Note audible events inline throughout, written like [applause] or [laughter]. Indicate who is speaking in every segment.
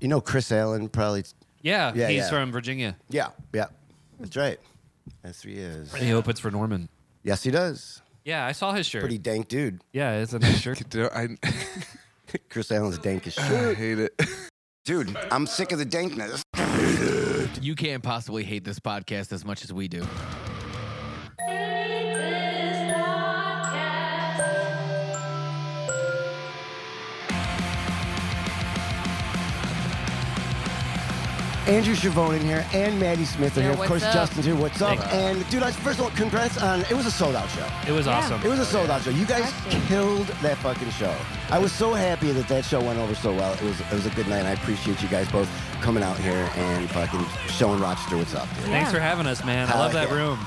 Speaker 1: You know Chris Allen probably.
Speaker 2: Yeah,
Speaker 1: Yeah,
Speaker 2: he's
Speaker 1: yeah.
Speaker 2: from Virginia.
Speaker 1: Yeah, yeah, that's right. That's who he is.
Speaker 2: He opens for Norman.
Speaker 1: Yes, he does.
Speaker 2: Yeah, I saw his shirt.
Speaker 1: Pretty dank dude.
Speaker 2: yeah, it's a nice shirt.
Speaker 3: I, [laughs]
Speaker 1: Chris Allen's dank as shit.
Speaker 3: I hate it.
Speaker 1: Dude, I'm sick of the dankness.
Speaker 4: You can't possibly hate this podcast as much as we do.
Speaker 1: Andrew Chavone in here, and Maddie Smith in
Speaker 5: Yeah,
Speaker 1: here. Of
Speaker 5: what's
Speaker 1: course,
Speaker 5: up?
Speaker 1: Justin's here. What's up?
Speaker 2: Thank you.
Speaker 1: And dude, I, first of all, congrats on it was a sold out show.
Speaker 2: [laughs] It was
Speaker 5: Yeah.
Speaker 2: awesome.
Speaker 1: It was a sold out show. You guys
Speaker 5: Impressive.
Speaker 1: killed that fucking show. I was so happy that that show went over so well. It was it was a good night. and I appreciate you guys both coming out here and fucking showing Rochester what's up. dude.
Speaker 2: Thanks
Speaker 5: Yeah.
Speaker 2: for having us, man. I
Speaker 1: Hell
Speaker 2: love that
Speaker 1: yeah.
Speaker 2: room.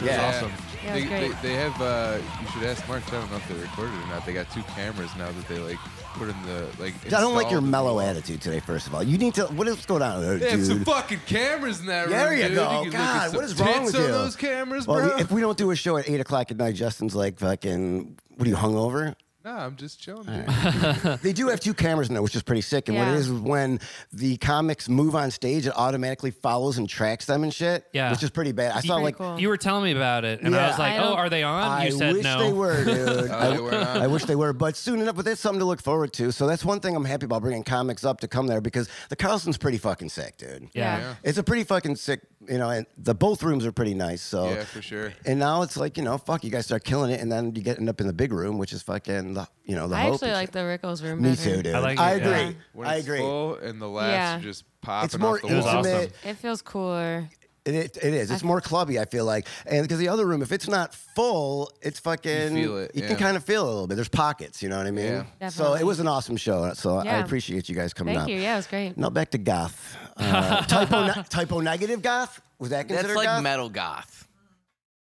Speaker 2: It was awesome.
Speaker 5: Yeah,
Speaker 3: they,
Speaker 5: it was great.
Speaker 3: They, they have. Uh, you should ask Mark. I don't know if they recorded or not. They got two cameras now that they like put in the like.
Speaker 1: I don't like your
Speaker 3: installed in
Speaker 1: mellow
Speaker 3: the wall.
Speaker 1: attitude today. First of all, you need to. What is going on there,
Speaker 3: They have some
Speaker 1: dude?
Speaker 3: fucking cameras in that
Speaker 1: There
Speaker 3: room.
Speaker 1: you
Speaker 3: dude.
Speaker 1: go.
Speaker 3: can look
Speaker 1: God,
Speaker 3: at some
Speaker 1: what is wrong
Speaker 3: tits
Speaker 1: with
Speaker 3: on
Speaker 1: you?
Speaker 3: those cameras, bro?
Speaker 1: Well, if we don't do a show at eight o'clock at night, Justin's like fucking. What are you hungover?
Speaker 3: no, I'm just chilling. dude.
Speaker 1: They do have two cameras now, which is pretty sick. And what
Speaker 5: Yeah.
Speaker 1: it is is when the comics move on stage, it automatically follows and tracks them and shit.
Speaker 2: Yeah.
Speaker 1: which is pretty bad. I saw
Speaker 5: Pretty
Speaker 1: like
Speaker 5: cool.
Speaker 2: You were telling me about it, and
Speaker 1: Yeah.
Speaker 2: I was like,
Speaker 5: I
Speaker 2: "Oh,
Speaker 5: don't-
Speaker 2: are they on?"
Speaker 1: I
Speaker 2: You said
Speaker 1: wish
Speaker 2: no.
Speaker 1: they were,
Speaker 2: [laughs]
Speaker 1: dude.
Speaker 3: Oh, they were not.
Speaker 1: I wish they were, but soon enough. But that's something to look forward to. So that's one thing I'm happy about bringing comics up to come there because the Carlson's pretty fucking sick, dude.
Speaker 2: Yeah.
Speaker 5: Yeah.
Speaker 1: It's a pretty fucking sick, you know, and the both rooms are pretty nice. So
Speaker 3: Yeah, for sure.
Speaker 1: And now it's like you know, fuck, you guys start killing it, and then you get end up in the big room, which is fucking, the, you know, the
Speaker 5: I
Speaker 1: hope.
Speaker 5: actually
Speaker 1: and
Speaker 5: like
Speaker 1: shit.
Speaker 5: the Rickles room.
Speaker 1: Me
Speaker 5: better.
Speaker 1: too, dude.
Speaker 2: I like
Speaker 1: I
Speaker 2: it, yeah.
Speaker 1: agree.
Speaker 3: When
Speaker 1: I
Speaker 3: it's
Speaker 1: agree.
Speaker 3: full and the laughs
Speaker 5: Yeah.
Speaker 3: are just popping
Speaker 1: It's more
Speaker 3: off the
Speaker 1: intimate.
Speaker 2: was
Speaker 3: wall.
Speaker 2: awesome.
Speaker 5: It feels cooler.
Speaker 1: It, it, it is. It's more clubby. I feel like, and because the other room, if it's not full, it's fucking.
Speaker 3: You feel it,
Speaker 1: can
Speaker 3: yeah.
Speaker 1: kind of feel it a little bit. There's pockets. You know what I mean?
Speaker 3: Yeah.
Speaker 1: So it
Speaker 5: Definitely.
Speaker 1: was an awesome show. So I
Speaker 5: Yeah.
Speaker 1: appreciate you guys coming
Speaker 5: Thank
Speaker 1: out.
Speaker 5: you. Yeah, it was great.
Speaker 1: Now back to goth. Uh, typo,
Speaker 5: [laughs]
Speaker 1: ne- typo negative goth. Was that
Speaker 4: That's
Speaker 1: considered
Speaker 4: like
Speaker 1: goth?
Speaker 4: metal goth.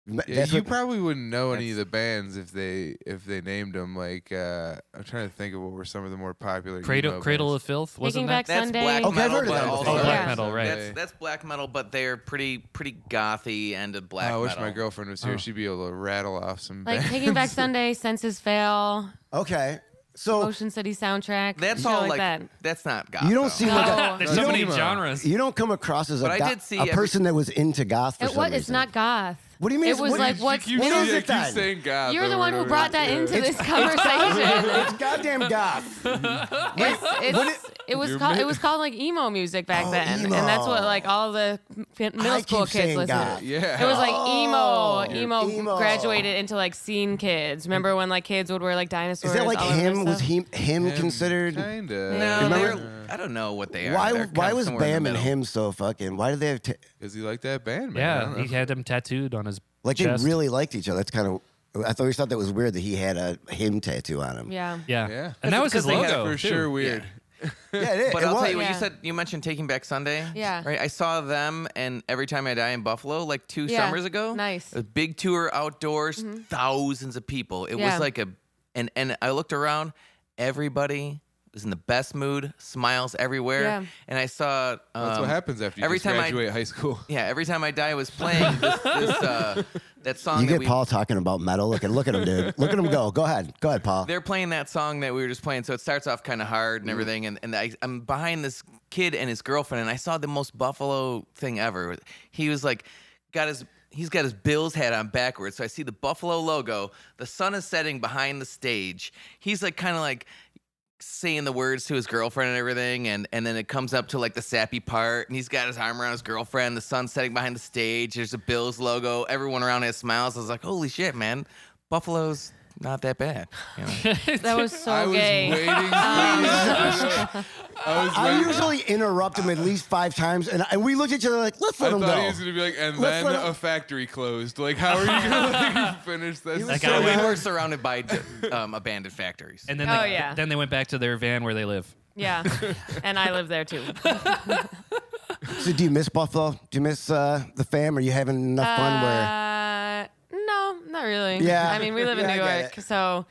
Speaker 1: Me-
Speaker 3: Yeah,
Speaker 1: that's
Speaker 3: you
Speaker 1: what-
Speaker 3: probably wouldn't know any of the bands if they if they named them. Like uh, I'm trying to think of what were some of the more popular.
Speaker 2: Cradle,
Speaker 3: emo
Speaker 2: Cradle
Speaker 3: bands.
Speaker 2: of Filth
Speaker 5: Taking
Speaker 2: wasn't
Speaker 5: Back
Speaker 2: that?
Speaker 4: That's
Speaker 5: Sunday.
Speaker 4: black
Speaker 1: Okay, I've
Speaker 4: metal,
Speaker 1: heard of
Speaker 4: but
Speaker 1: that
Speaker 4: also
Speaker 1: before.
Speaker 2: Oh,
Speaker 5: Yeah.
Speaker 2: black metal, right?
Speaker 3: That's-
Speaker 4: That's that's black metal, but they're pretty pretty gothy and a black.
Speaker 3: I wish
Speaker 4: metal.
Speaker 3: my girlfriend was
Speaker 1: Oh.
Speaker 3: here. She'd be able to rattle off some.
Speaker 5: Like
Speaker 1: [laughs]
Speaker 3: bands. [laughs]
Speaker 5: Taking Back Sunday, Senses Fail,
Speaker 1: okay. So
Speaker 5: Ocean City soundtrack.
Speaker 4: That's
Speaker 5: shit
Speaker 4: all
Speaker 5: like,
Speaker 4: like
Speaker 5: that.
Speaker 4: that's not goth.
Speaker 1: you don't
Speaker 4: though.
Speaker 1: seem like
Speaker 5: No.
Speaker 1: a,
Speaker 2: [laughs]
Speaker 1: [laughs]
Speaker 2: There's
Speaker 1: you,
Speaker 2: so
Speaker 1: don't,
Speaker 2: many
Speaker 3: emo.
Speaker 2: genres.
Speaker 1: you don't come across as a,
Speaker 4: But I
Speaker 1: goth-
Speaker 4: did see
Speaker 1: a
Speaker 4: every-
Speaker 1: person that was into goth for
Speaker 5: It
Speaker 1: some
Speaker 5: was. It's
Speaker 1: reason.
Speaker 5: not goth.
Speaker 1: What do you mean
Speaker 5: It
Speaker 1: it's-
Speaker 5: was
Speaker 1: what-
Speaker 5: like
Speaker 1: you-
Speaker 5: what's.
Speaker 3: You
Speaker 1: What
Speaker 3: keep-
Speaker 1: is
Speaker 3: yeah,
Speaker 1: it
Speaker 3: keep
Speaker 1: then?
Speaker 3: saying God
Speaker 5: You're the
Speaker 3: over
Speaker 5: one
Speaker 3: and
Speaker 5: who
Speaker 3: over
Speaker 5: brought that
Speaker 1: [laughs]
Speaker 3: again.
Speaker 5: into this conversation.
Speaker 1: it's goddamn goth.
Speaker 5: [laughs] It's- it's- it was
Speaker 3: You're
Speaker 5: called.
Speaker 3: ma-
Speaker 5: It was called like emo music back
Speaker 1: Oh,
Speaker 5: then,
Speaker 1: emo.
Speaker 5: and that's what like all the m- middle
Speaker 1: I
Speaker 5: school
Speaker 1: keep
Speaker 5: kids
Speaker 1: saying
Speaker 5: listened.
Speaker 1: goth.
Speaker 5: to.
Speaker 3: Yeah.
Speaker 5: It was like
Speaker 1: Oh,
Speaker 5: emo, emo,
Speaker 1: emo.
Speaker 5: graduated into like scene kids. Remember when like kids would wear like dinosaurs?
Speaker 1: Is that like
Speaker 5: all over
Speaker 1: him?
Speaker 5: their
Speaker 1: Was
Speaker 5: stuff?
Speaker 1: him him
Speaker 3: Him,
Speaker 1: considered?
Speaker 3: Kinda.
Speaker 4: No,
Speaker 1: Remember-
Speaker 4: they're, I don't know what they are.
Speaker 1: Why
Speaker 4: They're kind
Speaker 1: why
Speaker 4: of
Speaker 1: was
Speaker 4: somewhere in the
Speaker 1: Bam and
Speaker 4: middle.
Speaker 1: him so fucking? Why did they have t-
Speaker 3: Is he like that band, man? I don't
Speaker 2: Yeah,
Speaker 3: know.
Speaker 2: he had them tattooed on his
Speaker 1: like
Speaker 2: chest.
Speaker 1: they really liked each other? That's kind of. I thought we thought that was weird that he had a him tattoo on him.
Speaker 5: Yeah.
Speaker 2: yeah,
Speaker 3: Yeah.
Speaker 2: and that was his
Speaker 4: Because they had
Speaker 2: logo
Speaker 3: for
Speaker 2: too.
Speaker 3: sure weird.
Speaker 1: yeah it is.
Speaker 4: But
Speaker 1: It
Speaker 4: I'll
Speaker 1: was.
Speaker 4: tell you what you
Speaker 5: Yeah.
Speaker 4: said. You mentioned Taking Back Sunday.
Speaker 5: Yeah.
Speaker 4: Right. I saw them and Every Time I Die in Buffalo like two
Speaker 5: Yeah.
Speaker 4: summers ago.
Speaker 5: Nice. Mm-hmm.
Speaker 4: A big tour outdoors, thousands of people. It
Speaker 5: Yeah.
Speaker 4: was like a and and I looked around. Everybody was in the best mood, smiles everywhere.
Speaker 5: Yeah.
Speaker 4: And I saw. Um,
Speaker 3: That's what happens after you
Speaker 4: every
Speaker 3: just
Speaker 4: time I-
Speaker 3: graduate high school.
Speaker 4: Yeah. Every time I die was playing this, this uh, that song.
Speaker 1: You
Speaker 4: that
Speaker 1: get
Speaker 4: we,
Speaker 1: Paul talking about metal. Look at look at him, dude. Look at him go. Go ahead. Go ahead, Paul.
Speaker 4: they're playing that song that we were just playing. So it starts off kind of hard and everything. And, and I, I'm behind this kid and his girlfriend, and I saw the most Buffalo thing ever. He was like, got his. He's got his Bills hat on backwards, so I see the Buffalo logo. The sun is setting behind the stage. He's like kind of like saying the words to his girlfriend and everything, and and then it comes up to like the sappy part, and he's got his arm around his girlfriend. The sun setting behind the stage. There's a Bills logo. Everyone around has smiles. I was like, holy shit, man, Buffalo's not that bad. you know?
Speaker 1: [laughs]
Speaker 5: That was so
Speaker 3: I was
Speaker 5: gay.
Speaker 3: waiting. For I was
Speaker 1: I
Speaker 3: waiting.
Speaker 1: usually interrupt him at least five times, and, and we looked at each other like, let's
Speaker 3: I
Speaker 1: let him
Speaker 3: thought
Speaker 1: go.
Speaker 3: he was gonna be like, and
Speaker 1: Let's
Speaker 3: then
Speaker 1: let him-
Speaker 3: a factory closed. Like, how are you gonna like, [laughs] finish this?
Speaker 1: was
Speaker 2: so
Speaker 4: So we
Speaker 2: Yeah.
Speaker 4: were surrounded by d- um, abandoned factories.
Speaker 2: And then,
Speaker 5: Oh,
Speaker 2: they,
Speaker 5: yeah.
Speaker 2: then they went back to their van where they live.
Speaker 1: [laughs]
Speaker 5: Yeah. And I live there too.
Speaker 1: so, do you miss Buffalo? Do you miss uh, the fam? Are you having enough fun where?
Speaker 5: Uh, no, not really.
Speaker 1: Yeah.
Speaker 5: I mean, we live in
Speaker 1: Yeah, I
Speaker 5: New
Speaker 1: get
Speaker 5: York,
Speaker 1: it.
Speaker 5: so.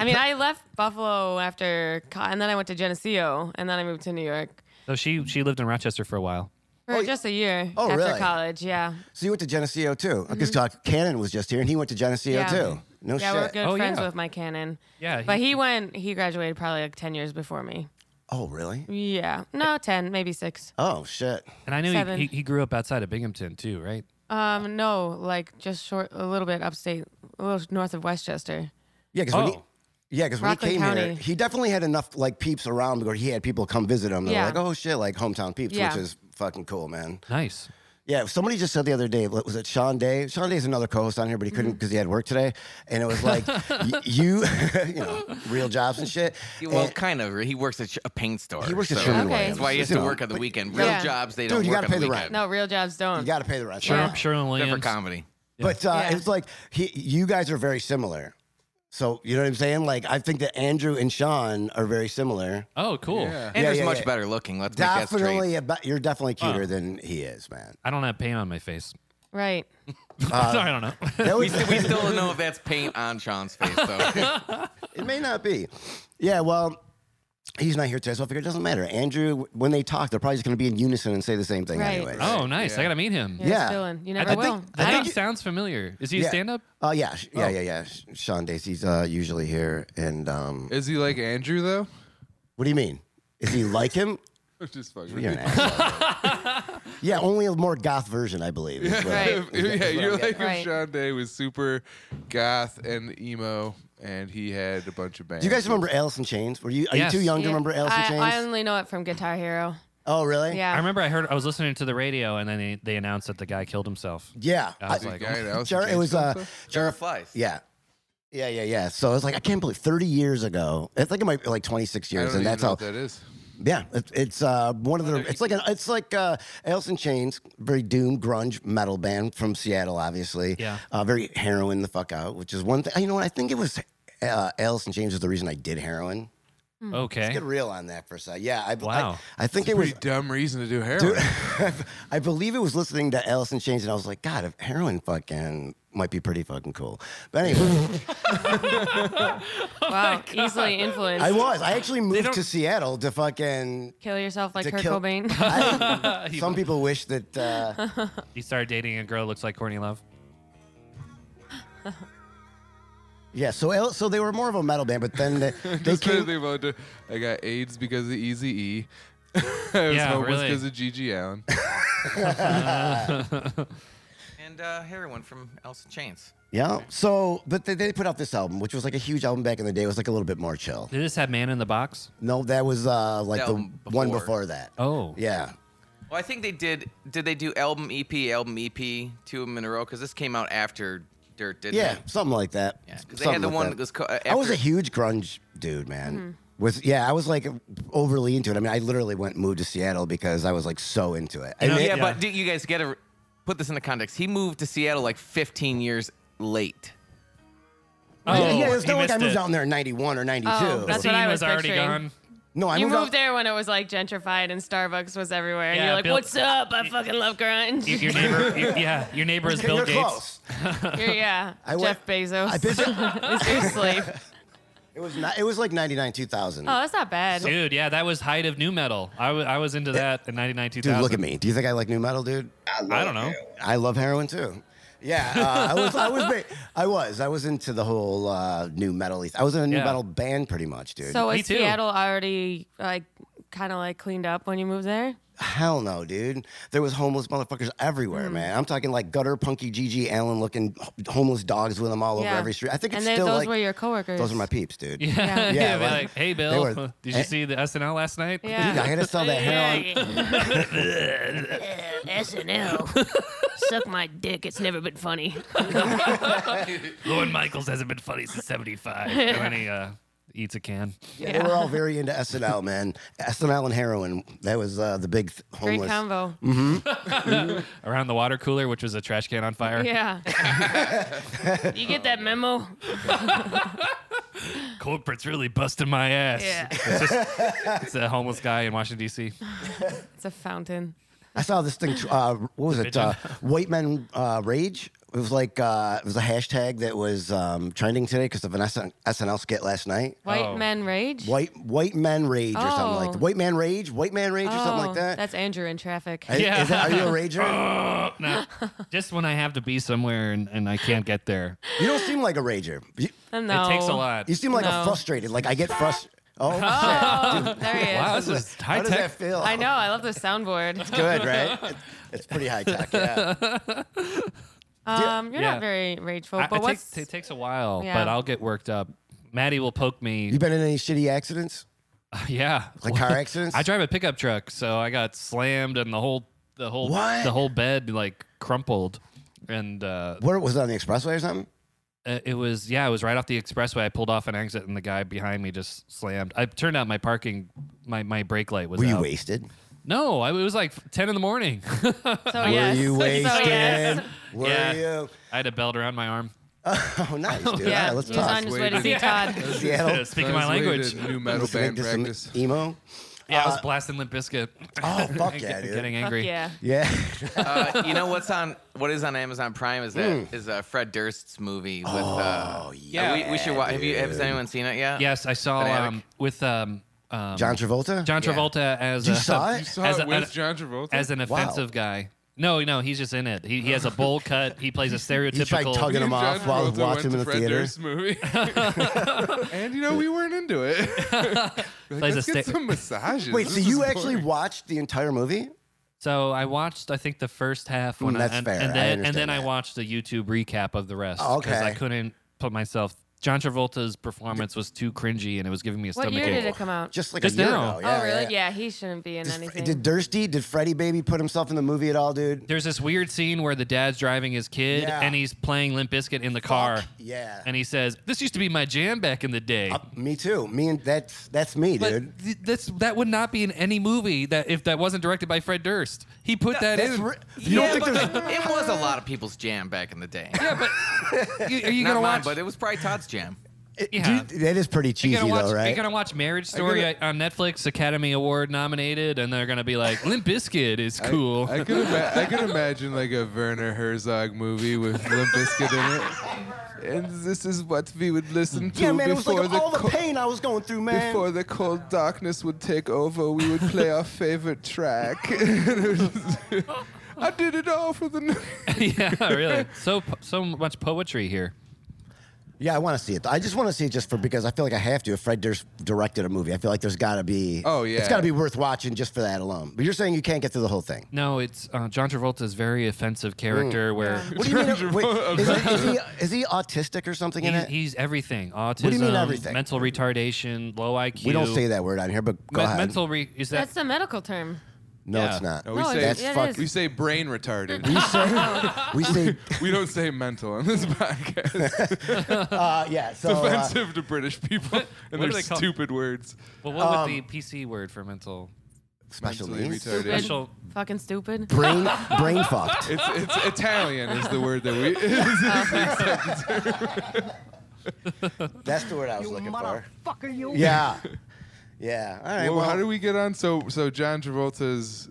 Speaker 5: I mean, I left Buffalo after, co- and then I went to Geneseo, and then I moved to New York
Speaker 2: So she she lived in Rochester for a while.
Speaker 5: for
Speaker 1: Oh,
Speaker 5: just a year
Speaker 1: oh,
Speaker 5: after
Speaker 1: really?
Speaker 5: college. Yeah.
Speaker 1: So you went to Geneseo too? Because Cannon was just here, and he went to Geneseo
Speaker 5: mm-hmm. Yeah.
Speaker 1: too. No
Speaker 5: yeah,
Speaker 1: shit.
Speaker 5: we're good
Speaker 2: Oh,
Speaker 5: friends
Speaker 2: yeah.
Speaker 5: with my canon.
Speaker 2: Yeah,
Speaker 5: but
Speaker 2: he-
Speaker 5: he went. He graduated probably like ten years before me.
Speaker 1: Oh, really?
Speaker 5: Yeah. No, 10, maybe six.
Speaker 1: Oh, shit.
Speaker 2: And I knew
Speaker 5: Seven.
Speaker 2: he, he, he grew up outside of Binghamton too, right?
Speaker 5: Um, no, like just short, a little bit upstate, a little north of Westchester.
Speaker 1: Yeah, because when he,
Speaker 2: Oh.
Speaker 1: yeah, 'cause when he
Speaker 5: Rockland
Speaker 1: came here,
Speaker 5: County.
Speaker 1: he definitely had enough like peeps around where he had people come visit him. They're
Speaker 5: Yeah.
Speaker 1: like, oh shit, like hometown peeps,
Speaker 5: Yeah.
Speaker 1: which is fucking cool, man.
Speaker 2: Nice.
Speaker 1: Yeah, somebody just said the other day, was it Sean Day? Sean Day's another co-host on here, but he couldn't
Speaker 5: Mm.
Speaker 1: because he had work today. And it was like,
Speaker 5: [laughs]
Speaker 1: y- you, [laughs] you know, real jobs and shit.
Speaker 4: Well,
Speaker 1: And-
Speaker 4: kind of. He works at sh- a paint store.
Speaker 1: He works at
Speaker 4: so
Speaker 1: Sherwin
Speaker 5: Okay.
Speaker 1: Williams.
Speaker 4: That's why he has
Speaker 1: You
Speaker 4: to
Speaker 1: know,
Speaker 4: work on the
Speaker 1: but
Speaker 4: weekend. Real
Speaker 5: Yeah.
Speaker 4: jobs, they
Speaker 1: Dude,
Speaker 4: don't
Speaker 1: you
Speaker 4: work
Speaker 1: gotta
Speaker 4: on the
Speaker 1: pay the
Speaker 4: weekend.
Speaker 5: No, real jobs don't.
Speaker 1: You got to pay the rent.
Speaker 2: Sher-
Speaker 1: Yeah.
Speaker 2: Sherwin
Speaker 4: Except for
Speaker 2: Williams.
Speaker 4: comedy.
Speaker 1: But uh,
Speaker 5: Yeah.
Speaker 1: it's like he, you guys are very similar. So you know what I'm saying? Like I think that Andrew and Sean are very similar.
Speaker 2: Oh, cool.
Speaker 3: Yeah.
Speaker 4: Andrew's
Speaker 1: yeah,
Speaker 4: much
Speaker 1: yeah.
Speaker 4: better looking. Let's make that straight.
Speaker 1: Definitely, about, you're definitely cuter than he is, man.
Speaker 2: I don't have paint on my face. [laughs]
Speaker 5: Right.
Speaker 2: I don't know. [laughs]
Speaker 1: That was,
Speaker 4: [laughs] We still don't know if that's paint on Sean's face, though.
Speaker 1: [laughs] it may not be. Yeah, well, he's not here today, so I figure it doesn't matter. Andrew, when they talk, they're probably just going to be in unison and say the same thing
Speaker 5: Right.
Speaker 1: anyway.
Speaker 2: oh, nice. I
Speaker 3: Yeah.
Speaker 2: gotta meet him.
Speaker 5: Here's
Speaker 1: Yeah.
Speaker 5: Dylan. You
Speaker 2: I,
Speaker 5: never
Speaker 2: I
Speaker 5: will.
Speaker 2: think I think he sounds familiar. Is he
Speaker 1: Yeah.
Speaker 2: a stand-up?
Speaker 1: Oh yeah, sh- yeah, yeah, yeah. Sh- Sean Dacey's uh, usually here, and um,
Speaker 3: Is he like Andrew though? [laughs]
Speaker 1: what do you mean? Is he like him?
Speaker 3: I'm just fucking. with
Speaker 1: You're
Speaker 3: you.
Speaker 1: an asshole. yeah, only a more goth version, I believe. is what-
Speaker 5: Right.
Speaker 3: [laughs] yeah, you're like if
Speaker 5: Right.
Speaker 3: Sean Day was super goth and emo, and he had a bunch of bands.
Speaker 1: Do you guys remember Alice in Chains? Were you are
Speaker 2: Yes.
Speaker 1: you too young to
Speaker 5: Yeah.
Speaker 1: remember Alice in
Speaker 5: I,
Speaker 1: Chains?
Speaker 5: I only know it from Guitar Hero.
Speaker 1: oh, really?
Speaker 5: Yeah.
Speaker 2: I remember I heard I was listening to the radio and then they, they announced that the guy killed himself.
Speaker 1: Yeah.
Speaker 2: I was
Speaker 3: The
Speaker 2: like,
Speaker 3: guy in Alice in
Speaker 1: Jar- it
Speaker 3: Chains
Speaker 1: was
Speaker 3: film
Speaker 1: uh,
Speaker 3: stuff?
Speaker 1: Jar-
Speaker 4: Flies.
Speaker 1: Yeah. Yeah, yeah, yeah. So it's like I can't believe 30 years ago. I think it might be like 26
Speaker 3: I
Speaker 1: years,
Speaker 3: don't
Speaker 1: and
Speaker 3: even
Speaker 1: that's
Speaker 3: know
Speaker 1: how.
Speaker 3: what that is.
Speaker 1: Yeah, it, it's uh, one of the. It's like an, it's like uh, Alice in Chains, very doom grunge metal band from Seattle, obviously.
Speaker 2: Yeah.
Speaker 1: Uh, very heroin the fuck out, which is one thing. You know what? I think it was uh, Alice in Chains was the reason I did heroin.
Speaker 5: Hmm.
Speaker 2: Okay.
Speaker 1: Get real on that for a sec. Yeah. I,
Speaker 2: Wow.
Speaker 1: I, I think it was.
Speaker 3: Pretty dumb reason to do heroin. [laughs]
Speaker 1: I believe it was listening to Alice in Chains, and I was like, God, if heroin fucking might be pretty fucking cool. But anyway,
Speaker 2: oh
Speaker 5: wow. [laughs] Easily influenced.
Speaker 1: I was. I actually moved
Speaker 2: don't-
Speaker 1: to Seattle to
Speaker 4: [laughs]
Speaker 1: fucking.
Speaker 5: kill yourself like
Speaker 1: to
Speaker 5: Kurt
Speaker 1: kill-
Speaker 5: Cobain.
Speaker 1: I-
Speaker 2: He-
Speaker 1: some people wish that. Uh,
Speaker 2: He started dating a girl who looks like Courtney Love.
Speaker 1: Yeah, so El- so they were more of a metal band, but then
Speaker 4: [laughs]
Speaker 1: they, they
Speaker 3: Just trying to
Speaker 1: came.
Speaker 3: think about it. I got AIDS because of Easy E. [laughs] I was
Speaker 2: Yeah,
Speaker 3: homeless
Speaker 2: really.
Speaker 3: because of Gigi Allen.
Speaker 4: And uh, heroin from Alice in Chains.
Speaker 1: Yeah, so but they, they put out this album, which was like a huge album back in the day. It was like a little bit more chill.
Speaker 2: Did this have Man in the Box?
Speaker 1: No, that was uh like the
Speaker 4: Album
Speaker 1: one
Speaker 4: before.
Speaker 1: before that.
Speaker 2: Oh.
Speaker 1: yeah,
Speaker 4: Well, I think they did. Did they do album EP, album EP, two of them in a row? Because this came out after Dirt, didn't
Speaker 1: yeah,
Speaker 4: it?
Speaker 1: something like that.
Speaker 4: Yeah, 'cause they
Speaker 1: Something
Speaker 4: had the
Speaker 1: like
Speaker 4: one that was co- uh,
Speaker 1: I was a
Speaker 4: after-
Speaker 1: huge grunge dude, man. Was yeah, I was like overly into it. I mean, I literally went and moved to Seattle because I was like so into it. And
Speaker 2: know,
Speaker 1: it-
Speaker 4: Yeah,
Speaker 2: Yeah.
Speaker 4: but do you guys got to put this into context. He moved to Seattle like 15 years late.
Speaker 1: yeah, yeah, it's
Speaker 2: Oh, he
Speaker 1: not like I
Speaker 2: missed
Speaker 1: moved
Speaker 2: it.
Speaker 1: out there in '91 or '92.
Speaker 5: Oh,
Speaker 2: The
Speaker 5: That's
Speaker 2: scene
Speaker 5: what I
Speaker 2: was,
Speaker 5: was
Speaker 2: already
Speaker 5: picturing.
Speaker 2: gone.
Speaker 1: no, [laughs] I
Speaker 5: [laughs] you
Speaker 1: moved,
Speaker 5: moved
Speaker 1: out.
Speaker 5: there when it was like gentrified and Starbucks was everywhere. and
Speaker 2: Yeah,
Speaker 5: you're like,
Speaker 2: Bill-
Speaker 5: what's up? I fucking love grunge.
Speaker 2: Y- Your neighbor, your- yeah, your neighbor is
Speaker 1: Okay,
Speaker 2: Bill
Speaker 1: you're close.
Speaker 2: Gates.
Speaker 5: [laughs] You're- yeah.
Speaker 1: I went-
Speaker 5: Jeff Bezos.
Speaker 1: I
Speaker 5: [laughs]
Speaker 1: bet
Speaker 5: Is your
Speaker 1: [laughs]
Speaker 5: slave.
Speaker 1: It was not, it was like '99, 2000.
Speaker 5: Oh, that's not bad.
Speaker 2: Dude, yeah, that was height of new metal. I wa- I was into that in 99, 2000.
Speaker 1: Dude, look at me. Do you think I like new metal, dude?
Speaker 2: I don't know.
Speaker 1: I love heroin too. Yeah, uh, I was, I was, ba- I was, I was into the whole uh, new metal. I was in a new
Speaker 2: Yeah.
Speaker 1: metal band, pretty much, dude.
Speaker 5: so
Speaker 2: Me
Speaker 5: was
Speaker 2: too.
Speaker 5: Seattle already like kind of like cleaned up when you moved there?
Speaker 1: hell no, dude. There was homeless motherfuckers everywhere,
Speaker 5: Hmm.
Speaker 1: man. I'm talking like gutter punky Gigi Allen looking ho- homeless dogs with them all over every street. I think it's
Speaker 5: and they-
Speaker 1: still
Speaker 5: those
Speaker 1: like
Speaker 5: were your coworkers.
Speaker 1: those are my peeps, dude.
Speaker 2: Yeah, [laughs]
Speaker 5: Yeah.
Speaker 2: yeah,
Speaker 1: Yeah,
Speaker 2: be
Speaker 1: like-
Speaker 2: like, hey,
Speaker 1: they
Speaker 2: Bill,
Speaker 1: were-
Speaker 2: did you
Speaker 1: eh.
Speaker 2: see the SNL last night? [laughs]
Speaker 5: [laughs] Yeah.
Speaker 1: Dude, I gotta sell that heroin.
Speaker 6: SNL. Suck my dick. It's never been funny.
Speaker 2: Lauren Michaels hasn't been funny since
Speaker 5: [laughs]
Speaker 2: 75. and then he uh, eats a can.
Speaker 1: Yeah, They were all very into SNL, man. SNL and heroin. That was uh, the big th-
Speaker 5: Great
Speaker 1: homeless.
Speaker 5: combo.
Speaker 2: Around the water cooler, which was a trash can on fire. [laughs]
Speaker 5: Yeah. you get that memo?
Speaker 2: Culprit's really busting my ass.
Speaker 5: Yeah.
Speaker 2: It's, just, it's a homeless guy in Washington,
Speaker 5: [laughs]
Speaker 2: D.C.
Speaker 5: It's a fountain.
Speaker 1: I saw this thing. Uh, what was it? Uh, White men uh, rage. It was like uh, it was a hashtag that was um, trending today because of an SN- SNL skit last night.
Speaker 5: White
Speaker 2: Oh.
Speaker 5: men rage?
Speaker 1: White white men rage or something like
Speaker 5: Oh.
Speaker 1: that. White man rage, white man rage or something
Speaker 5: Oh,
Speaker 1: like that.
Speaker 5: That's Andrew in traffic.
Speaker 1: Is-
Speaker 2: Yeah.
Speaker 1: is that- are you a
Speaker 2: [laughs]
Speaker 1: rager?
Speaker 2: Oh, no. Just when I have to be somewhere and, and I can't get there.
Speaker 1: you don't seem like a rager. You,
Speaker 5: no.
Speaker 2: It takes a lot.
Speaker 1: you seem like a
Speaker 5: No. [laughs]
Speaker 1: frustrated. Like I get frustrated. Oh,
Speaker 5: Oh, there he is.
Speaker 2: Wow, this is high
Speaker 1: how does that
Speaker 2: tech.
Speaker 1: feel?
Speaker 5: I know. I love
Speaker 2: [laughs]
Speaker 5: the soundboard.
Speaker 1: Good,
Speaker 5: [laughs]
Speaker 1: right? It's- It's pretty high tech. Yeah.
Speaker 5: Um, you're
Speaker 2: Yeah.
Speaker 5: not very rageful,
Speaker 2: I-
Speaker 5: but
Speaker 2: It
Speaker 5: what's
Speaker 2: takes, it takes a while,
Speaker 5: Yeah.
Speaker 2: but I'll get worked up. Maddie will poke me.
Speaker 1: You been in any shitty accidents?
Speaker 2: yeah,
Speaker 1: Like
Speaker 2: [laughs]
Speaker 1: car accidents?
Speaker 2: I drive a pickup truck, so I got slammed and the whole the whole
Speaker 1: What?
Speaker 2: the whole bed like crumpled, and uh,
Speaker 1: Where was it on the expressway or something?
Speaker 2: Uh, it was yeah, it was right off the expressway. I pulled off an exit, and the guy behind me just slammed. I turned out my parking, my my brake light was
Speaker 1: Were you
Speaker 2: out.
Speaker 1: wasted?
Speaker 2: No, I, it was like ten in the morning. [laughs]
Speaker 5: so
Speaker 1: Were
Speaker 5: Oh, yes. [laughs]
Speaker 1: you
Speaker 5: So
Speaker 1: wasted?
Speaker 5: yes.
Speaker 1: Were
Speaker 2: Yeah.
Speaker 1: you?
Speaker 2: I had a belt around
Speaker 1: [laughs]
Speaker 2: my arm.
Speaker 1: Oh, nice, dude. All
Speaker 5: Yeah,
Speaker 1: right, let's
Speaker 5: he was
Speaker 1: talk.
Speaker 5: on his way to
Speaker 2: [laughs]
Speaker 5: see
Speaker 2: Yeah.
Speaker 5: Todd.
Speaker 1: Seattle.
Speaker 2: [laughs] Speaking my
Speaker 3: That's the way
Speaker 2: language.
Speaker 3: to New metal
Speaker 1: Listening
Speaker 3: band
Speaker 1: to some
Speaker 3: practice.
Speaker 1: emo.
Speaker 2: Yeah, I was blasting Limp Biscuit.
Speaker 1: Uh,
Speaker 2: [laughs]
Speaker 1: Oh, fuck yeah,
Speaker 2: getting,
Speaker 1: dude.
Speaker 2: getting
Speaker 5: Fuck
Speaker 2: angry.
Speaker 5: yeah.
Speaker 1: Yeah.
Speaker 4: Uh, you know what's on? What is on Amazon Prime is that is uh, Fred Durst's movie with. Uh,
Speaker 1: Mm. Oh,
Speaker 4: yeah, we, we should watch. Have you? Has anyone seen it yet?
Speaker 2: Yes, I saw
Speaker 4: Fanatic.
Speaker 2: um, with um, um,
Speaker 1: John Travolta?
Speaker 2: John
Speaker 4: Yeah.
Speaker 2: Travolta as
Speaker 1: You
Speaker 2: a,
Speaker 1: saw it?
Speaker 3: You saw
Speaker 2: As
Speaker 3: it
Speaker 2: a-
Speaker 3: with
Speaker 2: an-
Speaker 3: John Travolta.
Speaker 2: as an
Speaker 1: Wow.
Speaker 2: offensive guy. No, no, he's just in it. He, he has
Speaker 1: [laughs]
Speaker 2: a bowl cut. He plays a stereotypical.
Speaker 1: He tried tugging him
Speaker 3: John
Speaker 1: off while I was
Speaker 3: Travolta went
Speaker 1: watching him in
Speaker 3: to
Speaker 1: the
Speaker 3: Fred
Speaker 1: theater.
Speaker 2: [laughs]
Speaker 3: Durst's movie. and you know we weren't into it. [laughs] like,
Speaker 2: Plays
Speaker 3: let's
Speaker 2: a
Speaker 3: get
Speaker 2: sta-
Speaker 3: some massages.
Speaker 1: Wait,
Speaker 3: This
Speaker 1: so
Speaker 3: is
Speaker 1: you
Speaker 3: boring.
Speaker 1: actually watched the entire movie?
Speaker 2: So I watched, I think, the first half. When
Speaker 1: Mm,
Speaker 2: I-
Speaker 1: that's
Speaker 2: and,
Speaker 1: fair. I
Speaker 2: And then, and
Speaker 1: understand
Speaker 2: then I
Speaker 1: that.
Speaker 2: watched a YouTube recap of the rest
Speaker 1: Oh,
Speaker 2: because I
Speaker 1: okay.
Speaker 2: couldn't put myself. John Travolta's performance was too cringy, and it was giving me a
Speaker 5: What
Speaker 2: stomach
Speaker 5: year did
Speaker 2: ache.
Speaker 5: it come out?
Speaker 1: Just like
Speaker 2: Just
Speaker 1: a year
Speaker 2: now.
Speaker 1: ago.
Speaker 5: oh, really? Yeah, he shouldn't be in anything.
Speaker 1: Did Dursty, did Freddie Baby put himself in the movie at all, dude?
Speaker 2: There's this weird scene where the dad's driving his kid,
Speaker 1: Yeah.
Speaker 2: and he's playing Limp Bizkit in the car,
Speaker 1: Yeah.
Speaker 2: and he says, "This used to be my jam back in the day."
Speaker 1: Uh, me too. Me and that's that's me, dude.
Speaker 2: But th- that's that would not be in any movie that if that wasn't directed by Fred Durst. He put that
Speaker 1: That's
Speaker 2: in.
Speaker 1: re- you don't
Speaker 4: Yeah,
Speaker 1: think
Speaker 4: but
Speaker 1: there's
Speaker 4: it was a lot of people's jam back in the day.
Speaker 2: [laughs] You-
Speaker 1: [laughs]
Speaker 2: are you
Speaker 4: Not
Speaker 2: gonna
Speaker 4: mine,
Speaker 2: watch?
Speaker 4: but it was probably Todd's jam.
Speaker 2: yeah.
Speaker 1: Dude, that is pretty cheesy
Speaker 2: You're gonna watch,
Speaker 1: though,
Speaker 2: You're
Speaker 1: right?
Speaker 2: gonna watch Marriage Story
Speaker 3: gonna-
Speaker 2: on Netflix, Academy Award nominated, and they're gonna be
Speaker 1: [laughs]
Speaker 2: like, "Limp Bizkit is cool." [laughs]
Speaker 3: I could, ima- I could imagine like a Werner Herzog movie with Limp Bizkit in it. And this is what we would listen to
Speaker 1: Mm. yeah, man, it was
Speaker 3: before
Speaker 1: like
Speaker 3: the
Speaker 1: all the
Speaker 3: co-
Speaker 1: pain I was going through, man.
Speaker 3: Before the cold darkness would take over, we would play our favorite track. [laughs] I did it all for the. n-
Speaker 1: [laughs]
Speaker 2: yeah, really. So po- so much poetry here.
Speaker 1: yeah, I want to see it. I just want to see it just for because I feel like I have to. If Fred Durst directed a movie, I feel like there's got to be.
Speaker 3: Oh, yeah.
Speaker 1: it's got to be worth watching just for that alone. But you're saying you can't get through the whole thing.
Speaker 2: No, it's uh, John Travolta's very offensive character where
Speaker 1: Mm. What do you mean? Wait, is, he, is, he,
Speaker 3: [laughs]
Speaker 1: is he autistic or something in
Speaker 2: he's,
Speaker 1: it?
Speaker 2: he's everything: autism,
Speaker 1: you mean everything?
Speaker 2: mental retardation, low IQ.
Speaker 1: we don't say that word on here, but go
Speaker 2: Me-
Speaker 1: ahead.
Speaker 2: mental re- is that
Speaker 5: That's a medical term.
Speaker 1: no,
Speaker 2: yeah.
Speaker 1: it's not.
Speaker 3: No, we
Speaker 5: No,
Speaker 3: say
Speaker 5: it's-
Speaker 1: That's
Speaker 5: it
Speaker 1: fuck-
Speaker 5: is.
Speaker 3: We say brain retarded.
Speaker 1: We say, we say,
Speaker 3: we don't say mental on this podcast. [laughs]
Speaker 1: uh, yeah. So
Speaker 3: Oh,
Speaker 1: uh,
Speaker 3: Offensive to British people and
Speaker 2: what
Speaker 3: their
Speaker 2: do they call-
Speaker 3: stupid words.
Speaker 2: Well, what would
Speaker 1: Um,
Speaker 2: the PC word for mental?
Speaker 1: special
Speaker 3: Mentally
Speaker 1: needs,
Speaker 3: retarded.
Speaker 5: Stupid.
Speaker 2: Special.
Speaker 5: Fucking stupid.
Speaker 3: [laughs]
Speaker 1: brain, brain fucked.
Speaker 3: It's, it's Italian is the word that we. [laughs]
Speaker 1: That's the word I was looking for.
Speaker 6: Motherfucker, you.
Speaker 1: Yeah, yeah. All right.
Speaker 3: well,
Speaker 1: Well,
Speaker 3: how do we get on? So so John Travolta's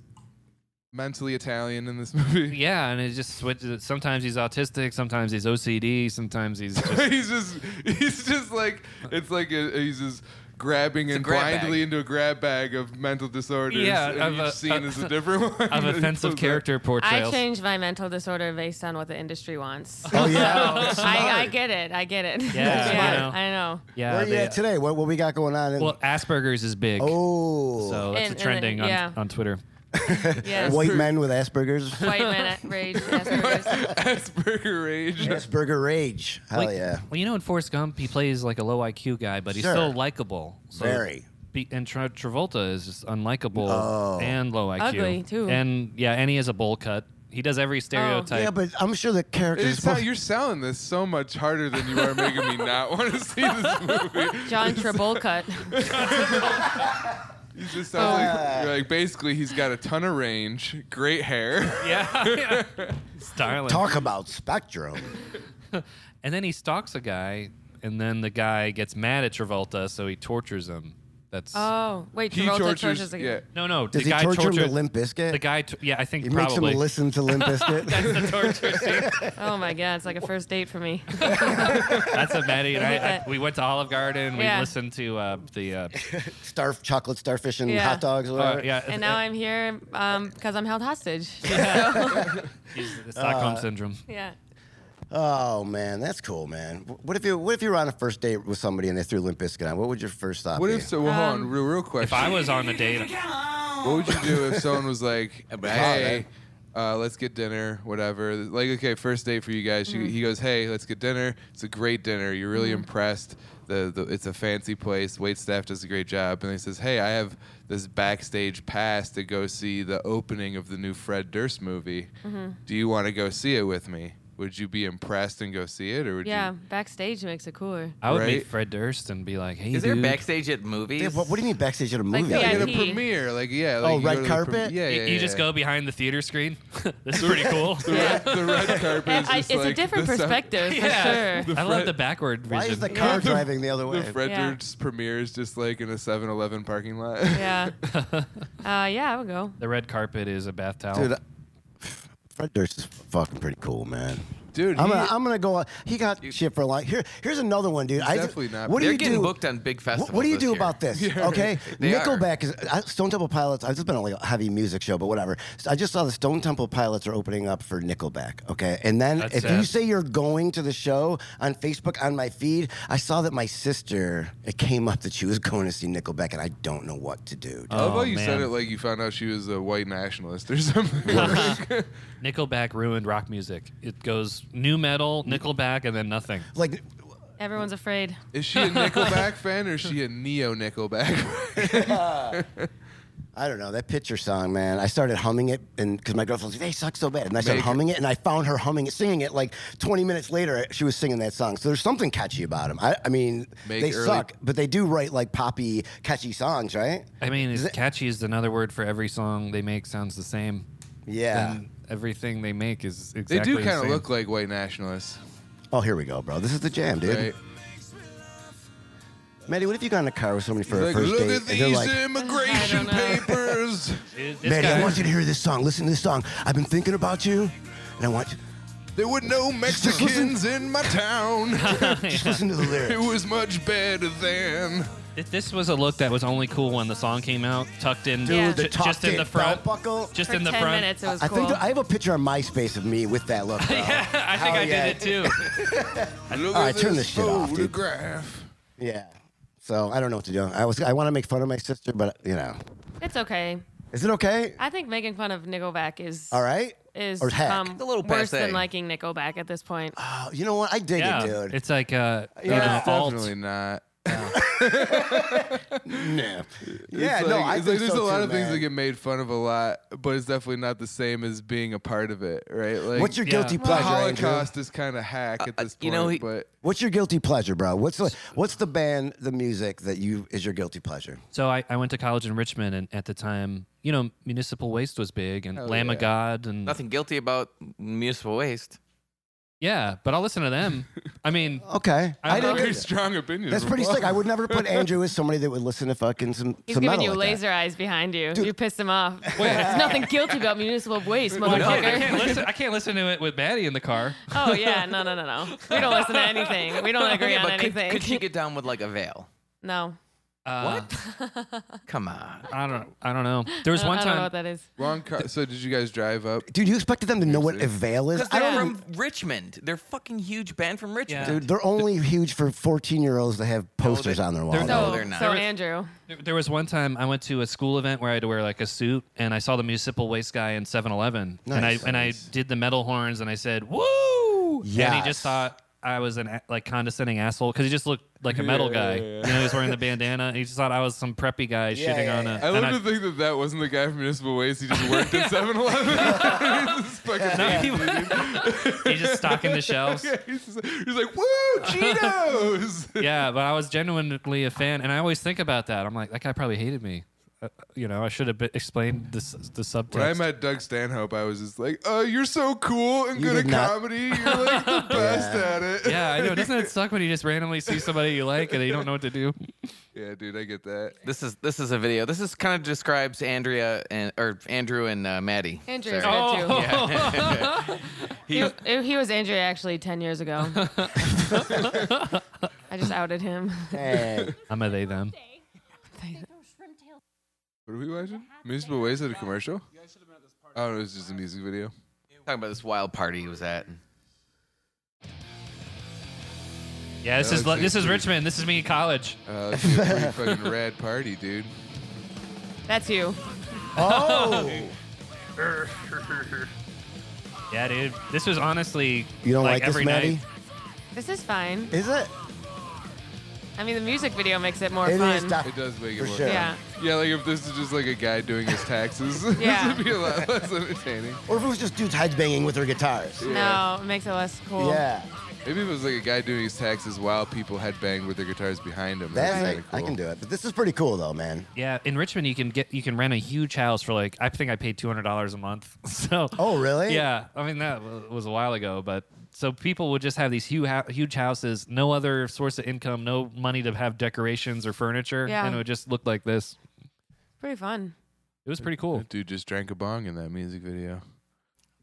Speaker 3: mentally Italian in this [laughs] movie.
Speaker 2: Yeah, and it just switches. Sometimes he's autistic, sometimes he's OCD, sometimes he's
Speaker 1: [laughs]
Speaker 2: just
Speaker 3: he's just he's just like it's like a, he's just grabbing and
Speaker 4: grab bag.
Speaker 3: blindly into a grab bag of mental disorders.
Speaker 2: Yeah,
Speaker 3: and
Speaker 2: of
Speaker 3: each
Speaker 2: a-
Speaker 3: scene is
Speaker 2: [laughs]
Speaker 3: a different one.
Speaker 2: of
Speaker 3: And he [laughs]
Speaker 2: offensive
Speaker 3: pulls out-
Speaker 2: character
Speaker 5: I
Speaker 2: portrayals.
Speaker 5: change my mental disorder based on what the industry wants.
Speaker 1: Oh
Speaker 3: [laughs]
Speaker 1: yeah.
Speaker 5: I, I get it. I get [laughs] it.
Speaker 2: Yeah, you know.
Speaker 5: I know.
Speaker 2: Yeah,
Speaker 1: Where you
Speaker 2: they-
Speaker 1: at today? What what we got going on? In,
Speaker 2: [laughs] Well, Asperger's is big.
Speaker 1: oh,
Speaker 2: So that's
Speaker 5: And- and-
Speaker 2: a trending on,
Speaker 5: yeah.
Speaker 2: on Twitter.
Speaker 5: Yes.
Speaker 1: white men with
Speaker 2: [laughs]
Speaker 1: Asperger's.
Speaker 5: White men at rage. Asperger's.
Speaker 3: Asperger rage.
Speaker 1: Asperger rage. Hell
Speaker 2: Like-
Speaker 1: yeah.
Speaker 2: Well, you know, in Forrest Gump, he plays like a low IQ guy, but he's
Speaker 1: Sure.
Speaker 2: still likable. So
Speaker 1: Very.
Speaker 2: Be, and Tra- Travolta is just unlikable
Speaker 1: Oh.
Speaker 2: and low IQ.
Speaker 5: Ugly, too. Oh.
Speaker 2: And yeah, and he has a bowl cut. He does every stereotype.
Speaker 1: Yeah, but I'm sure the characters.
Speaker 3: It's not, you're selling this so much harder than you are making me not want to [laughs]
Speaker 2: [laughs]
Speaker 3: see this movie.
Speaker 5: John Travolta.
Speaker 3: He just sounds like,
Speaker 5: Uh.
Speaker 3: you're like basically he's got a ton of range, great hair.
Speaker 2: [laughs] yeah.
Speaker 1: [laughs]
Speaker 2: Styling.
Speaker 1: Talk about spectrum.
Speaker 2: And then he stalks a guy, and then the guy gets mad at Travolta, so he tortures him. That's
Speaker 5: Oh, wait.
Speaker 3: [laughs] He
Speaker 5: Travolta
Speaker 3: tortures,
Speaker 5: tortures the
Speaker 3: yeah.
Speaker 2: no, no.
Speaker 1: Does
Speaker 2: the
Speaker 1: he
Speaker 2: guy
Speaker 1: torture him
Speaker 2: tortured
Speaker 1: to Limp Biscuit?
Speaker 2: the guy. T- yeah, I think
Speaker 1: He makes him
Speaker 2: probably. [laughs]
Speaker 1: listen to Limp Biscuit.
Speaker 2: the torture scene.
Speaker 5: Oh my God, it's like a first date for me.
Speaker 2: That's a Maddie
Speaker 5: [laughs]
Speaker 2: and I,
Speaker 5: that.
Speaker 2: I- We went to Olive Garden. We
Speaker 5: Yeah.
Speaker 2: listened to uh, the uh,
Speaker 1: Starf, chocolate starfish and
Speaker 5: Yeah.
Speaker 1: hot dogs. Or whatever.
Speaker 2: uh, yeah.
Speaker 5: And now I'm here um, because I'm held hostage.
Speaker 1: Uh,
Speaker 2: it's Stockholm syndrome.
Speaker 5: Yeah.
Speaker 1: Oh man, that's cool, man. Wh- What if you what if you were on a first date with somebody and they threw Limp Bizkit on? What would your first thought
Speaker 3: What
Speaker 1: be?
Speaker 3: if so? Well, hold on, real, real question.
Speaker 2: Um, If I was on a date,
Speaker 3: what would you do if someone was
Speaker 5: [laughs]
Speaker 3: like,
Speaker 4: but I-
Speaker 3: "Hey, uh, let's get dinner, whatever"? Like, okay, first date for you guys. She,
Speaker 5: Mm.
Speaker 3: he goes, "Hey, let's get dinner. It's a great dinner. You're really impressed. The, the it's a fancy place. Wait staff does a great job." And he says, "Hey, I have this backstage pass to go see the opening of the new Fred Durst movie.
Speaker 5: Mm-hmm.
Speaker 3: Do you want to go see it with me? Would you be impressed and go see it, or would
Speaker 5: Yeah,
Speaker 3: you?"
Speaker 5: backstage makes it cooler.
Speaker 2: I would
Speaker 3: Right.
Speaker 2: meet Fred Durst and be like, "Hey,
Speaker 4: Is there
Speaker 2: dude,
Speaker 4: backstage at movies?
Speaker 1: Yeah, what, what do you mean backstage at a movie?
Speaker 5: yeah,
Speaker 3: Like at a
Speaker 5: He-
Speaker 3: premiere, like yeah, like
Speaker 1: Oh,
Speaker 3: you go
Speaker 1: red
Speaker 3: to the
Speaker 1: carpet?
Speaker 3: prem- yeah,
Speaker 2: you,
Speaker 3: yeah,
Speaker 2: you just
Speaker 3: yeah.
Speaker 2: go behind the theater screen. [laughs] this is pretty cool."
Speaker 5: Yeah.
Speaker 3: [laughs] The red carpet.
Speaker 5: I-
Speaker 3: is just
Speaker 5: it's a
Speaker 3: like
Speaker 5: different
Speaker 3: the sound-
Speaker 5: perspective for
Speaker 2: [laughs] Yeah.
Speaker 5: sure.
Speaker 2: I love the backward
Speaker 1: Why
Speaker 2: vision.
Speaker 1: is the
Speaker 2: [laughs]
Speaker 1: car driving the other way?
Speaker 3: The Fred
Speaker 5: Yeah.
Speaker 3: Durst premieres just like in a 7-Eleven parking lot.
Speaker 5: Yeah. uh, yeah, I would go.
Speaker 2: The red carpet is a bath towel.
Speaker 1: Dude, I- Fred Durst is fucking pretty cool, man.
Speaker 3: [laughs] Dude,
Speaker 1: I'm
Speaker 3: he-
Speaker 1: gonna, I'm gonna go. uh, He got shit for a lot. Here, here's another one, dude. I ju-
Speaker 3: definitely not-
Speaker 1: What do
Speaker 4: They're
Speaker 1: you
Speaker 4: getting
Speaker 1: do?
Speaker 4: booked on big
Speaker 1: Wh-
Speaker 4: festivals.
Speaker 1: What, do you do
Speaker 4: this year.
Speaker 1: about this? Okay,
Speaker 4: They are.
Speaker 1: Nickelback is I, Stone Temple Pilots. I've just been on like a heavy music show, but whatever. So I just saw the Stone Temple Pilots are opening up for Nickelback. Okay, and then
Speaker 2: That's
Speaker 1: if
Speaker 2: sad.
Speaker 1: you say you're going to the show on Facebook on my feed, I saw that my sister it came up that she was [laughs] going to see Nickelback, and I don't know what to do. dude.
Speaker 3: I love how
Speaker 2: Oh,
Speaker 3: you said
Speaker 2: man.
Speaker 3: it like you found out she was a white nationalist or [laughs] something.
Speaker 2: Nickelback ruined rock music. It goes new metal, Nickelback, and then nothing.
Speaker 1: Like,
Speaker 5: Everyone's afraid.
Speaker 3: is she a Nickelback fan or is she a neo Nickelback?
Speaker 1: I don't know that picture song, man. I started humming it, and because my girlfriend was like, "They suck so bad," and I started
Speaker 3: Make-
Speaker 1: humming it, and I found her humming it, singing it. Like 20 minutes later, she was singing that song. So there's something catchy about them. I, I mean,
Speaker 3: Make
Speaker 1: they
Speaker 3: early-
Speaker 1: suck, but they do write like poppy, catchy songs, right?
Speaker 2: I mean, it's catchy is another word for every song they make sounds the same.
Speaker 1: Yeah.
Speaker 2: And everything they make is
Speaker 3: [laughs] they
Speaker 2: exactly
Speaker 3: do
Speaker 2: kind of
Speaker 3: look like white nationalists,
Speaker 1: oh, here we go, bro. This is the jam, dude.
Speaker 3: right?
Speaker 1: Maddie, what if you got in a car with somebody for
Speaker 3: Like,
Speaker 1: a first
Speaker 3: look
Speaker 1: date,
Speaker 3: at
Speaker 1: and they're
Speaker 3: these
Speaker 1: like,
Speaker 3: immigration
Speaker 5: I don't
Speaker 3: papers.
Speaker 2: This
Speaker 1: "Maddie, I
Speaker 2: guy-
Speaker 1: want you to hear this song. Listen to this song. I've been thinking about you, and I want you
Speaker 3: there
Speaker 1: [laughs]
Speaker 3: were no Mexicans in my
Speaker 5: [laughs]
Speaker 3: town.
Speaker 2: [laughs]
Speaker 1: just listen to the
Speaker 3: it
Speaker 1: lyrics."
Speaker 3: was much better than.
Speaker 2: If This was a look that was only cool when the song came out, tucked in,
Speaker 5: Yeah.
Speaker 1: The
Speaker 2: ju-
Speaker 1: top
Speaker 2: just in the front,
Speaker 1: buckle.
Speaker 2: just
Speaker 5: For
Speaker 2: in the
Speaker 5: 10
Speaker 2: front.
Speaker 5: minutes, it was
Speaker 1: I
Speaker 5: cool.
Speaker 1: think I have a picture on MySpace of me with that look. Bro.
Speaker 2: [laughs] I
Speaker 1: Hell
Speaker 2: think I
Speaker 1: [laughs] yeah.
Speaker 2: did it too.
Speaker 3: Look
Speaker 1: All
Speaker 3: at
Speaker 1: right, turn this shit off, dude.
Speaker 3: photograph.
Speaker 1: Yeah. So I don't know what to do. I was I want to make fun of my sister, but you know,
Speaker 5: It's okay.
Speaker 1: is it okay?
Speaker 5: I think making fun of Nickelback is
Speaker 1: All right.
Speaker 5: is
Speaker 1: Or hack.
Speaker 5: um,
Speaker 1: It's
Speaker 4: a little
Speaker 5: worse
Speaker 4: passe.
Speaker 5: than liking Nickelback at this point.
Speaker 1: Oh, you know what? I dig
Speaker 2: yeah,
Speaker 1: it, dude.
Speaker 2: it's like uh, you
Speaker 1: Yeah.
Speaker 2: know,
Speaker 1: It's
Speaker 2: alt.
Speaker 3: Definitely not.
Speaker 1: Nah. Yeah.
Speaker 3: It's
Speaker 1: no.
Speaker 3: like-
Speaker 1: I
Speaker 3: it's
Speaker 1: think
Speaker 3: like there's
Speaker 1: so
Speaker 3: a lot
Speaker 1: too,
Speaker 3: of things
Speaker 1: man.
Speaker 3: that get made fun of a lot, but it's definitely not the same as being a part of it, right? Like,
Speaker 1: What's your
Speaker 2: Yeah.
Speaker 1: guilty
Speaker 2: The
Speaker 3: the
Speaker 1: pleasure? Andrew?
Speaker 3: Holocaust is kind of hack at
Speaker 4: uh,
Speaker 3: this point,
Speaker 4: you know, he- [laughs]
Speaker 3: but
Speaker 1: What's your guilty pleasure, bro? What's the what's the band, the music that you is your guilty pleasure?
Speaker 2: So I, I went to college in Richmond, and at the time, you know, municipal waste was big, and Lamb of
Speaker 3: yeah.
Speaker 2: God, and
Speaker 4: Nothing guilty about municipal waste.
Speaker 2: Yeah, but I'll listen to
Speaker 5: [laughs]
Speaker 2: them. I [laughs] mean,
Speaker 1: Okay. I
Speaker 2: I'm
Speaker 1: didn't.
Speaker 2: not-
Speaker 3: very
Speaker 1: get that.
Speaker 3: strong opinion.
Speaker 1: That's pretty sick. I would never put Andrew with somebody that would listen to fucking some.
Speaker 5: He's
Speaker 1: some
Speaker 5: giving
Speaker 1: metal
Speaker 5: you
Speaker 1: like that.
Speaker 5: laser eyes behind you. You pissed him off. There's nothing guilty about municipal waste,
Speaker 4: [laughs]
Speaker 2: I
Speaker 5: motherfucker.
Speaker 2: can't, listen, I can't listen to it with Maddie in the car.
Speaker 5: Oh yeah, no, no, no, no. We don't listen to anything. We don't agree
Speaker 4: [laughs] Yeah,
Speaker 5: on
Speaker 4: but could,
Speaker 5: anything.
Speaker 4: could she get down with like a veil?
Speaker 5: no,
Speaker 2: Uh,
Speaker 5: [laughs]
Speaker 4: Come on.
Speaker 2: I don't. I don't know. There was
Speaker 5: I don't,
Speaker 2: one
Speaker 5: I
Speaker 2: time.
Speaker 5: don't know what that is.
Speaker 3: Wrong car. So did you guys drive up?
Speaker 1: Dude, you expected them to know what Avail is?
Speaker 4: Because
Speaker 1: I
Speaker 4: they're
Speaker 1: don't.
Speaker 4: from Richmond. They're fucking huge band from Richmond.
Speaker 2: Yeah.
Speaker 1: Dude, they're only huge for 14 year olds that have posters on their wall.
Speaker 2: they're-
Speaker 4: No,
Speaker 5: So,
Speaker 4: they're not.
Speaker 5: so
Speaker 4: There was-
Speaker 5: Andrew,
Speaker 2: There, there was one time I went to a school event where I had to wear like a suit, and I saw the municipal waste guy in 7-Eleven, and I
Speaker 1: Nice.
Speaker 2: and I did the metal horns, and I said, "Woo!" Yeah. And he
Speaker 1: Yes.
Speaker 2: just thought I was an a- like condescending asshole because he just looked like a metal guy. You know, he was wearing the bandana. He just thought I was some preppy guy shitting
Speaker 1: yeah,
Speaker 2: on a.
Speaker 1: yeah.
Speaker 3: I
Speaker 2: and
Speaker 3: love to think that that wasn't the guy from Municipal Waste. He just worked [laughs] at 7-Eleven. He's just
Speaker 2: [laughs]
Speaker 3: fucking-
Speaker 2: no, he, he's just stocking
Speaker 1: [laughs]
Speaker 2: the shelves.
Speaker 3: he's, just- he's like, woo, Cheetos.
Speaker 2: yeah, but I was genuinely a fan, and I always think about that. I'm like, that guy probably hated me. Uh, you know, I should have been, explained this the subtext.
Speaker 3: [laughs] When I met Doug Stanhope, I was just like, "Uh, you're so cool and
Speaker 1: You
Speaker 3: good at
Speaker 1: did not-
Speaker 3: comedy. You're like the
Speaker 1: [laughs]
Speaker 3: best at it."
Speaker 2: yeah, I know. Doesn't it suck when you just randomly see somebody you like and you don't know what to do?
Speaker 3: yeah, dude, I get that.
Speaker 4: This is this is a video. This is kind of describes Andrea and or Andrew and uh, Maddie.
Speaker 5: Andrew's
Speaker 4: Sorry.
Speaker 5: good too. [laughs]
Speaker 4: [laughs] He-
Speaker 5: Oh. He, he was Andrew actually ten years
Speaker 4: [laughs]
Speaker 5: ago. I just outed him. [laughs]
Speaker 2: [laughs]
Speaker 1: Hey.
Speaker 2: I'm a they them.
Speaker 3: What are we watching? Municipal Waste at a commercial? [laughs] Oh, it was just a music video.
Speaker 4: talking about this wild party he was at.
Speaker 2: Yeah, this
Speaker 3: Yeah,
Speaker 2: is lo-
Speaker 3: it's-
Speaker 2: this is
Speaker 3: it's-
Speaker 2: Richmond. This is me in college.
Speaker 3: Uh, let's do a pretty fucking rad party, dude.
Speaker 5: That's you.
Speaker 1: Oh,
Speaker 2: Yeah, dude. This was honestly
Speaker 1: you don't like,
Speaker 2: like,
Speaker 1: this,
Speaker 2: every
Speaker 1: Maddie?
Speaker 2: night.
Speaker 5: This is fine.
Speaker 1: Is it?
Speaker 5: I mean, the music video makes it more
Speaker 1: It
Speaker 5: fun.
Speaker 1: is def-
Speaker 3: It does make it
Speaker 1: For
Speaker 3: more
Speaker 1: sure.
Speaker 3: fun.
Speaker 5: Yeah.
Speaker 3: Yeah, like if this is just like a guy doing his taxes, [laughs]
Speaker 5: Yeah.
Speaker 3: this would be a lot less entertaining.
Speaker 1: Or if it was just dudes heads banging with their guitars.
Speaker 5: No, it makes it less cool.
Speaker 1: Yeah,
Speaker 3: Maybe if it was like a guy doing his taxes while people headbanged with their guitars behind him.
Speaker 1: that
Speaker 3: that'd
Speaker 1: I,
Speaker 3: be kinda
Speaker 1: I can
Speaker 3: cool.
Speaker 1: do it. But this is pretty cool though, man.
Speaker 2: Yeah, in Richmond you can get you can rent a huge house for like I think I paid two hundred dollars a month. [laughs] So
Speaker 1: Oh, really?
Speaker 2: yeah, I mean that wa- was a while ago, but so people would just have these huge huge houses, no other source of income, no money to have decorations or furniture,
Speaker 5: Yeah.
Speaker 2: and it would just look like this.
Speaker 5: Pretty fun.
Speaker 2: It was pretty cool.
Speaker 3: That dude just drank a bong in that music video.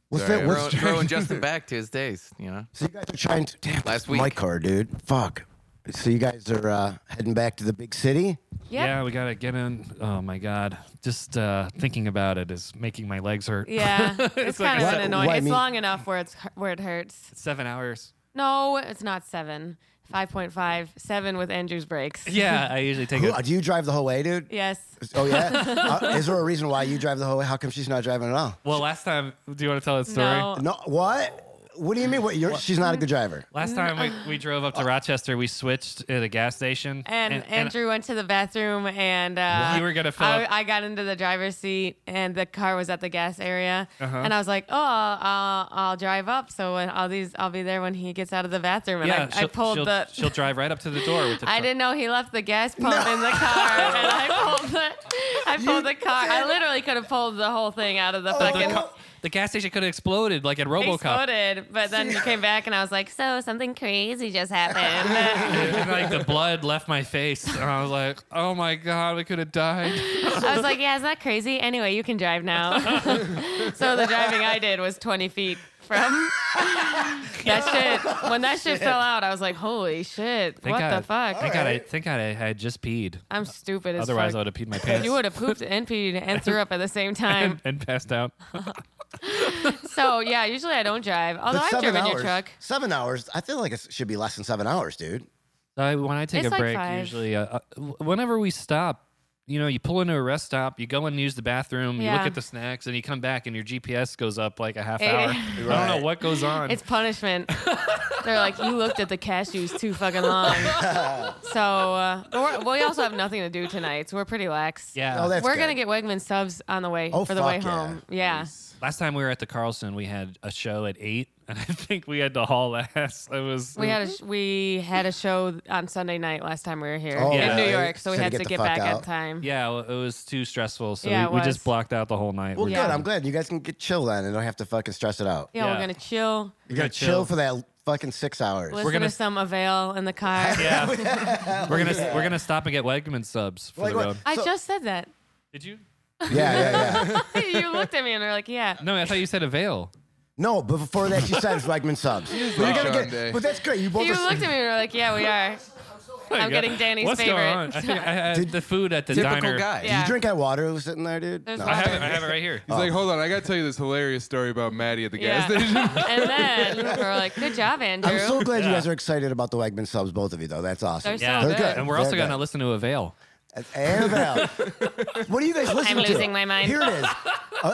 Speaker 1: What's
Speaker 3: Sorry,
Speaker 1: that?
Speaker 3: I
Speaker 1: What's
Speaker 4: Throw- Throwing Justin back to his days, you know.
Speaker 1: So you guys are trying to damn,
Speaker 4: Last
Speaker 1: last week. My
Speaker 4: week.
Speaker 1: car, dude. Fuck. So you guys are uh, heading back to the big city.
Speaker 5: Yep.
Speaker 2: Yeah, we gotta get in. Oh my god, just uh, thinking about it is making my legs hurt. [laughs]
Speaker 5: Yeah.
Speaker 1: like-
Speaker 5: It's, kind of
Speaker 1: Why-
Speaker 5: an annoying.
Speaker 1: why
Speaker 5: it's
Speaker 1: me-
Speaker 5: long enough where it's where it hurts.
Speaker 2: Seven hours.
Speaker 5: No, it's not seven. Five point five. Seven with Andrew's breaks.
Speaker 2: Yeah, I usually take
Speaker 1: Who, uh,
Speaker 2: a
Speaker 1: do you drive the whole way, dude?
Speaker 5: Yes.
Speaker 1: Oh
Speaker 5: [laughs]
Speaker 1: yeah. uh, is there a reason why you drive the whole way? How come she's not driving at all?
Speaker 2: Well, last time, do you want to tell that story?
Speaker 5: No.
Speaker 1: No. What? What do you mean? What? You're, she's not a good driver.
Speaker 2: Last time we, we drove up to Rochester, we switched at a gas station.
Speaker 5: Uh, And, Andrew went to the bathroom, and uh,
Speaker 2: You were gonna fill
Speaker 5: I,
Speaker 2: up-
Speaker 5: I got into the driver's seat, and the car was at the gas area,
Speaker 2: Uh-huh.
Speaker 5: and I was like, "Oh, I'll, I'll drive up, so when all these, I'll be there when he gets out of the bathroom." And
Speaker 2: yeah,
Speaker 5: I, I
Speaker 2: she'll-
Speaker 5: pulled
Speaker 2: she'll,
Speaker 5: the.
Speaker 2: She'll drive right up to the door. With the
Speaker 5: [laughs] I
Speaker 2: truck.
Speaker 5: didn't know he left the gas pump in the car, and
Speaker 2: [laughs]
Speaker 5: I pulled the, I pulled the car. I literally could have pulled the whole thing out of Oh, the
Speaker 2: The,
Speaker 5: fucking.
Speaker 2: ca- the gas station could have exploded like at
Speaker 5: It
Speaker 2: RoboCop.
Speaker 5: Exploded, but then you came back, and I was like, "So something crazy just happened."
Speaker 2: [laughs]
Speaker 5: [laughs]
Speaker 2: And like the blood left my face, and I was like, "Oh my god, we could have died."
Speaker 5: I was like, yeah, is that crazy? Anyway, you can drive now. [laughs] so the driving I did was 20 feet from [laughs] that shit. When that shit fell out, I was like, holy shit,
Speaker 2: Thank
Speaker 5: what the
Speaker 2: God.
Speaker 5: fuck?
Speaker 2: Thank God, I think I had just peed.
Speaker 5: I'm stupid as
Speaker 2: Otherwise, I
Speaker 5: fuck.
Speaker 2: would have peed my pants.
Speaker 5: [laughs] you would have pooped and peed and threw up at
Speaker 2: [laughs]
Speaker 5: the same
Speaker 2: and,
Speaker 5: time.
Speaker 2: and passed out.
Speaker 5: So yeah, usually I don't drive. Although I've driven your truck.
Speaker 1: Seven hours. I feel like it should be less than seven hours, dude.
Speaker 2: I, when I take
Speaker 5: It's
Speaker 2: a
Speaker 5: like
Speaker 2: break,
Speaker 5: five.
Speaker 2: usually, uh, uh, w- whenever we stop, you know, you pull into a rest stop, you go and use the bathroom, you
Speaker 5: Yeah.
Speaker 2: look at the snacks, and you come back, and your GPS goes up like a half
Speaker 5: Eight- [laughs]
Speaker 2: hour. I don't
Speaker 1: Right.
Speaker 2: know what goes on.
Speaker 5: It's punishment. They're like, you looked at the cashews too
Speaker 1: [laughs]
Speaker 5: fucking long. so uh, but we're- we also have nothing to do tonight, so we're pretty lax.
Speaker 2: yeah.
Speaker 1: Oh, that's
Speaker 5: we're
Speaker 1: good.
Speaker 5: gonna get Wegman subs on the way
Speaker 1: Oh,
Speaker 5: for the
Speaker 1: fuck
Speaker 5: way
Speaker 1: yeah.
Speaker 5: home. Yeah.
Speaker 2: Last time we were at the Carlson, we had a show at eight, [laughs] and I think we had to haul ass. It was
Speaker 5: We had
Speaker 1: Mm-hmm.
Speaker 5: a sh- we had a show on Sunday night last time we were here
Speaker 1: Oh,
Speaker 5: in
Speaker 2: yeah.
Speaker 5: New York, so we
Speaker 1: So to
Speaker 5: had
Speaker 1: get
Speaker 5: to
Speaker 1: the
Speaker 5: get
Speaker 1: fuck
Speaker 5: back on
Speaker 1: out.
Speaker 5: time.
Speaker 2: yeah, well, it was too stressful, so
Speaker 5: Yeah, it
Speaker 2: we, we
Speaker 5: was.
Speaker 2: just blocked out the whole night.
Speaker 1: Well,
Speaker 2: We're
Speaker 1: good.
Speaker 5: Yeah.
Speaker 1: I'm glad you guys can get chill then, and don't have to fucking stress it out.
Speaker 5: Yeah,
Speaker 2: Yeah.
Speaker 5: we're gonna chill,
Speaker 1: You gotta
Speaker 2: gotta
Speaker 1: chill.
Speaker 2: chill.
Speaker 1: for that fucking six hours.
Speaker 5: listen
Speaker 2: gonna-
Speaker 5: to some Avail in the car.
Speaker 1: [laughs]
Speaker 2: yeah, we're gonna we're gonna stop and get Wegman subs for
Speaker 1: Like
Speaker 2: the
Speaker 1: what?
Speaker 2: road.
Speaker 5: I
Speaker 1: So-
Speaker 5: just said that. [laughs]
Speaker 2: Did you?
Speaker 1: yeah, yeah, yeah.
Speaker 5: you looked at me and were like, "Yeah."
Speaker 2: No, I thought you said a veil.
Speaker 1: no, but before that, you said Wegman subs. Well, you're
Speaker 3: like
Speaker 1: gonna
Speaker 3: Sean
Speaker 1: get-
Speaker 3: Day.
Speaker 1: but that's great. You both
Speaker 5: You
Speaker 1: are,
Speaker 5: looked at me and were like, "Yeah, we are." I'm getting Danny's
Speaker 2: What's
Speaker 5: favorite.
Speaker 2: going on? I, think I had the food at the
Speaker 4: Typical
Speaker 2: diner.
Speaker 4: guy.
Speaker 5: Yeah.
Speaker 1: You drink that water that was sitting there, dude.
Speaker 5: There's
Speaker 2: I
Speaker 5: water.
Speaker 2: have it. I have it right here.
Speaker 3: He's like, hold on, I gotta tell you this hilarious story about Maddie at the gas [laughs]
Speaker 5: Yeah.
Speaker 3: station.
Speaker 5: and then we were like, "Good job, Andrew."
Speaker 1: I'm so glad you
Speaker 2: Yeah.
Speaker 1: guys are excited about the Wegman subs, both of you, though. That's awesome.
Speaker 5: They're so Yeah. good.
Speaker 1: They're good.
Speaker 2: And we're also
Speaker 1: They're
Speaker 2: gonna
Speaker 1: good.
Speaker 2: listen to a veil.
Speaker 1: And Val.
Speaker 5: [laughs]
Speaker 1: what are you guys listening to?
Speaker 5: losing my mind.
Speaker 1: Here it is. Uh,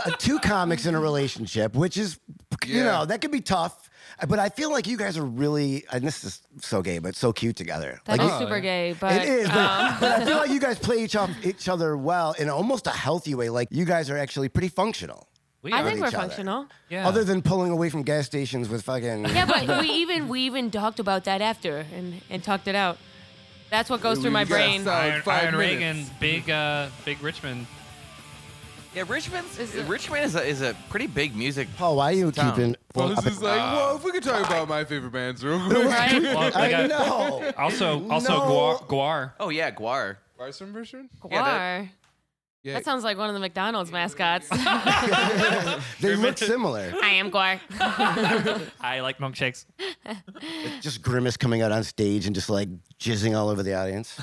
Speaker 1: uh, two comics in a relationship, which is, you
Speaker 3: Yeah.
Speaker 1: know, that could be tough. But I feel like you guys are really, and this is so gay, but so cute together.
Speaker 5: That's
Speaker 1: like,
Speaker 2: Oh,
Speaker 5: super
Speaker 2: yeah.
Speaker 5: gay, but
Speaker 1: it is, but,
Speaker 5: um,
Speaker 1: [laughs] but I feel like you guys play each, off, each other well in almost a healthy way. Like you guys are actually pretty functional.
Speaker 2: We
Speaker 5: I
Speaker 2: are-
Speaker 5: think
Speaker 1: each
Speaker 5: we're
Speaker 1: other.
Speaker 5: functional.
Speaker 2: yeah.
Speaker 1: Other than pulling away from gas stations with fucking.
Speaker 5: Yeah, but
Speaker 1: [laughs]
Speaker 5: we even we even talked about that after and and talked it out. That's what goes through my
Speaker 3: We got
Speaker 2: [laughs]
Speaker 5: brain.
Speaker 3: solid
Speaker 2: Iron,
Speaker 3: five
Speaker 2: Iron
Speaker 3: minutes.
Speaker 2: Reagan, big, uh, big Richmond.
Speaker 4: Yeah, Richmond's
Speaker 5: Is it-
Speaker 4: Richmond is a is a pretty big music.
Speaker 1: Paul, why are you
Speaker 4: Town.
Speaker 1: keeping?
Speaker 3: Well,
Speaker 1: up
Speaker 3: this is like, well, if we could talk about my favorite bands [laughs] real quick.
Speaker 5: Right?
Speaker 2: Well, they
Speaker 1: I
Speaker 2: got-
Speaker 1: know.
Speaker 2: Also, also
Speaker 1: No.
Speaker 2: guar, guar.
Speaker 4: Oh yeah, Guar.
Speaker 3: Barson version?
Speaker 4: Yeah, that-
Speaker 5: Guar.
Speaker 3: Yeah.
Speaker 5: That sounds like one of the McDonald's mascots. I
Speaker 1: They look similar.
Speaker 5: am Guar.
Speaker 2: [laughs] I like milkshakes.
Speaker 1: Just grimace coming out on stage and just like jizzing all over the audience.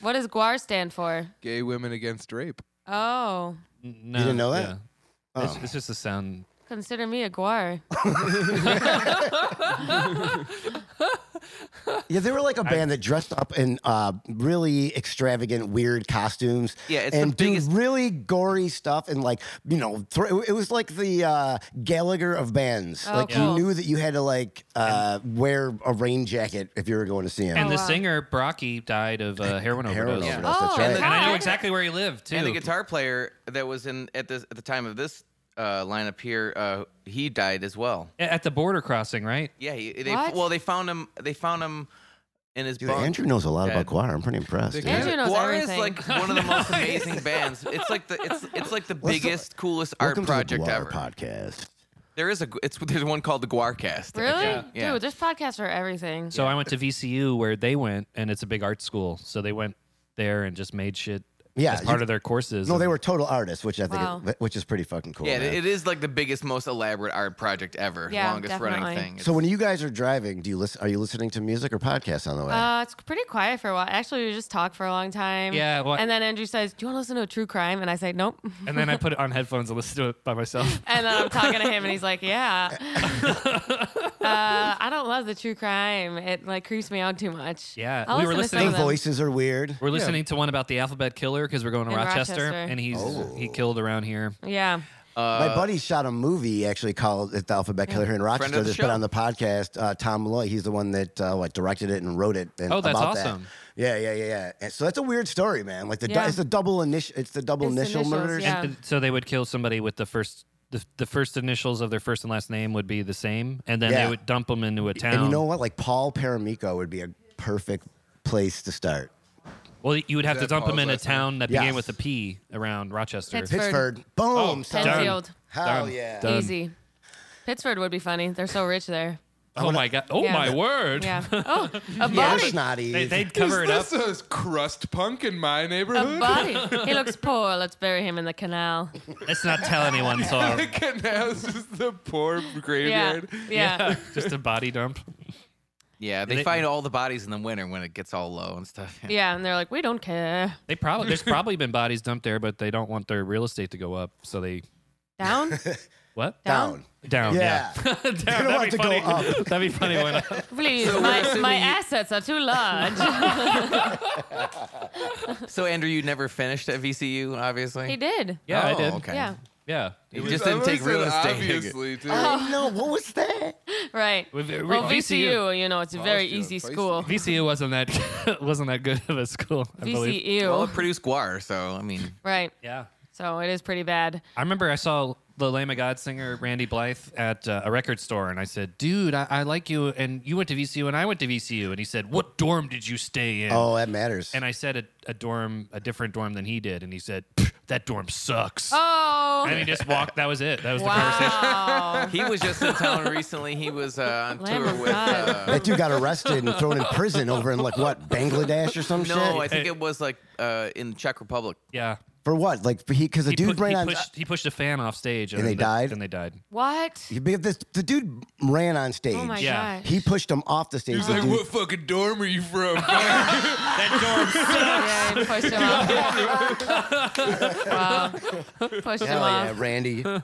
Speaker 5: What does Guar stand for?
Speaker 3: Gay women against rape.
Speaker 5: Oh,
Speaker 2: No,
Speaker 1: didn't know that? Oh.
Speaker 2: yeah. It's, it's just a sound.
Speaker 5: consider me a Guar.
Speaker 1: Yeah, they were like a band that dressed up in uh, really extravagant, weird costumes.
Speaker 4: Yeah, it's the
Speaker 1: and do
Speaker 4: biggest-
Speaker 1: really gory stuff and like you know, thro- it was like the uh, Gallagher of bands.
Speaker 5: Oh,
Speaker 1: like
Speaker 5: cool.
Speaker 1: you knew that you had to like uh, wear a rain jacket if you were going to see him.
Speaker 2: And the
Speaker 5: wow.
Speaker 2: singer Brocky died of uh, heroin
Speaker 1: Heroin
Speaker 2: overdose.
Speaker 1: overdose,
Speaker 2: And
Speaker 5: Oh,
Speaker 1: that's
Speaker 5: and
Speaker 1: right.
Speaker 5: the-
Speaker 2: I knew
Speaker 5: God.
Speaker 2: exactly where he lived too.
Speaker 4: And the guitar player that was in at this at the time of this uh, lineup here, uh, he died as well.
Speaker 2: A- at the border crossing, right?
Speaker 4: Yeah, he, they,
Speaker 5: What?
Speaker 4: well, they found him. They found him in his
Speaker 1: Dude,
Speaker 4: bunk.
Speaker 1: Andrew knows a lot
Speaker 4: Yeah.
Speaker 1: about choir. I'm pretty impressed.
Speaker 3: They
Speaker 1: dude.
Speaker 3: can't-
Speaker 5: Andrew knows
Speaker 4: Guar is
Speaker 5: everything.
Speaker 4: like one
Speaker 5: [laughs]
Speaker 4: of the most amazing bands. It's like the it's it's like the
Speaker 1: the-
Speaker 4: biggest, coolest
Speaker 1: Welcome
Speaker 4: art
Speaker 1: to the
Speaker 4: project
Speaker 1: Guar
Speaker 4: ever.
Speaker 1: podcast.
Speaker 4: There is a it's there's one called the Guarcast.
Speaker 5: really?
Speaker 4: Yeah.
Speaker 5: Dude, there's podcasts for everything.
Speaker 2: So I went to VCU where they went, and it's a big art school. So they went there and just made shit
Speaker 1: Yeah,
Speaker 2: as part
Speaker 1: you-
Speaker 2: of their courses.
Speaker 1: No,
Speaker 2: and-
Speaker 1: they were total artists, which I think,
Speaker 5: Wow.
Speaker 1: is, which is pretty fucking cool.
Speaker 4: Yeah,
Speaker 1: man.
Speaker 4: it is like the biggest, most elaborate art project ever.
Speaker 5: Yeah,
Speaker 4: longest running
Speaker 5: definitely.
Speaker 4: thing. It's-
Speaker 1: So when you guys are driving, do you listen? Are you listening to music or podcasts on the way?
Speaker 5: Uh, it's pretty quiet for a while. Actually, we just talked for a long time.
Speaker 2: Yeah, well-
Speaker 5: and then Andrew says, "Do you want to listen to a true crime?" And I
Speaker 2: [laughs]
Speaker 5: say, "Nope."
Speaker 2: and then I put it on headphones and listened to it by myself.
Speaker 5: And then I'm talking to him, and he's
Speaker 2: [laughs]
Speaker 5: like, "Yeah." uh, I don't love the true crime. It like creeps me out too much.
Speaker 2: Yeah,
Speaker 5: I'll
Speaker 2: we were
Speaker 5: listen to
Speaker 2: listening-
Speaker 5: some
Speaker 1: the
Speaker 5: of them.
Speaker 1: voices are weird.
Speaker 2: We're listening to one about the alphabet killer because we're going to
Speaker 5: In
Speaker 2: Rochester,
Speaker 5: Rochester.
Speaker 2: and he's
Speaker 1: Oh.
Speaker 2: he killed around here.
Speaker 5: Yeah.
Speaker 2: Uh,
Speaker 1: My buddy shot a movie actually called "The Alphabet
Speaker 2: Hmm.
Speaker 1: Killer" here in
Speaker 4: of
Speaker 1: Rochester.
Speaker 4: the
Speaker 1: That's
Speaker 4: show.
Speaker 1: been on the podcast. Uh, Tom Malloy, he's the one that uh, what directed it and wrote it. And
Speaker 2: Oh, that's
Speaker 1: about that.
Speaker 2: awesome.
Speaker 1: Yeah, yeah, yeah, yeah. And so that's a weird story, man. Like the du-
Speaker 5: Yeah.
Speaker 1: it's the double initial. It's the double
Speaker 5: It's the
Speaker 1: initial
Speaker 5: initials,
Speaker 1: murders.
Speaker 5: yeah.
Speaker 2: And so they would kill somebody with the first the, the first initials of their first and last name would be the same, and then
Speaker 1: Yeah.
Speaker 2: they would dump them into a town.
Speaker 1: And you know what? Like Paul Paramico would be a perfect place to start.
Speaker 2: well, you would have to
Speaker 3: that
Speaker 2: dump them
Speaker 3: Paul's
Speaker 2: in a
Speaker 3: last name?
Speaker 2: town that
Speaker 1: Yes.
Speaker 2: began with a P around Rochester.
Speaker 5: Pittsburgh.
Speaker 1: Pittsford, boom,
Speaker 2: Oh,
Speaker 1: son.
Speaker 2: done.
Speaker 5: Penfield.
Speaker 1: Hell
Speaker 2: Done.
Speaker 1: yeah.
Speaker 2: Done.
Speaker 5: Easy. Pittsburgh would be funny. They're so rich there.
Speaker 2: Oh my god! Oh
Speaker 5: Yeah.
Speaker 2: my word! [laughs]
Speaker 5: Yeah. Oh,
Speaker 1: Yeah,
Speaker 5: a body.
Speaker 1: snotty.
Speaker 2: They, would
Speaker 3: Is
Speaker 2: cover it
Speaker 1: [laughs]
Speaker 2: up.
Speaker 3: this a crust punk in my
Speaker 2: [laughs]
Speaker 5: A
Speaker 3: neighborhood?
Speaker 5: body. He looks poor. Let's bury him in the canal.
Speaker 2: Let's not tell anyone. So
Speaker 3: the canal's just the poor
Speaker 5: Yeah.
Speaker 3: graveyard.
Speaker 5: Yeah.
Speaker 2: [laughs] just a body dump.
Speaker 4: yeah, they
Speaker 2: They-
Speaker 4: find all the bodies in the winter when it gets all low and stuff.
Speaker 5: Yeah. And they're like, we don't care.
Speaker 2: They probably there's probably been bodies dumped there, but they don't want their real estate to go up, so they
Speaker 5: Down?
Speaker 2: [laughs] what
Speaker 1: Down.
Speaker 2: down yeah, [laughs]
Speaker 1: Yeah. [laughs]
Speaker 2: down.
Speaker 1: don't want
Speaker 2: That'd be
Speaker 1: to go
Speaker 2: funny.
Speaker 1: up.
Speaker 2: [laughs] That'd be funny. When I-
Speaker 5: Please,
Speaker 4: So we're
Speaker 5: my,
Speaker 4: assuming
Speaker 5: my
Speaker 4: you-
Speaker 5: assets are
Speaker 2: [laughs]
Speaker 5: too large.
Speaker 4: [laughs] So Andrew, you never finished at VCU, obviously.
Speaker 5: he did.
Speaker 2: yeah, I
Speaker 4: Oh,
Speaker 2: did.
Speaker 4: okay.
Speaker 5: Yeah.
Speaker 2: Yeah,
Speaker 4: You
Speaker 3: It
Speaker 4: [laughs] just
Speaker 3: was- I
Speaker 4: didn't take
Speaker 3: always
Speaker 4: real
Speaker 3: said
Speaker 4: estate.
Speaker 3: Obviously, too.
Speaker 1: no, what was
Speaker 2: [laughs]
Speaker 1: that?
Speaker 5: Right.
Speaker 2: With- with
Speaker 5: well,
Speaker 2: VCU.
Speaker 5: VCU, you know, it's a very
Speaker 3: College
Speaker 5: easy
Speaker 3: student,
Speaker 5: school.
Speaker 2: VCU wasn't that [laughs] wasn't that good of a school. I believe.
Speaker 5: E.
Speaker 4: Well, it
Speaker 5: VCU.
Speaker 4: produced Guar, so I mean,
Speaker 5: Right.
Speaker 2: Yeah,
Speaker 5: So it is pretty bad.
Speaker 2: I remember I saw the Lamb of God singer Randy Blythe at uh, a record store, and I said, "Dude, I, I like you, and you went to VCU, and I went to VCU." And he said, "What dorm did you stay in?"
Speaker 1: Oh, that matters.
Speaker 2: And I said a, a dorm, a different dorm than he did, and he said, "Pfft, "That dorm sucks."
Speaker 5: Oh.
Speaker 2: And he just walked. That was it. That was the conversation.
Speaker 5: Wow.
Speaker 4: he was just in town recently. He was uh, on
Speaker 5: [laughs] Lamb
Speaker 4: tour
Speaker 5: of
Speaker 4: with.
Speaker 5: God.
Speaker 4: Uh,
Speaker 1: That dude got arrested and thrown in prison over in like what Bangladesh or some shit.
Speaker 4: no, I think it was like uh, in Czech Republic.
Speaker 2: Yeah.
Speaker 1: For what? Like he because the
Speaker 2: He,
Speaker 1: dude
Speaker 2: pu-
Speaker 1: ran
Speaker 2: he
Speaker 1: on.
Speaker 2: pushed, he pushed a fan off stage, and,
Speaker 1: And they
Speaker 2: then
Speaker 1: died?
Speaker 2: And they
Speaker 5: [laughs]
Speaker 2: died.
Speaker 5: what?
Speaker 1: he- because this- the dude ran on stage.
Speaker 5: Oh my
Speaker 2: Yeah.
Speaker 5: gosh.
Speaker 1: He pushed him off the stage.
Speaker 3: He's
Speaker 1: The
Speaker 3: like,
Speaker 1: dude-
Speaker 3: what fucking dorm are you
Speaker 4: [laughs]
Speaker 3: from?
Speaker 5: yeah, he pushed him off. [laughs] wow. Pushed him
Speaker 1: Hell yeah,
Speaker 5: off.
Speaker 1: Randy. All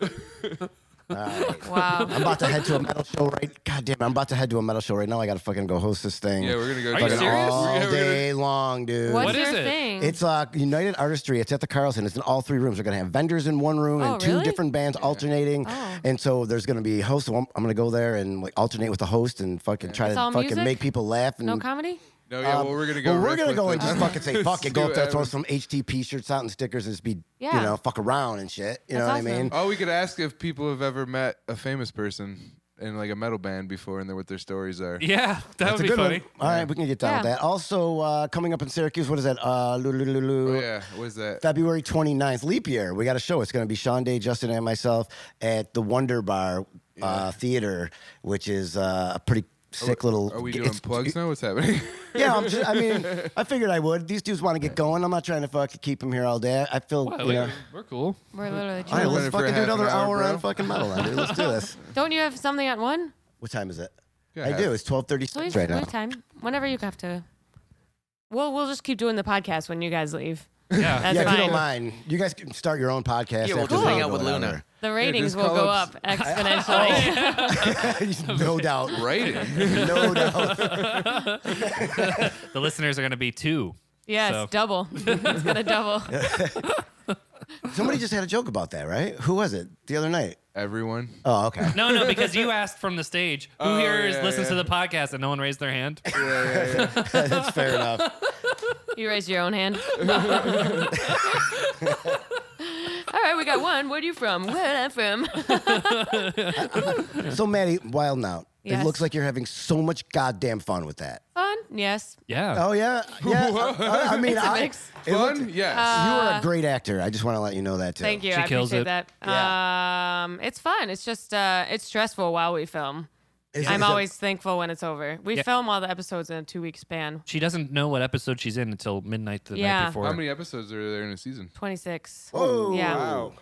Speaker 1: right.
Speaker 5: Wow.
Speaker 1: I'm about to head to a metal show right. God damn, it, I'm about to head to a metal show right now. I gotta fucking go host this thing.
Speaker 3: yeah, we're gonna go.
Speaker 2: Are you
Speaker 3: check
Speaker 1: fucking
Speaker 3: it out.
Speaker 2: serious?
Speaker 1: all
Speaker 3: Yeah, we're gonna-
Speaker 1: day long, dude.
Speaker 5: What's
Speaker 2: What
Speaker 5: your
Speaker 2: is it?
Speaker 5: thing?
Speaker 1: It's uh, United Artistry. It's at the Carlson. It's in all three rooms. We're gonna have vendors in one room
Speaker 5: Oh,
Speaker 1: and two
Speaker 5: really?
Speaker 1: different bands alternating.
Speaker 5: Oh.
Speaker 1: And so there's gonna be hosts. So I'm, I'm gonna go there and like alternate with the host and fucking try
Speaker 5: It's
Speaker 1: to
Speaker 5: all
Speaker 1: fucking
Speaker 5: music?
Speaker 1: make people laugh. And
Speaker 5: no comedy?
Speaker 3: No, yeah, well, we're gonna go.
Speaker 1: Um, well, we're
Speaker 3: riff
Speaker 1: gonna
Speaker 3: with
Speaker 1: go
Speaker 3: it.
Speaker 1: and just fucking
Speaker 3: [laughs]
Speaker 1: say fuck it. Go
Speaker 3: See
Speaker 1: up there,
Speaker 3: what
Speaker 1: throw
Speaker 3: happens.
Speaker 1: some HTP shirts out and stickers, and just be
Speaker 5: Yeah.
Speaker 1: you know fuck around and shit. You know
Speaker 5: That's
Speaker 1: what I mean?
Speaker 3: Oh, we could ask if people have ever met a famous person in like a metal band before, and then what their stories are.
Speaker 2: [laughs] Yeah, that would be funny.
Speaker 1: All right, we can get down with
Speaker 5: Yeah.
Speaker 1: that. Also, uh, coming up in Syracuse, what is that? Uh, lu- lu- lu- lu-
Speaker 3: Oh, yeah. What is that?
Speaker 1: February 29th, leap year. We got a show. It's going to be Sean Day, Justin, and myself at the Wonder Bar uh, Theater, which is uh, a pretty sick little.
Speaker 3: Are we doing
Speaker 1: it's-
Speaker 3: plugs now? What's happening? [laughs]
Speaker 1: Yeah, I'm just, I mean, I figured I would. These dudes want to get going. I'm not trying to fucking keep them here all day. I feel,
Speaker 2: Well,
Speaker 1: you know.
Speaker 2: we- We're cool.
Speaker 5: We're literally
Speaker 1: All right,
Speaker 5: chilling.
Speaker 1: let's
Speaker 3: Running for
Speaker 1: fucking do
Speaker 3: half an
Speaker 1: another hour,
Speaker 3: hour, bro.
Speaker 1: on fucking metal, then, dude. Let's do
Speaker 3: [laughs]
Speaker 1: this.
Speaker 5: Don't you have something at one?
Speaker 1: What time is it?
Speaker 3: Yeah,
Speaker 1: I
Speaker 3: half.
Speaker 1: do. It's 12:36
Speaker 5: So we
Speaker 1: right uh, now.
Speaker 5: time. Whenever you have to. We'll we'll just keep doing the podcast when you guys leave.
Speaker 2: Yeah. [laughs]
Speaker 5: That's
Speaker 1: yeah, if
Speaker 5: fine.
Speaker 1: you don't mind, you guys can start your own podcast.
Speaker 4: Yeah, we'll
Speaker 1: after
Speaker 4: just
Speaker 1: the
Speaker 4: hang
Speaker 1: show
Speaker 4: out with
Speaker 1: or
Speaker 4: Luna.
Speaker 1: whatever.
Speaker 5: The ratings will
Speaker 3: call
Speaker 5: go
Speaker 3: up-
Speaker 2: [laughs]
Speaker 5: up exponentially.
Speaker 1: [laughs]
Speaker 3: [laughs]
Speaker 1: no doubt. [laughs]
Speaker 3: Writing.
Speaker 1: No doubt.
Speaker 2: the listeners are going to be two.
Speaker 5: [laughs] yes,
Speaker 2: So- [laughs]
Speaker 5: double. it's gonna double.
Speaker 1: Somebody just had a joke about that, right? Who was it the other night?
Speaker 3: Everyone.
Speaker 1: Oh,
Speaker 5: [laughs]
Speaker 1: okay.
Speaker 2: No, no, because you asked from the stage. Who
Speaker 3: Oh,
Speaker 2: here is
Speaker 3: yeah,
Speaker 2: listens
Speaker 3: yeah.
Speaker 2: to the podcast and no one raised their [laughs] hand?
Speaker 1: That's fair enough.
Speaker 5: You raised your
Speaker 2: [laughs]
Speaker 5: own hand. All right, we got one. Where are you from? Where am I from? [laughs]
Speaker 1: So, Maddie, wild now. It
Speaker 5: Yes.
Speaker 1: looks like you're having so much goddamn fun with that.
Speaker 5: Fun? Yes.
Speaker 2: Yeah.
Speaker 1: Oh yeah, yeah. I, I- I mean,
Speaker 5: It's a
Speaker 1: I,
Speaker 5: mix. Uh,
Speaker 1: it looked-
Speaker 3: Fun? Yes.
Speaker 4: Uh,
Speaker 1: you are a great actor. I just want to let you know that too.
Speaker 5: Thank you.
Speaker 2: She
Speaker 5: I
Speaker 2: kills
Speaker 5: appreciate
Speaker 2: it.
Speaker 5: that. Um, it's fun. It's just uh, it's stressful while we film.
Speaker 1: Is-
Speaker 5: I'm
Speaker 1: is it-
Speaker 5: always thankful when it's over. We
Speaker 2: Yeah.
Speaker 5: film all the episodes in a two week span.
Speaker 2: She doesn't know what episode she's in until midnight the night
Speaker 5: Yeah.
Speaker 2: before.
Speaker 3: How many episodes are there in a season?
Speaker 5: Twenty six.
Speaker 1: Oh
Speaker 5: Yeah.
Speaker 1: wow.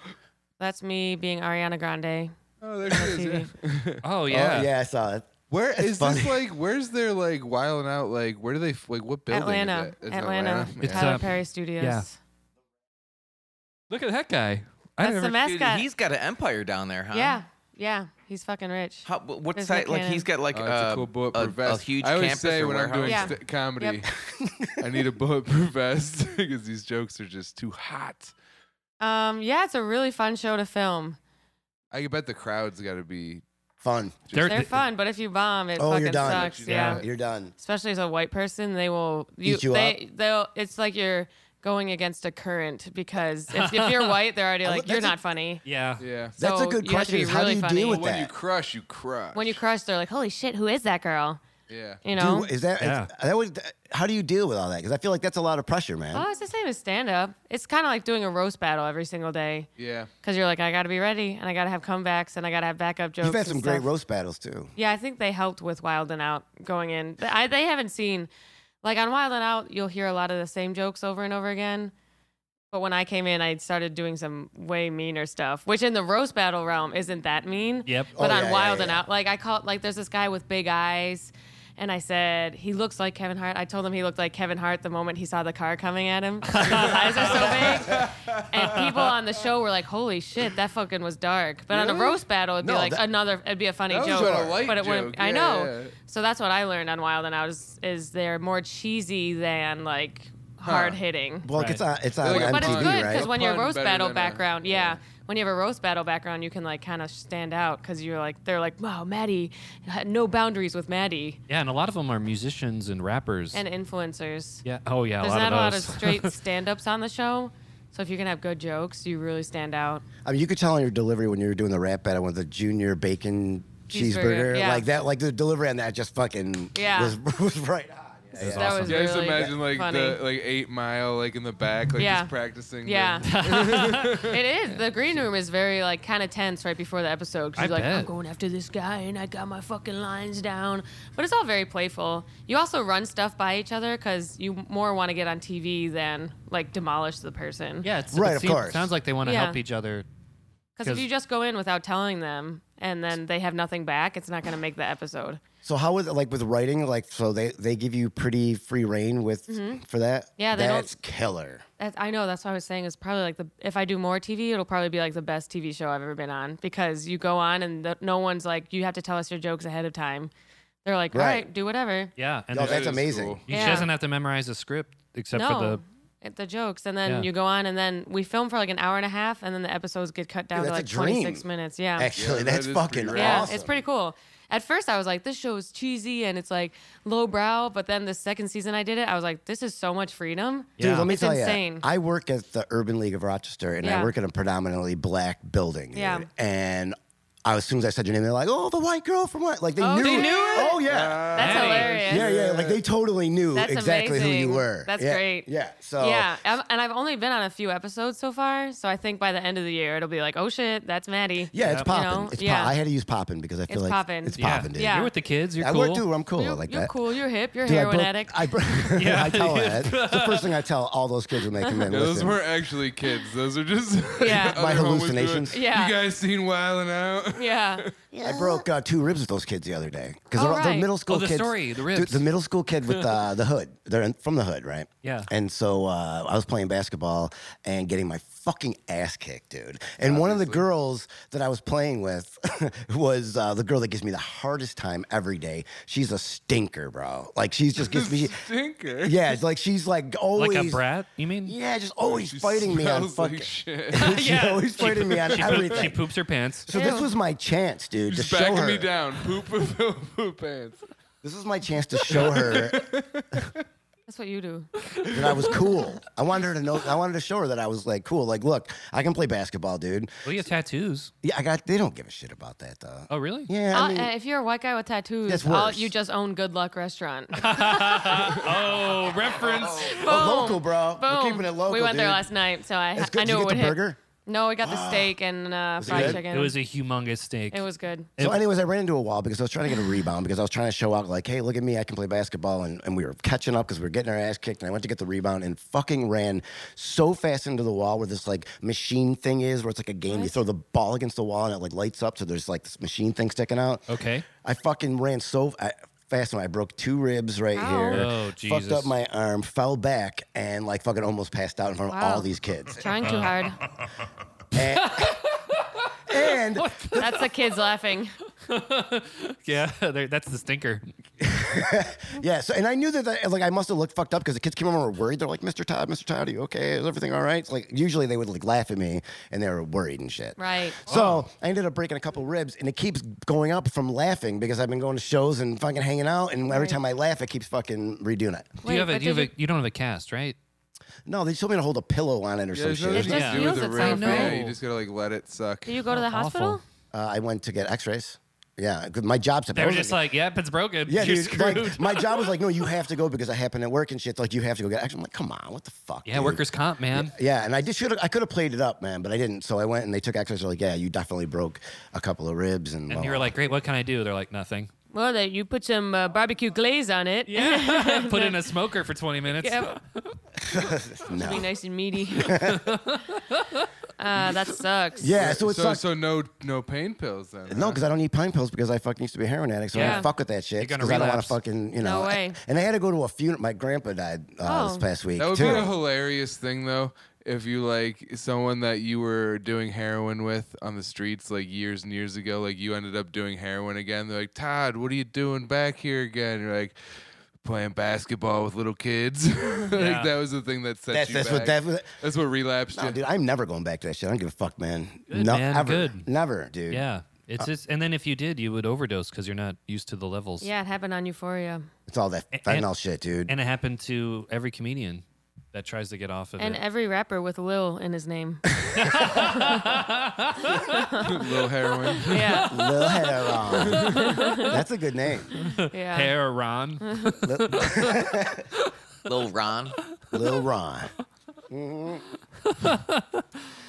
Speaker 5: That's me being Ariana Grande.
Speaker 3: Oh, there she [laughs] is. Yeah.
Speaker 5: TV.
Speaker 2: Oh, yeah.
Speaker 1: Yeah. Oh, yeah, I saw it.
Speaker 3: Where is
Speaker 1: funny.
Speaker 3: this like? Where's their like wilding out? Like, where do they f- like? What building? Is
Speaker 5: Atlanta.
Speaker 3: it? It's in
Speaker 5: Atlanta.
Speaker 2: It's,
Speaker 5: Tyler
Speaker 2: uh,
Speaker 5: Perry Studios.
Speaker 2: yeah. Look at that guy. I
Speaker 5: That's the
Speaker 2: never-
Speaker 4: Dude,
Speaker 5: mascot.
Speaker 4: he's got an empire down there, huh?
Speaker 5: yeah. Yeah. He's fucking rich.
Speaker 4: How, wh- what
Speaker 5: There's
Speaker 4: side? Like
Speaker 5: McCann.
Speaker 4: he's got like
Speaker 3: Oh, it's
Speaker 4: a,
Speaker 3: a cool
Speaker 4: a,
Speaker 3: bulletproof
Speaker 4: a
Speaker 3: vest.
Speaker 4: huge
Speaker 3: I always
Speaker 4: campus
Speaker 3: say
Speaker 4: or
Speaker 3: when I'm
Speaker 4: warehouse.
Speaker 3: doing
Speaker 5: Yeah.
Speaker 3: st- comedy, [laughs] I need a bulletproof [laughs] vest because these jokes are just too hot.
Speaker 5: Um, yeah, it's a really fun show to film.
Speaker 3: I bet the crowd's got to be.
Speaker 1: Fun.
Speaker 2: They're-
Speaker 5: They're fun, but if you bomb, it
Speaker 1: Oh,
Speaker 5: fucking
Speaker 1: you're done.
Speaker 5: sucks.
Speaker 3: You're
Speaker 5: Yeah.
Speaker 3: done.
Speaker 1: You're done.
Speaker 5: Especially as a white person, they will you,
Speaker 1: Eat you
Speaker 5: they they'll it's like you're going against a current because if, if you're white, they're already like,
Speaker 1: love-
Speaker 5: You're
Speaker 1: that's a-
Speaker 5: not funny.
Speaker 2: Yeah.
Speaker 3: Yeah.
Speaker 1: That's a
Speaker 5: So
Speaker 1: good
Speaker 5: you have to
Speaker 1: question.
Speaker 5: be
Speaker 1: is how do
Speaker 5: really
Speaker 1: you
Speaker 5: funny.
Speaker 1: deal with
Speaker 3: When you
Speaker 1: that?
Speaker 3: crush, you crush.
Speaker 5: When you crush, they're like, Holy shit, who is that girl?
Speaker 3: yeah.
Speaker 5: You
Speaker 1: Do you-
Speaker 5: know?
Speaker 1: is that is-
Speaker 2: Yeah.
Speaker 1: that would, how do you deal with all that? Because I feel like that's a lot of pressure, man.
Speaker 5: Oh, it's the same as stand up. It's kind of like doing a roast battle every single day
Speaker 3: Yeah.
Speaker 5: because you're like, I got to be ready and I got to have comebacks and I got to have backup jokes.
Speaker 1: You've had
Speaker 5: and
Speaker 1: some great
Speaker 5: stuff.
Speaker 1: roast battles too.
Speaker 5: Yeah, I think they helped with Wild and Out going in. Th- I, they haven't seen, like on Wild and Out, you'll hear a lot of the same jokes over and over again. But when I came in, I started doing some way meaner stuff, which in the roast battle realm isn't that mean.
Speaker 2: Yep.
Speaker 5: But
Speaker 1: Oh,
Speaker 5: on
Speaker 1: yeah,
Speaker 5: Wild
Speaker 1: yeah,
Speaker 5: and
Speaker 1: yeah.
Speaker 5: Out, like I called, like there's this guy with big eyes, and I said he looks like Kevin Hart. I told him he looked like Kevin Hart the moment he saw the car coming at him. [laughs] His eyes are so big, and people on the show were like, "Holy shit, that fucking was dark." But on a
Speaker 3: Really?
Speaker 5: roast battle, it'd
Speaker 1: No,
Speaker 5: be like
Speaker 1: that-
Speaker 5: another, it'd be a funny
Speaker 3: That was
Speaker 5: joke,
Speaker 3: about a light
Speaker 5: but it
Speaker 3: joke.
Speaker 5: wouldn't. I
Speaker 3: Yeah,
Speaker 5: know.
Speaker 3: yeah, yeah.
Speaker 5: So that's what I learned on Wild and Out is, is they're more cheesy than like hard hitting.
Speaker 1: Well, it's on it's on
Speaker 3: Like a
Speaker 5: But it's
Speaker 1: MTV,
Speaker 5: good because
Speaker 1: right?
Speaker 5: when you're a
Speaker 3: Pun
Speaker 5: roast
Speaker 3: better
Speaker 5: battle
Speaker 3: than a-
Speaker 5: background, yeah.
Speaker 3: yeah.
Speaker 5: When you have a roast battle background, you can like kind of stand out because you're like they're like, wow, Maddie had no boundaries with Maddie
Speaker 2: Yeah, and a lot of them are musicians and rappers.
Speaker 5: and influencers.
Speaker 2: yeah. Oh, yeah. A
Speaker 5: There's
Speaker 2: lot
Speaker 5: not a lot of
Speaker 2: those.
Speaker 5: straight stand ups on the show, so if you can have good jokes, you really stand out.
Speaker 1: I mean, you could tell on your delivery when you were doing the rap battle with the junior bacon
Speaker 5: Cheeseburger,
Speaker 1: cheeseburger,
Speaker 5: yeah.
Speaker 1: like that, like the delivery on that just fucking
Speaker 5: Yeah.
Speaker 1: was, [laughs] was right on. Yeah, yeah.
Speaker 5: that
Speaker 2: awesome.
Speaker 5: was
Speaker 3: Yeah, I just
Speaker 5: really
Speaker 3: imagine like
Speaker 5: funny.
Speaker 3: the like eight mile like in the back like
Speaker 5: Yeah.
Speaker 3: just practicing. the- [laughs]
Speaker 5: Yeah, [laughs] it is. The green room is very like kind of tense right before the episode.
Speaker 2: I
Speaker 5: Cause you're like,
Speaker 2: bet.
Speaker 5: I'm going after this guy, and I got my fucking lines down. But it's all very playful. You also run stuff by each other because you more want to get on TV than like demolish the person.
Speaker 2: [laughs] Yeah, it's,
Speaker 1: Right,
Speaker 2: it
Speaker 1: of
Speaker 2: seems-
Speaker 1: course.
Speaker 2: sounds like they want to
Speaker 5: Yeah.
Speaker 2: help each other.
Speaker 5: Because if
Speaker 2: 'Cause-
Speaker 5: you just go in without telling them and then they have nothing back, it's not going to make the episode.
Speaker 1: So how was it like with writing? Like, so they they give you pretty free reign with for that.
Speaker 5: Mm-hmm. Yeah, they don't-
Speaker 1: that's killer.
Speaker 5: That's, I know. That's what I was saying. Is probably like the if I do more TV, it'll probably be like the best TV show I've ever been on because you go on and the, no one's like you have to tell us your jokes ahead of time. They're like, all
Speaker 1: Right.
Speaker 5: right, do whatever.
Speaker 2: Yeah, and
Speaker 1: No,
Speaker 2: there's-
Speaker 1: Oh, that's
Speaker 3: is
Speaker 1: amazing.
Speaker 3: cool.
Speaker 2: she
Speaker 5: Yeah.
Speaker 2: doesn't have to memorize a script except
Speaker 5: no,
Speaker 2: for the.
Speaker 5: it- the jokes, and then
Speaker 2: Yeah.
Speaker 5: you go on, and then we film for like an hour and a half, and then the episodes get cut down
Speaker 1: Dude,
Speaker 5: to like
Speaker 1: that's a
Speaker 5: twenty
Speaker 1: dream.
Speaker 5: six minutes. Yeah,
Speaker 1: Actually,
Speaker 3: Yeah,
Speaker 1: that's
Speaker 3: that is
Speaker 1: fucking
Speaker 3: pretty rad.
Speaker 5: yeah,
Speaker 1: awesome.
Speaker 5: it's pretty cool. At first, I was like, this show is cheesy and it's like lowbrow, but then the second season I did it, I was like, this is so much freedom.
Speaker 1: Dude,
Speaker 2: Yeah.
Speaker 1: let me
Speaker 5: It's
Speaker 1: tell
Speaker 5: insane.
Speaker 1: you, I work at the Urban League of Rochester, and I
Speaker 5: Yeah.
Speaker 1: work in a predominantly black building.
Speaker 5: Yeah.
Speaker 1: dude. and I, as soon as I said your name, they're like, "Oh, the white girl from what?" Like they
Speaker 5: Oh,
Speaker 1: knew.
Speaker 5: they knew it?
Speaker 1: Oh yeah,
Speaker 5: That's
Speaker 2: Maddie.
Speaker 5: hilarious.
Speaker 1: yeah, yeah. Like they totally knew
Speaker 5: That's
Speaker 1: exactly who
Speaker 5: amazing.
Speaker 1: you were.
Speaker 5: That's
Speaker 1: Yeah,
Speaker 5: great.
Speaker 1: Yeah. So
Speaker 5: Yeah, I'm, and I've only been on a few episodes so far, so I think by the end of the year it'll be like, oh shit, that's Maddie.
Speaker 1: Yeah, it's
Speaker 2: Yep.
Speaker 1: popping.
Speaker 5: You know?
Speaker 1: It's
Speaker 5: Yeah.
Speaker 1: pop- I had to use popping because I feel
Speaker 5: It's
Speaker 1: like
Speaker 5: poppin'.
Speaker 1: it's
Speaker 2: yeah.
Speaker 1: popping, dude.
Speaker 5: Yeah.
Speaker 2: You're with the kids. You're
Speaker 1: I
Speaker 2: cool.
Speaker 1: work too. I'm cool. I
Speaker 5: You're,
Speaker 1: like
Speaker 5: you're
Speaker 1: that.
Speaker 5: cool. You're hip. You're
Speaker 1: Dude, I
Speaker 5: heroin
Speaker 1: broke-
Speaker 5: addict.
Speaker 1: I, [laughs] bro- I tell her that. It's the first thing I tell all those kids when they come in.
Speaker 3: Yeah, those
Speaker 1: Listen,
Speaker 3: weren't actually kids. Those are just
Speaker 5: Yeah.
Speaker 3: [laughs] other
Speaker 1: My
Speaker 3: homeless dudes.
Speaker 1: hallucinations.
Speaker 5: Yeah.
Speaker 3: You guys seen Wildin' Out? [laughs]
Speaker 1: [laughs]
Speaker 5: Yeah.
Speaker 1: I broke uh, two ribs with those kids the other day because
Speaker 5: Oh,
Speaker 1: they're, they're
Speaker 5: right.
Speaker 1: middle school
Speaker 2: the
Speaker 1: kids.
Speaker 2: story, the
Speaker 1: Dude,
Speaker 2: ribs.
Speaker 1: The middle school kid
Speaker 2: [laughs]
Speaker 1: with uh, the hood. They're in, from the hood, right?
Speaker 2: Yeah.
Speaker 1: And so uh, I was playing basketball and getting my fucking ass kicked, dude. And one of the girls that I was playing with [laughs] was uh, the girl that gives me the hardest time every day. She's a stinker, bro. Like she's just gives
Speaker 2: [laughs]
Speaker 1: me.
Speaker 3: Stinker. [laughs]
Speaker 1: Yeah, it's like she's like always.
Speaker 2: Like a brat, you mean?
Speaker 1: Yeah, just always
Speaker 3: She
Speaker 1: fighting me on
Speaker 3: smells like
Speaker 1: fucking.
Speaker 3: shit.
Speaker 1: [laughs] She's always fighting me on
Speaker 2: [laughs] She, poop-
Speaker 1: everything.
Speaker 2: she poops her pants.
Speaker 1: So this was my chance, dude, to
Speaker 3: Just
Speaker 1: show
Speaker 3: backing
Speaker 1: her.
Speaker 3: me down. Poop, [laughs] poop, poop, poop pants.
Speaker 1: This was my chance to show her
Speaker 5: That's what you do.
Speaker 1: that I was cool. I wanted her to know. I wanted to show her that I was like cool. Like, look, I can play basketball, dude.
Speaker 2: Well, you have Oh, tattoos.
Speaker 1: Yeah, I got. They don't give a shit about that though.
Speaker 2: Oh, really?
Speaker 1: Yeah, I
Speaker 5: I'll-
Speaker 1: mean,
Speaker 5: uh, if you're a white guy with tattoos,
Speaker 1: That's
Speaker 5: I'll-
Speaker 1: worse.
Speaker 5: you just own Good Luck
Speaker 1: [laughs]
Speaker 5: Restaurant.
Speaker 2: Oh, reference.
Speaker 1: oh, local, bro.
Speaker 5: Boom.
Speaker 1: We're keeping it local.
Speaker 5: we went there
Speaker 1: dude.
Speaker 5: last night, so I,
Speaker 1: It's good.
Speaker 5: I
Speaker 1: Did you
Speaker 5: knew it
Speaker 1: get
Speaker 5: would
Speaker 1: the
Speaker 5: hit.
Speaker 1: burger?
Speaker 5: No, we
Speaker 1: [gasps]
Speaker 5: got the steak and uh,
Speaker 1: it
Speaker 5: fried
Speaker 1: good?
Speaker 5: chicken.
Speaker 2: It was a humongous steak.
Speaker 5: It
Speaker 1: [laughs]
Speaker 5: was good.
Speaker 1: So, anyways, I ran into a wall because I was trying to get a rebound because I was trying to show out, like, hey, look at me, I can play basketball. And, and we were catching up because we were getting our ass kicked. And I went to get the rebound and fucking ran so fast into the wall where this, like, machine thing is, where it's like a game. You throw the ball against the wall and it, like, lights up. So there's, like, this machine thing sticking out.
Speaker 2: Okay.
Speaker 1: I fucking ran so I, fast and I broke two ribs right
Speaker 5: Ow.
Speaker 1: here.
Speaker 2: Oh,
Speaker 1: Fucked
Speaker 2: Jesus.
Speaker 1: up my arm, fell back, and, like, fucking almost passed out in front of
Speaker 5: Wow.
Speaker 1: all these kids.
Speaker 5: [laughs] Trying
Speaker 2: Uh.
Speaker 5: too hard.
Speaker 1: and. and
Speaker 5: That's the
Speaker 1: [laughs]
Speaker 5: kids laughing.
Speaker 2: Yeah, [laughs] there- that's the stinker.
Speaker 1: Yeah, so and I knew that, that like I must have looked fucked up because the kids came over and were worried. They're like, "Mr. Todd, Mr. Todd, are you okay? Is everything all right?" It's like usually they would like laugh at me and they were worried and shit.
Speaker 5: Right. Oh.
Speaker 1: So I ended up breaking a couple ribs, and it keeps going up from laughing because I've been going to shows and fucking hanging out, and every time I laugh, it keeps fucking redoing it.
Speaker 2: Do you have a,
Speaker 5: but
Speaker 2: do you, have
Speaker 5: did
Speaker 2: a, you don't have a cast, right?
Speaker 1: No, they told me to hold a pillow on it or some
Speaker 3: there's nothing
Speaker 1: shit.
Speaker 5: It
Speaker 3: you
Speaker 5: just
Speaker 3: can do with
Speaker 5: heals
Speaker 3: the
Speaker 5: itself,
Speaker 3: rim.
Speaker 2: right?
Speaker 3: Yeah, you just gotta like let it suck.
Speaker 5: Did you go to the hospital?
Speaker 2: awful.
Speaker 1: Uh, I went to get X-rays. Yeah, 'cause my job. "Oh,
Speaker 2: They were just like, yep, it's broken.
Speaker 1: Yeah,
Speaker 2: You're
Speaker 1: dude, [laughs]
Speaker 2: screwed.
Speaker 1: like, my job was like, no, you have to go because I happen at work and shit. It's like you have to go get X. I'm like, come on, what the fuck?
Speaker 2: yeah,
Speaker 1: dude?
Speaker 2: workers' comp, man.
Speaker 1: Yeah, and I did should I could have played it up, man, but I didn't. So I went and they took x-rays. They're like, "Yeah, you definitely broke a couple of ribs." And,
Speaker 2: And you
Speaker 1: [laughs]
Speaker 2: were like, great, what can I do? They're like,
Speaker 5: [laughs]
Speaker 2: nothing.
Speaker 5: Well, that you put some uh, barbecue glaze on it.
Speaker 2: Yeah. Put in a smoker for 20 minutes.
Speaker 5: Yep.
Speaker 1: [laughs]
Speaker 5: Be
Speaker 1: "No."
Speaker 5: nice and meaty. [laughs] uh, that sucks.
Speaker 1: Yeah, so
Speaker 3: So,
Speaker 1: it's
Speaker 3: so, uh,
Speaker 1: like
Speaker 3: no no pain pills then.
Speaker 1: no,
Speaker 3: huh?
Speaker 1: because I don't need pine pills because I fucking used to be a heroin addict, so I
Speaker 5: Yeah.
Speaker 1: don't fuck with that shit
Speaker 2: You're gonna
Speaker 1: because I don't want
Speaker 2: relapse.
Speaker 1: to fucking you know.
Speaker 5: No way.
Speaker 1: And I had to go to a funeral. My grandpa died uh,
Speaker 5: Oh.
Speaker 1: this past week
Speaker 3: that would
Speaker 1: too.
Speaker 3: be a hilarious thing though. If you like someone that you were doing heroin with on the streets like years and years ago, like you ended up doing heroin again, they're like, Todd, what are you doing back here again? You're like, playing basketball with little kids. [laughs] like that was the thing that set
Speaker 1: that's
Speaker 3: you
Speaker 1: that's
Speaker 3: back.
Speaker 1: what that. was-
Speaker 3: That's what relapsed
Speaker 1: No,
Speaker 3: you.
Speaker 1: dude, I'm never going back to that shit. I don't give a fuck, man.
Speaker 2: Good,
Speaker 1: no,
Speaker 2: man,
Speaker 1: ever,
Speaker 2: good.
Speaker 1: never, dude.
Speaker 2: [laughs] Yeah. It's just, and then if you did, you would overdose because you're not used to the levels.
Speaker 5: Yeah, it happened on Euphoria.
Speaker 1: It's all that
Speaker 2: and-
Speaker 1: fentanyl shit, dude.
Speaker 2: And it happened to every comedian that tries to get off of
Speaker 5: And
Speaker 2: it.
Speaker 5: every rapper with Lil in his name.
Speaker 3: [laughs]
Speaker 1: [laughs]
Speaker 3: little heroin.
Speaker 5: Yeah.
Speaker 2: [laughs]
Speaker 1: Lil Heron. that's a good name.
Speaker 2: [laughs]
Speaker 5: Yeah.
Speaker 2: Hair,
Speaker 5: [laughs]
Speaker 2: Ron.
Speaker 4: Little Ron.
Speaker 1: Lil Ron.
Speaker 5: Sorry
Speaker 1: Yeah.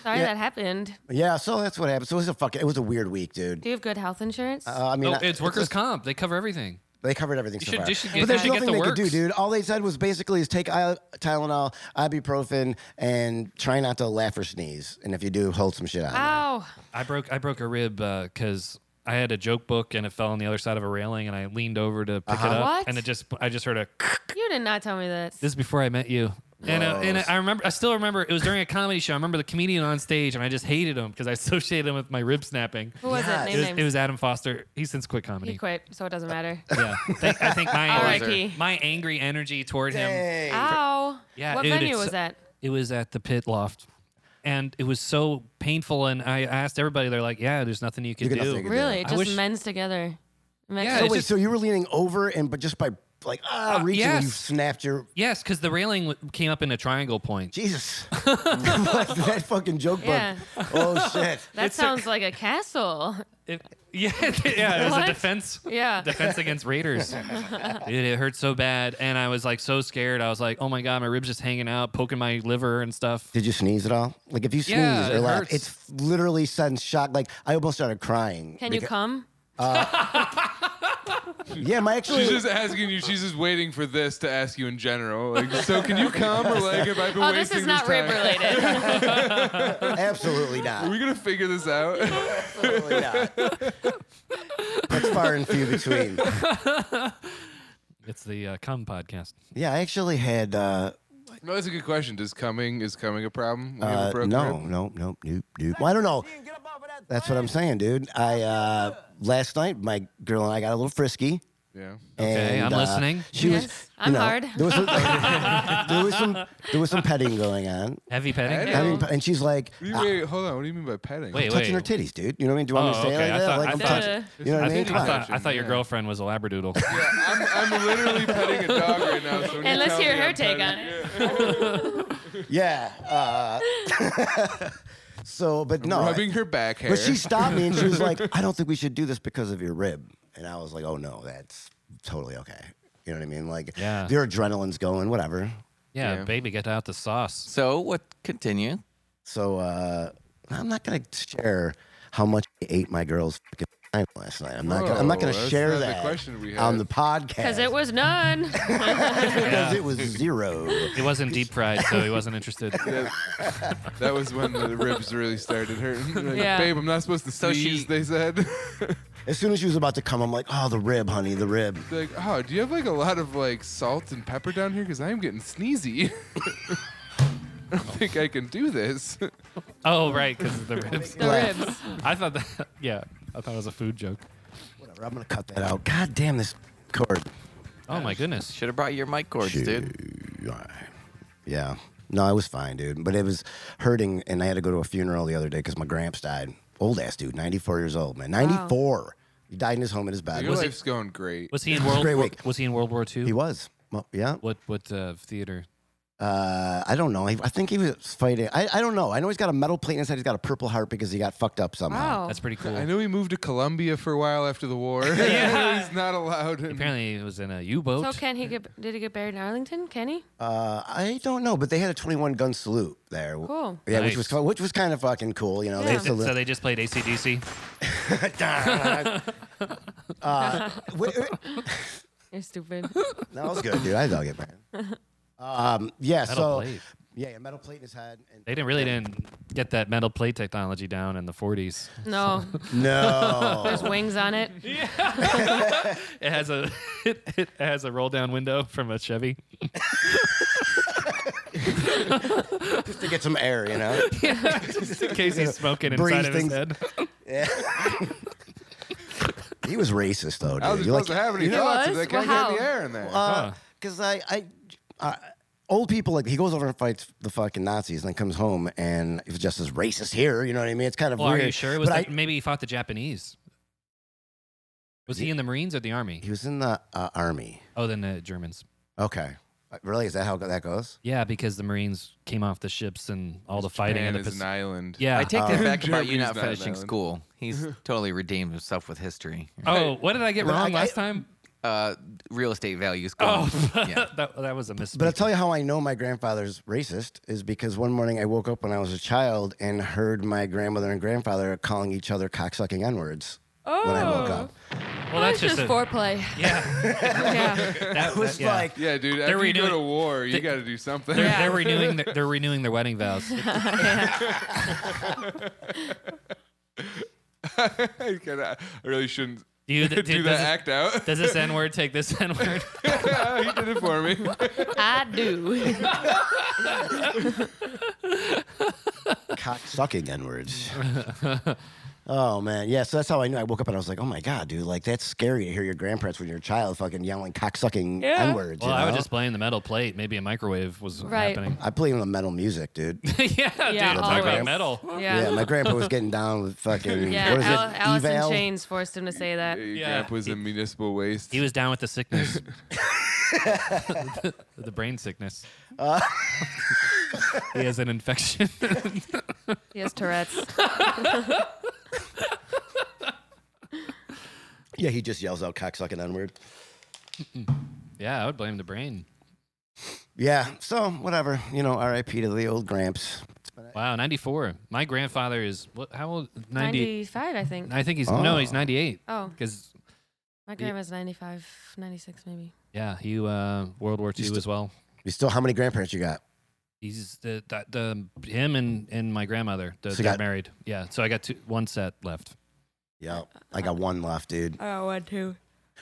Speaker 5: that happened.
Speaker 1: Yeah, so that's what happened. So it was a fucking. It was a weird week, dude.
Speaker 5: Do you have good health insurance?
Speaker 1: Uh, I mean,
Speaker 2: No,
Speaker 1: I-
Speaker 2: it's workers' comp. They cover everything.
Speaker 1: They covered everything so
Speaker 2: should-
Speaker 1: far.
Speaker 2: you should
Speaker 1: but
Speaker 2: get-
Speaker 1: there's
Speaker 2: you should get
Speaker 1: nothing they
Speaker 2: the
Speaker 1: could do,
Speaker 2: works.
Speaker 1: dude. All they said was basically is take I- Tylenol, ibuprofen, and try not to laugh or sneeze. And if you do, hold some shit out.
Speaker 2: Ah,
Speaker 5: Ow.
Speaker 2: I broke I broke a rib because I had a joke book and it fell on the other side of a railing and I leaned over to pick it up
Speaker 5: Uh-huh. What?
Speaker 2: and it just I just heard a
Speaker 5: You did not tell me that.
Speaker 2: this is before I met you. And, uh, and I remember, I still remember it was during a comedy show. I remember the comedian on stage, and I just hated him because I associated him with my rib snapping.
Speaker 5: Who was
Speaker 1: Yes.
Speaker 5: it?
Speaker 2: It
Speaker 5: Name
Speaker 2: was,
Speaker 5: names.
Speaker 2: it was Adam Foster. He's since quit comedy.
Speaker 5: he quit, so it doesn't matter.
Speaker 2: Yeah, Think- I
Speaker 5: [laughs]
Speaker 2: think my
Speaker 5: R.I.P.
Speaker 2: my angry energy toward him.
Speaker 1: Dang.
Speaker 5: Ow.
Speaker 2: Yeah,
Speaker 5: what
Speaker 2: dude,
Speaker 5: venue
Speaker 2: it's-
Speaker 5: was that?
Speaker 2: It was at the pit loft, and it was so painful. And I asked everybody, they're like, "Yeah, there's nothing you can
Speaker 1: You got
Speaker 2: do."
Speaker 1: nothing you can
Speaker 5: Really?
Speaker 1: I
Speaker 5: Just
Speaker 2: wish-
Speaker 5: men's together. Men-
Speaker 2: Yeah,
Speaker 1: so
Speaker 2: it's
Speaker 1: wait,
Speaker 2: just-
Speaker 1: so you were leaning over, and but just by like ah reaching,
Speaker 2: yes.
Speaker 1: you snapped your
Speaker 2: Yes, because the railing w- came up in a triangle point. [laughs]
Speaker 1: Jesus. [laughs] Like that fucking joke book.
Speaker 5: Yeah.
Speaker 1: Oh shit.
Speaker 5: that sounds like a castle.
Speaker 2: It- [laughs] yeah, yeah, it was a
Speaker 5: What?
Speaker 2: defense.
Speaker 5: Yeah.
Speaker 2: defense against
Speaker 5: [laughs]
Speaker 2: Raiders. Dude, it hurt so bad, and I was like so scared. I was like, "Oh my god, my ribs just hanging out, poking my liver and stuff."
Speaker 1: Did you sneeze at all? Like if you sneeze
Speaker 2: Yeah,
Speaker 1: or
Speaker 2: it
Speaker 1: laugh,
Speaker 2: hurts.
Speaker 1: it's literally sudden shock. Like I almost started crying.
Speaker 5: Can you
Speaker 1: because-
Speaker 5: come?
Speaker 1: Yeah, my actually.
Speaker 3: She's just asking you. She's just waiting for this to ask you in general. Like, so can you come? Or like, have I been
Speaker 5: Oh,
Speaker 3: wasting
Speaker 5: this is not rape
Speaker 3: time?
Speaker 5: related.
Speaker 1: absolutely
Speaker 3: Are
Speaker 1: not.
Speaker 3: we gonna figure this out? [laughs]
Speaker 1: Absolutely not. That's far and few between.
Speaker 2: It's the uh, cum podcast.
Speaker 1: Yeah, I actually had. Uh,
Speaker 3: no, that's a good question. Does coming is coming a problem? When you have a
Speaker 1: uh,
Speaker 3: broken
Speaker 1: no,
Speaker 3: rib?
Speaker 1: no, no, nope, nope. Well, I don't know. That's what I'm saying, dude. I uh, last night my girl and I got a little frisky.
Speaker 3: Yeah.
Speaker 2: Okay,
Speaker 1: and,
Speaker 2: I'm
Speaker 1: uh,
Speaker 2: listening.
Speaker 1: She was.
Speaker 5: Yes,
Speaker 1: you
Speaker 5: I'm
Speaker 1: know,
Speaker 5: hard.
Speaker 1: There was, some, there was some. There was some petting going on.
Speaker 2: Heavy petting.
Speaker 3: Hey.
Speaker 1: I mean, and she's like,
Speaker 3: What do you-
Speaker 1: "Ah,
Speaker 3: wait, hold on. What do you mean by petting?
Speaker 2: Wait, wait.
Speaker 1: touching her titties, dude. You know what I mean? Do you want me
Speaker 2: Oh,
Speaker 1: to say
Speaker 2: okay.
Speaker 1: it
Speaker 2: I
Speaker 1: like that?
Speaker 2: thought-
Speaker 1: like
Speaker 2: I
Speaker 1: I'm
Speaker 2: thought-
Speaker 1: touching. You know what
Speaker 2: I,
Speaker 1: I mean?
Speaker 2: think,
Speaker 1: Come
Speaker 2: I,
Speaker 1: on.
Speaker 2: thought, I thought your
Speaker 3: Yeah.
Speaker 2: girlfriend was a labradoodle.
Speaker 3: Yeah, I'm, I'm literally petting a dog right now. So when
Speaker 5: And
Speaker 3: you
Speaker 5: let's
Speaker 3: tell
Speaker 5: hear
Speaker 3: me
Speaker 5: her
Speaker 3: I'm
Speaker 5: take
Speaker 3: petting-
Speaker 5: on it.
Speaker 1: Yeah. Uh, [laughs] so, but no. I-
Speaker 3: Rubbing her back hair.
Speaker 1: But she stopped me and
Speaker 3: [laughs]
Speaker 1: she was like, I don't think we should do this because of your rib. And I was like, oh no, that's totally okay. You know what I mean? Like,
Speaker 2: Yeah.
Speaker 1: your adrenaline's going, whatever.
Speaker 2: Yeah,
Speaker 3: Yeah.
Speaker 2: baby, get out the sauce.
Speaker 4: So what? Continue.
Speaker 1: So, uh, I'm not going to share how much I ate my girl's fucking time last night. I'm not gonna, I'm not going to
Speaker 3: Whoa, that's
Speaker 1: share
Speaker 3: not the
Speaker 1: that
Speaker 3: question we
Speaker 1: on
Speaker 3: had.
Speaker 1: the podcast.
Speaker 5: Because it was none.
Speaker 1: because
Speaker 3: [laughs]
Speaker 1: it was zero.
Speaker 2: It wasn't deep fried, so he wasn't interested.
Speaker 3: That was when the ribs really started hurting. Like,
Speaker 5: Yeah.
Speaker 3: Babe, I'm not supposed to
Speaker 4: So she-
Speaker 3: sneeze. they said. [laughs]
Speaker 1: As soon as she was about to come, I'm like, oh, the rib, honey, the rib.
Speaker 3: like, oh, do you have like a lot of like salt and pepper down here? Because I'm getting sneezy. [laughs] I don't think I can do this.
Speaker 2: Oh, right, because of the ribs.
Speaker 5: the
Speaker 1: Laugh.
Speaker 5: ribs.
Speaker 2: I thought that, [laughs] yeah, I thought it was a food joke.
Speaker 1: Whatever, I'm gonna cut that out. God damn this cord.
Speaker 2: Oh, my goodness.
Speaker 4: Should have brought your mic cords, dude.
Speaker 1: Yeah. No, I was fine, dude. But it was hurting, and I had to go to a funeral the other day because my gramps died. Old ass dude, 94 years old, man. 94. He died in his home in his bed.
Speaker 3: Your
Speaker 1: Was-
Speaker 3: life's going great.
Speaker 2: Was he in
Speaker 1: It was a
Speaker 2: World
Speaker 1: great
Speaker 2: War,
Speaker 1: week.
Speaker 2: Was he in World War II?
Speaker 1: He was. Well, yeah.
Speaker 2: What what uh, theater?
Speaker 1: Uh, I don't know. He, I think he was fighting. I, I don't know. I know he's got a metal plate in his head. He's got a purple heart because he got fucked up somehow.
Speaker 5: Wow.
Speaker 2: That's pretty cool.
Speaker 3: I know he moved to Colombia for a while after the war. [laughs] yeah. He's not allowed. In.
Speaker 2: Apparently, he was in a U-boat.
Speaker 5: So can he get? Did he get buried in Arlington? Can he?
Speaker 1: Uh, I don't know, but they had a 21 gun salute there.
Speaker 5: Cool.
Speaker 1: Yeah,
Speaker 2: Nice.
Speaker 1: which was cool- which was kind of fucking cool. You know, they
Speaker 5: Yeah.
Speaker 1: salute.
Speaker 2: So they just played ACDC.
Speaker 1: [laughs] Uh,
Speaker 2: [laughs]
Speaker 5: You're stupid.
Speaker 1: That was good, dude. I dug it, man. Um, yeah,
Speaker 2: Metal
Speaker 1: so
Speaker 2: plate.
Speaker 1: yeah, yeah, metal plate in his head. And,
Speaker 2: They didn't really didn't get that metal plate technology down in the 40s.
Speaker 5: No,
Speaker 1: no,
Speaker 2: [laughs]
Speaker 5: there's
Speaker 2: Oh.
Speaker 5: wings on it.
Speaker 2: It has a [laughs] it, it has a roll down window from a [laughs] Chevy.
Speaker 1: just to get some air, you know.
Speaker 2: just in case he's smoking
Speaker 1: Breeze
Speaker 2: inside of his
Speaker 1: things-
Speaker 2: [laughs] head.
Speaker 1: He was racist though,
Speaker 3: I was
Speaker 1: dude. You
Speaker 3: supposed to have any thoughts if
Speaker 5: was?
Speaker 3: that guy
Speaker 5: Well,
Speaker 3: got any
Speaker 5: how?
Speaker 3: air in there.
Speaker 1: because I, I, I, old people like he goes over and fights the fucking Nazis and then comes home and it was just as racist here. You know what I mean? It's kind of
Speaker 2: Well,
Speaker 1: weird.
Speaker 2: are you sure? It was
Speaker 1: but
Speaker 2: the-
Speaker 1: I,
Speaker 2: maybe he fought the Japanese. Was he in the Marines or the Army?
Speaker 1: he was in the uh, army.
Speaker 2: Oh, then the Germans.
Speaker 1: Okay, Uh, really? Is that how that goes?
Speaker 2: Yeah, because the Marines came off the ships and all the fighting in
Speaker 3: Japan
Speaker 2: the
Speaker 3: is an
Speaker 2: Pacific.
Speaker 3: island.
Speaker 2: Yeah.
Speaker 4: I take that
Speaker 3: Um,
Speaker 4: back about you
Speaker 3: Jeremy's
Speaker 4: not
Speaker 3: not
Speaker 4: finishing
Speaker 3: valid.
Speaker 4: school.
Speaker 3: [laughs]
Speaker 4: He's totally redeemed himself with history.
Speaker 2: oh, what did I get
Speaker 1: But
Speaker 2: wrong
Speaker 1: I- I-
Speaker 2: last time?
Speaker 4: Uh, real estate values.
Speaker 2: Oh,
Speaker 3: [laughs]
Speaker 4: Gone. yeah.
Speaker 2: that, Oh, [laughs] that was a mistake.
Speaker 1: But I'll tell you how I know my grandfather's racist is because one morning I woke up when I was a child and heard my grandmother and grandfather calling each other cocksucking N words when I woke up.
Speaker 2: Well, that's just, a,
Speaker 5: foreplay.
Speaker 2: yeah.
Speaker 5: [laughs] Yeah.
Speaker 2: That
Speaker 1: It was
Speaker 2: yeah.
Speaker 1: like,
Speaker 3: Yeah, dude. After you go
Speaker 2: renewing-
Speaker 3: to war, you
Speaker 2: they-
Speaker 3: got to do something. [laughs]
Speaker 2: They're, they're renewing their, they're renewing their wedding vows.
Speaker 3: I, gotta- I really shouldn't
Speaker 2: Do you-
Speaker 3: do,
Speaker 2: do- does it-
Speaker 3: that act out. [laughs]
Speaker 2: Does this N word take this N word?
Speaker 3: he did it
Speaker 2: [laughs]
Speaker 3: for me.
Speaker 5: I do. Oh.
Speaker 1: cocksucking N
Speaker 5: [laughs]
Speaker 1: words. oh, man. Yeah, so that's how I knew. I woke up and I was like, oh my God, dude, like that's scary to hear your grandparents when you're a child fucking yelling cocksucking
Speaker 5: Yeah.
Speaker 1: N words.
Speaker 2: Well,
Speaker 1: you
Speaker 2: I would
Speaker 1: know?
Speaker 2: just blame the metal plate. Maybe a microwave was
Speaker 5: Right.
Speaker 2: happening. [laughs]
Speaker 1: I play in the metal music, dude.
Speaker 2: yeah,
Speaker 5: Yeah,
Speaker 2: dude. Talk about
Speaker 1: always.
Speaker 2: metal.
Speaker 1: Yeah,
Speaker 5: [laughs] Yeah.
Speaker 1: my grandpa was getting down with fucking.
Speaker 5: [laughs] Yeah.
Speaker 1: what is
Speaker 5: Al-
Speaker 1: it?
Speaker 5: Alice in
Speaker 1: Eval?
Speaker 5: Chains forced him to say that.
Speaker 3: Your
Speaker 2: Yeah.
Speaker 3: Grandpa's in municipal waste.
Speaker 2: He was down with the sickness, [laughs] the brain sickness. [laughs] he has an infection. [laughs]
Speaker 5: He has Tourette's.
Speaker 1: Yeah, he just yells out cocksucking N word.
Speaker 2: yeah, I would blame the brain.
Speaker 1: Yeah, so whatever. You know, RIP to the old gramps.
Speaker 2: Wow, 94. My grandfather is what? How old? 90.
Speaker 5: 95, I think.
Speaker 1: Ah.
Speaker 2: I think he's no, he's 98.
Speaker 5: Oh.
Speaker 2: because
Speaker 5: My grandma's 95, 96 maybe.
Speaker 2: Yeah, he uh, World War II
Speaker 1: He's
Speaker 2: as well.
Speaker 1: You still, how many grandparents you got?
Speaker 2: He's the, the the him and and my grandmother. The,
Speaker 1: So you
Speaker 2: they're
Speaker 1: got-
Speaker 2: married. Yeah, so I got two, one set left.
Speaker 1: Yep. I got one left, dude.
Speaker 2: Uh,
Speaker 5: Oh, I got one too.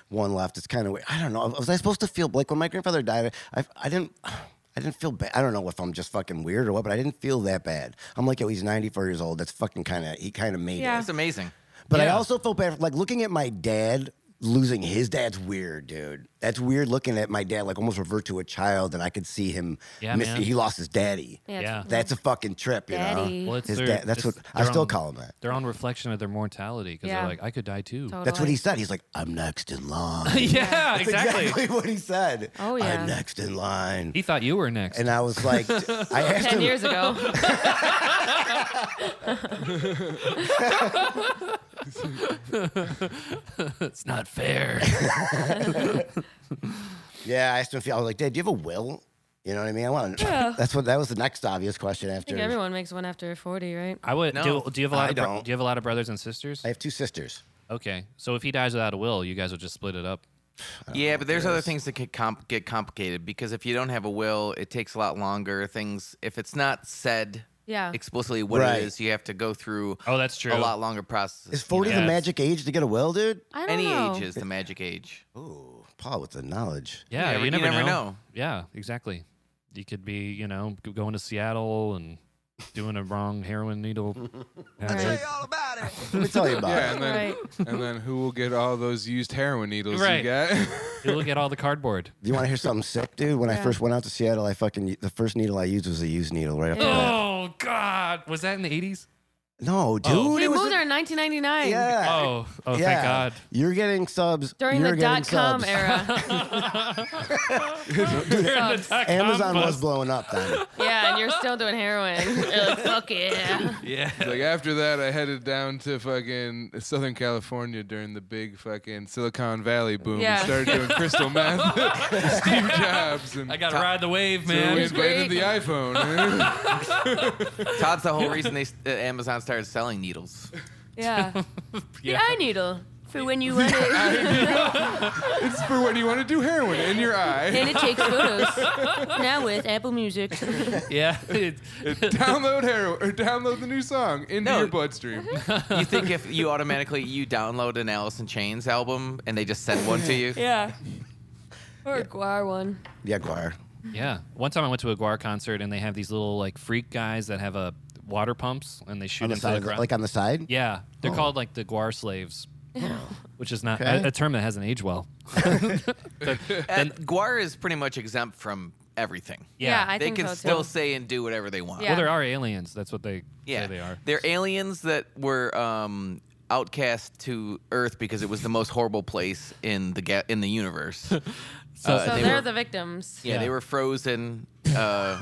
Speaker 1: One left. It's kind of weird. I don't know. Was I supposed to feel like when my grandfather died? I, I didn't. I didn't feel bad. I don't know if I'm just fucking weird or what, but I didn't feel that bad. I'm like, yo, he's 94 years old. That's fucking kind of. He kind of made
Speaker 5: Yeah.
Speaker 1: it.
Speaker 4: That's amazing.
Speaker 1: But I
Speaker 2: Yeah.
Speaker 1: also felt bad. Like looking at my dad losing his dad's weird, dude. That's weird looking at my dad like almost revert to a child, and I could see him.
Speaker 2: Yeah,
Speaker 1: miss-
Speaker 2: man.
Speaker 1: He lost his daddy.
Speaker 2: Yeah.
Speaker 5: Yeah. it's-
Speaker 1: That's a fucking trip, you
Speaker 5: Daddy.
Speaker 1: know.
Speaker 2: Well, it's
Speaker 1: His
Speaker 2: their-
Speaker 1: dad. That's what
Speaker 2: it's-
Speaker 1: I
Speaker 2: they're
Speaker 1: still
Speaker 2: on-
Speaker 1: call him that.
Speaker 2: They're on reflection of their mortality because
Speaker 5: Yeah.
Speaker 2: they're like, I could die too.
Speaker 5: Totally.
Speaker 1: That's what he said. He's like, I'm next in
Speaker 5: [laughs]
Speaker 1: line. [laughs]
Speaker 2: [laughs] yeah,
Speaker 1: That's
Speaker 2: exactly.
Speaker 1: what he said.
Speaker 5: Oh, yeah.
Speaker 1: I'm next in line.
Speaker 2: He thought you were next.
Speaker 1: And I was
Speaker 5: [laughs]
Speaker 1: like, I asked
Speaker 5: 10
Speaker 1: him. [laughs]
Speaker 5: years ago.
Speaker 2: [laughs] it's
Speaker 1: [laughs]
Speaker 2: not fair.
Speaker 1: Yeah, I asked him. If he, I was like, Dad, do you have a will? You know what I mean? I want.
Speaker 5: Yeah.
Speaker 1: [laughs] That's what. That was the next obvious question
Speaker 5: I think
Speaker 1: after. I
Speaker 5: everyone makes one after 40, right?
Speaker 2: I would.
Speaker 4: No,
Speaker 2: do, do you have a lot?
Speaker 1: I
Speaker 2: Of, bro-
Speaker 1: don't.
Speaker 2: Do you have a lot of brothers and sisters?
Speaker 1: have two sisters.
Speaker 2: okay, so if he dies without a will, you guys will just split it up.
Speaker 4: Yeah, but there's other things that could comp- get complicated because if you don't have a will, it takes a lot longer. Things if it's not said
Speaker 5: Yeah.
Speaker 4: explicitly what
Speaker 1: Right.
Speaker 4: it is, you have to go through
Speaker 2: Oh, that's true.
Speaker 4: a lot longer process.
Speaker 1: Is 40
Speaker 2: Yeah.
Speaker 1: the
Speaker 2: Yes.
Speaker 1: magic age to get a will, dude?
Speaker 5: I don't
Speaker 4: Any
Speaker 5: know.
Speaker 4: age is the magic age.
Speaker 1: Ooh, Paul with the
Speaker 2: [laughs]
Speaker 1: knowledge.
Speaker 2: Yeah,
Speaker 4: You
Speaker 2: you
Speaker 4: never-
Speaker 2: never,
Speaker 4: you never
Speaker 2: know.
Speaker 4: know.
Speaker 2: Yeah, exactly. You could be, you know, g- going to Seattle and doing a wrong
Speaker 1: [laughs]
Speaker 2: heroin needle.
Speaker 5: Right.
Speaker 1: Let me tell you about
Speaker 3: Yeah,
Speaker 1: it.
Speaker 3: and then and then who will get all those used heroin needles
Speaker 2: Right.
Speaker 3: you got? [laughs]
Speaker 2: You look at all the cardboard.
Speaker 1: Do you want to hear something sick, dude? When I
Speaker 5: Yeah.
Speaker 1: first went out to Seattle, I fucking the first needle I used was a used needle right after that.
Speaker 2: Oh God, was that in the eighties?
Speaker 1: No, dude,
Speaker 2: Oh.
Speaker 5: We
Speaker 1: it was
Speaker 5: moved there in 1999.
Speaker 1: yeah.
Speaker 2: Oh, oh,
Speaker 1: Uh, yeah.
Speaker 2: thank God.
Speaker 1: You're getting subs
Speaker 5: During
Speaker 1: You're
Speaker 5: the
Speaker 1: getting
Speaker 5: dot com
Speaker 1: subs.
Speaker 5: [laughs] era.
Speaker 2: You're in the dot com
Speaker 1: Amazon was
Speaker 2: bust.
Speaker 1: blowing up
Speaker 2: [laughs]
Speaker 1: then.
Speaker 5: [laughs] yeah, and you're still doing heroin.
Speaker 6: You're like, fuck yeah.
Speaker 2: Yeah.
Speaker 3: like after that, I headed down to fucking Southern California during the big fucking Silicon Valley boom.
Speaker 5: Yeah.
Speaker 3: And started doing crystal
Speaker 5: [laughs]
Speaker 3: meth, with Steve Jobs, and
Speaker 2: I gotta ride the wave,
Speaker 3: so we
Speaker 2: man.
Speaker 3: invented the iPhone. [laughs]
Speaker 4: Todd's the whole reason they uh, Amazon started selling needles.
Speaker 5: [laughs] Yeah. The
Speaker 2: Yeah.
Speaker 5: eye needle. For when you want it. [laughs]
Speaker 3: it's for when you want to do heroin in your eye.
Speaker 6: And it takes
Speaker 5: [laughs]
Speaker 6: photos.
Speaker 5: now with Apple Music.
Speaker 2: Yeah. [laughs] It's-
Speaker 3: [laughs] download heroin or download the new song into
Speaker 4: No.
Speaker 3: your bloodstream.
Speaker 5: Mm-hmm.
Speaker 4: You think if you automatically you download an Alice in Chains album and they just send one to you?
Speaker 5: [laughs] [laughs] Yeah. Or a guar one.
Speaker 1: Yeah, Guar.
Speaker 2: yeah. One time I went to a Guar concert and they have these little like freak guys that have a water pumps and they shoot
Speaker 1: On the
Speaker 2: into
Speaker 1: side,
Speaker 2: the
Speaker 1: of the,
Speaker 2: ground.
Speaker 1: like on the side.
Speaker 2: Yeah, they're called like the Guar
Speaker 5: [laughs]
Speaker 2: slaves, which is not
Speaker 1: Okay.
Speaker 2: a, a term that hasn't aged well.
Speaker 4: And Uh, Guar is pretty much exempt from everything.
Speaker 5: Yeah, I
Speaker 4: they
Speaker 5: think
Speaker 4: can
Speaker 5: so
Speaker 4: still
Speaker 5: too.
Speaker 4: say and do whatever they want.
Speaker 5: Yeah.
Speaker 2: well, there are aliens. That's what they
Speaker 4: Yeah,
Speaker 2: say they are.
Speaker 4: They're aliens that were um, outcast to Earth because it was the most horrible place in the ga- in the universe.
Speaker 2: So,
Speaker 4: Uh,
Speaker 5: so
Speaker 4: they
Speaker 5: they are
Speaker 4: were-
Speaker 5: the victims.
Speaker 4: Yeah,
Speaker 2: Yeah.
Speaker 4: they were frozen. Uh,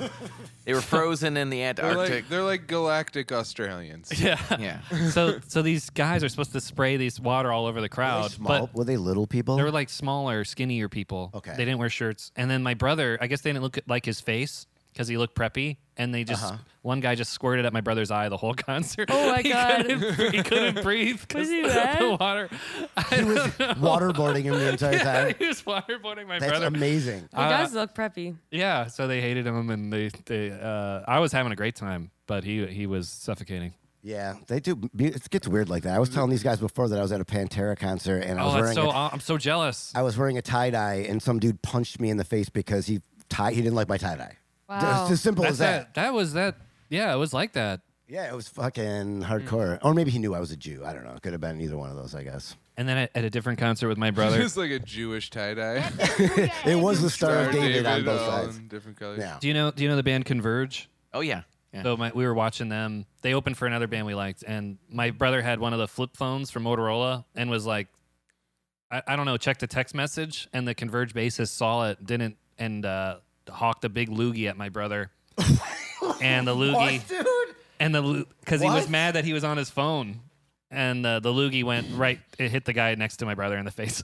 Speaker 4: they were frozen in the
Speaker 3: They're
Speaker 4: Antarctic.
Speaker 3: like, they're like galactic Australians.
Speaker 2: [laughs] [laughs]
Speaker 3: [laughs]
Speaker 2: yeah.
Speaker 4: yeah,
Speaker 2: so so these guys are supposed to spray this water all over
Speaker 1: Were
Speaker 2: the
Speaker 1: they
Speaker 2: crowd,
Speaker 1: small?
Speaker 2: oh, but
Speaker 1: Were they little
Speaker 2: [laughs]
Speaker 1: people?
Speaker 2: they were like smaller, skinnier people.
Speaker 1: Okay.
Speaker 2: They didn't wear shirts. And then my brother, I guess they didn't look at, like his face because he looked preppy. And they
Speaker 1: Uh-huh.
Speaker 2: just one guy just squirted at my brother's eye the whole [laughs] concert.
Speaker 5: Oh, my
Speaker 2: he
Speaker 5: God.
Speaker 2: Couldn't, he
Speaker 5: [laughs]
Speaker 2: couldn't breathe because
Speaker 5: he
Speaker 2: the
Speaker 5: red?
Speaker 2: water. [laughs]
Speaker 1: he was waterboarding him the entire time.
Speaker 2: he was waterboarding my
Speaker 1: That's
Speaker 2: brother.
Speaker 1: amazing.
Speaker 5: He does look preppy.
Speaker 2: Yeah, so they hated him, and they they uh, I was having a great time, but he he was suffocating.
Speaker 1: Yeah, they do. It gets weird like that. I was telling these guys before that I was at a Pantera concert and I was
Speaker 2: Oh, that's
Speaker 1: wearing
Speaker 2: so
Speaker 1: a,
Speaker 2: aw- I'm so jealous.
Speaker 1: I was wearing a tie dye and some dude punched me in the face because he tie he didn't like my tie dye.
Speaker 5: Wow.
Speaker 1: It's as simple
Speaker 2: That's
Speaker 1: as that.
Speaker 2: that. That was that. Yeah, it Mm. was like that.
Speaker 1: Yeah, it was fucking hardcore. Or maybe he knew I was a Jew. I don't know. It could have been either one of those, I guess.
Speaker 2: And then at, at a different concert
Speaker 1: [laughs]
Speaker 2: with my brother.
Speaker 3: Just like a Jewish tie
Speaker 5: [laughs]
Speaker 3: dye.
Speaker 1: It was the Star of David, on both
Speaker 3: all
Speaker 1: sides.
Speaker 2: um,
Speaker 3: in different colors.
Speaker 1: Yeah.
Speaker 2: do you know Do you know the band Converge?
Speaker 4: oh yeah. yeah.
Speaker 2: So my, we were watching them. They opened for another band we liked, and my brother had one of the flip phones from Motorola and was like, I, I don't know, checked the text message, and the Converge bassist saw it, didn't, and uh, hawked a big loogie at my brother. and the loogie, and the because he was
Speaker 1: What?
Speaker 2: mad that he was on his phone, and uh, the loogie went right, it hit the guy next to my brother [laughs] in the face.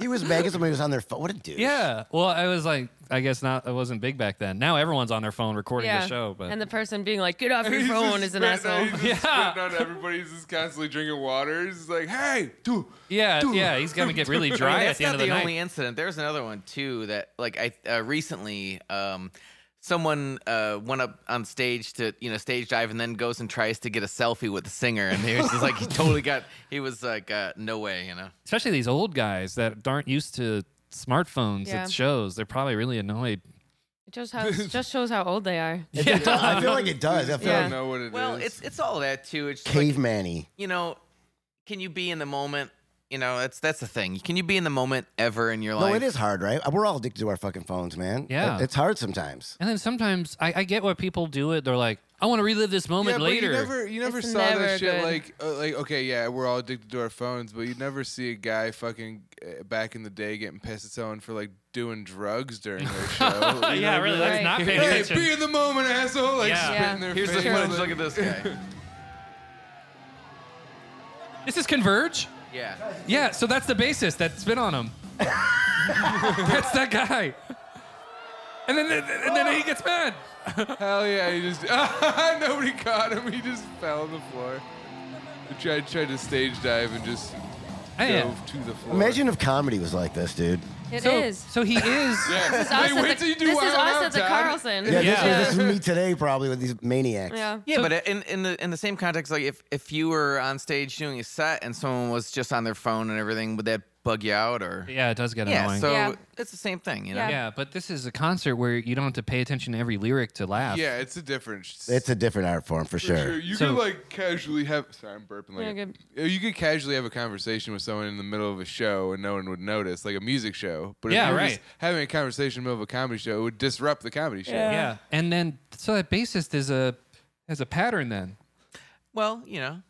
Speaker 1: He was banging somebody who was on their phone. What a dude.
Speaker 2: Yeah. Well, I was like, I guess not. I wasn't big back then. Now everyone's on their phone recording the show. But
Speaker 5: and the person being like, "Get off your phone," is an asshole.
Speaker 2: Yeah.
Speaker 3: yeah. On everybody. He's just constantly drinking water. He's just like, hey, dude.
Speaker 2: yeah,
Speaker 3: dude.
Speaker 2: yeah, he's gonna get
Speaker 3: [laughs]
Speaker 2: really
Speaker 4: I mean,
Speaker 2: dry at
Speaker 4: that's
Speaker 2: the end
Speaker 4: not
Speaker 2: of
Speaker 4: the,
Speaker 2: the, night.
Speaker 4: only incident. There was another one too that like I uh, recently um someone uh went up on stage to you know stage dive and then goes and tries to get a selfie with the singer and he was just like
Speaker 2: [laughs]
Speaker 4: he totally got he was like uh, no way you know
Speaker 2: Especially these old guys that aren't used to smartphones
Speaker 5: Yeah.
Speaker 2: at shows. They're probably really annoyed.
Speaker 5: It just, how, just shows how old they are.
Speaker 1: It- it does- I feel like it does. I feel
Speaker 5: Yeah.
Speaker 3: I don't
Speaker 1: like
Speaker 3: know what it is.
Speaker 4: well it's it's all that too it's just like,
Speaker 1: caveman-y.
Speaker 4: you know can you be in the moment you know that's that's the thing can you be in the moment ever in your life
Speaker 1: No, it is hard, right? We're all addicted to our fucking phones, man.
Speaker 2: Yeah.
Speaker 1: It- It's hard sometimes.
Speaker 2: And then sometimes I, I get why people do it. They're like, I want to relive this
Speaker 3: yeah,
Speaker 2: moment
Speaker 3: but
Speaker 2: later.
Speaker 3: you never, you never
Speaker 5: It's
Speaker 3: saw
Speaker 5: never
Speaker 3: that shit
Speaker 5: good.
Speaker 3: like, uh, like okay, yeah, we're all addicted to our phones, but you never see a guy fucking uh, back in the day getting pissed at someone for like doing drugs during their show. You know
Speaker 2: yeah,
Speaker 3: what I
Speaker 2: really.
Speaker 3: mean?
Speaker 2: That's
Speaker 5: Right.
Speaker 2: not paying
Speaker 3: Hey,
Speaker 2: attention.
Speaker 3: be in the moment, asshole! Like
Speaker 2: Yeah.
Speaker 3: spit
Speaker 5: Yeah.
Speaker 3: in their
Speaker 4: here's the
Speaker 3: face.
Speaker 4: footage look at this guy
Speaker 2: This is Converge?
Speaker 4: yeah
Speaker 2: Yeah, so that's the bassist that's been on
Speaker 3: [laughs]
Speaker 2: him. that's that guy. And then, and then he gets mad.
Speaker 3: Hell yeah! He just [laughs] nobody caught him. He just fell on the floor. He tried tried to stage dive and just
Speaker 2: Man.
Speaker 3: dove to the floor.
Speaker 1: Imagine if comedy was like this, dude.
Speaker 5: It is.
Speaker 2: so, So he is.
Speaker 3: Yeah.
Speaker 5: This is us
Speaker 3: Hey,
Speaker 5: at
Speaker 3: wait
Speaker 5: the,
Speaker 3: till you do
Speaker 5: this
Speaker 3: Wild
Speaker 5: is us
Speaker 3: Out,
Speaker 5: at the
Speaker 3: Todd.
Speaker 5: Carlson.
Speaker 1: Yeah, this,
Speaker 2: Yeah.
Speaker 1: Is, this is me today, probably with these maniacs.
Speaker 5: Yeah.
Speaker 4: Yeah,
Speaker 2: So-
Speaker 4: but uh, in, in the in the same context, like if if you were on stage doing a set and someone was just on their phone and everything, would that bug you out or?
Speaker 2: Yeah, it does get
Speaker 4: Yeah,
Speaker 2: annoying.
Speaker 4: so
Speaker 5: Yeah.
Speaker 4: it's the same thing, you know.
Speaker 5: Yeah.
Speaker 2: yeah, but this is a concert where you don't have to pay attention to every lyric to laugh.
Speaker 3: Yeah, it's a different. s-
Speaker 1: It's a different art form for
Speaker 3: Sure,
Speaker 1: sure.
Speaker 3: You
Speaker 2: So-
Speaker 3: could like casually have. Sorry, I'm burping. Like
Speaker 5: You're
Speaker 3: a- uh, you could casually have a conversation with someone in the middle of a show and no one would notice, like a music show. But
Speaker 2: Yeah,
Speaker 3: if you were
Speaker 2: right.
Speaker 3: just having a conversation in the middle of a comedy show, it would disrupt the comedy show. [laughs]
Speaker 5: Yeah.
Speaker 2: Yeah. And then so that bassist is a has a pattern then.
Speaker 4: Well, you know,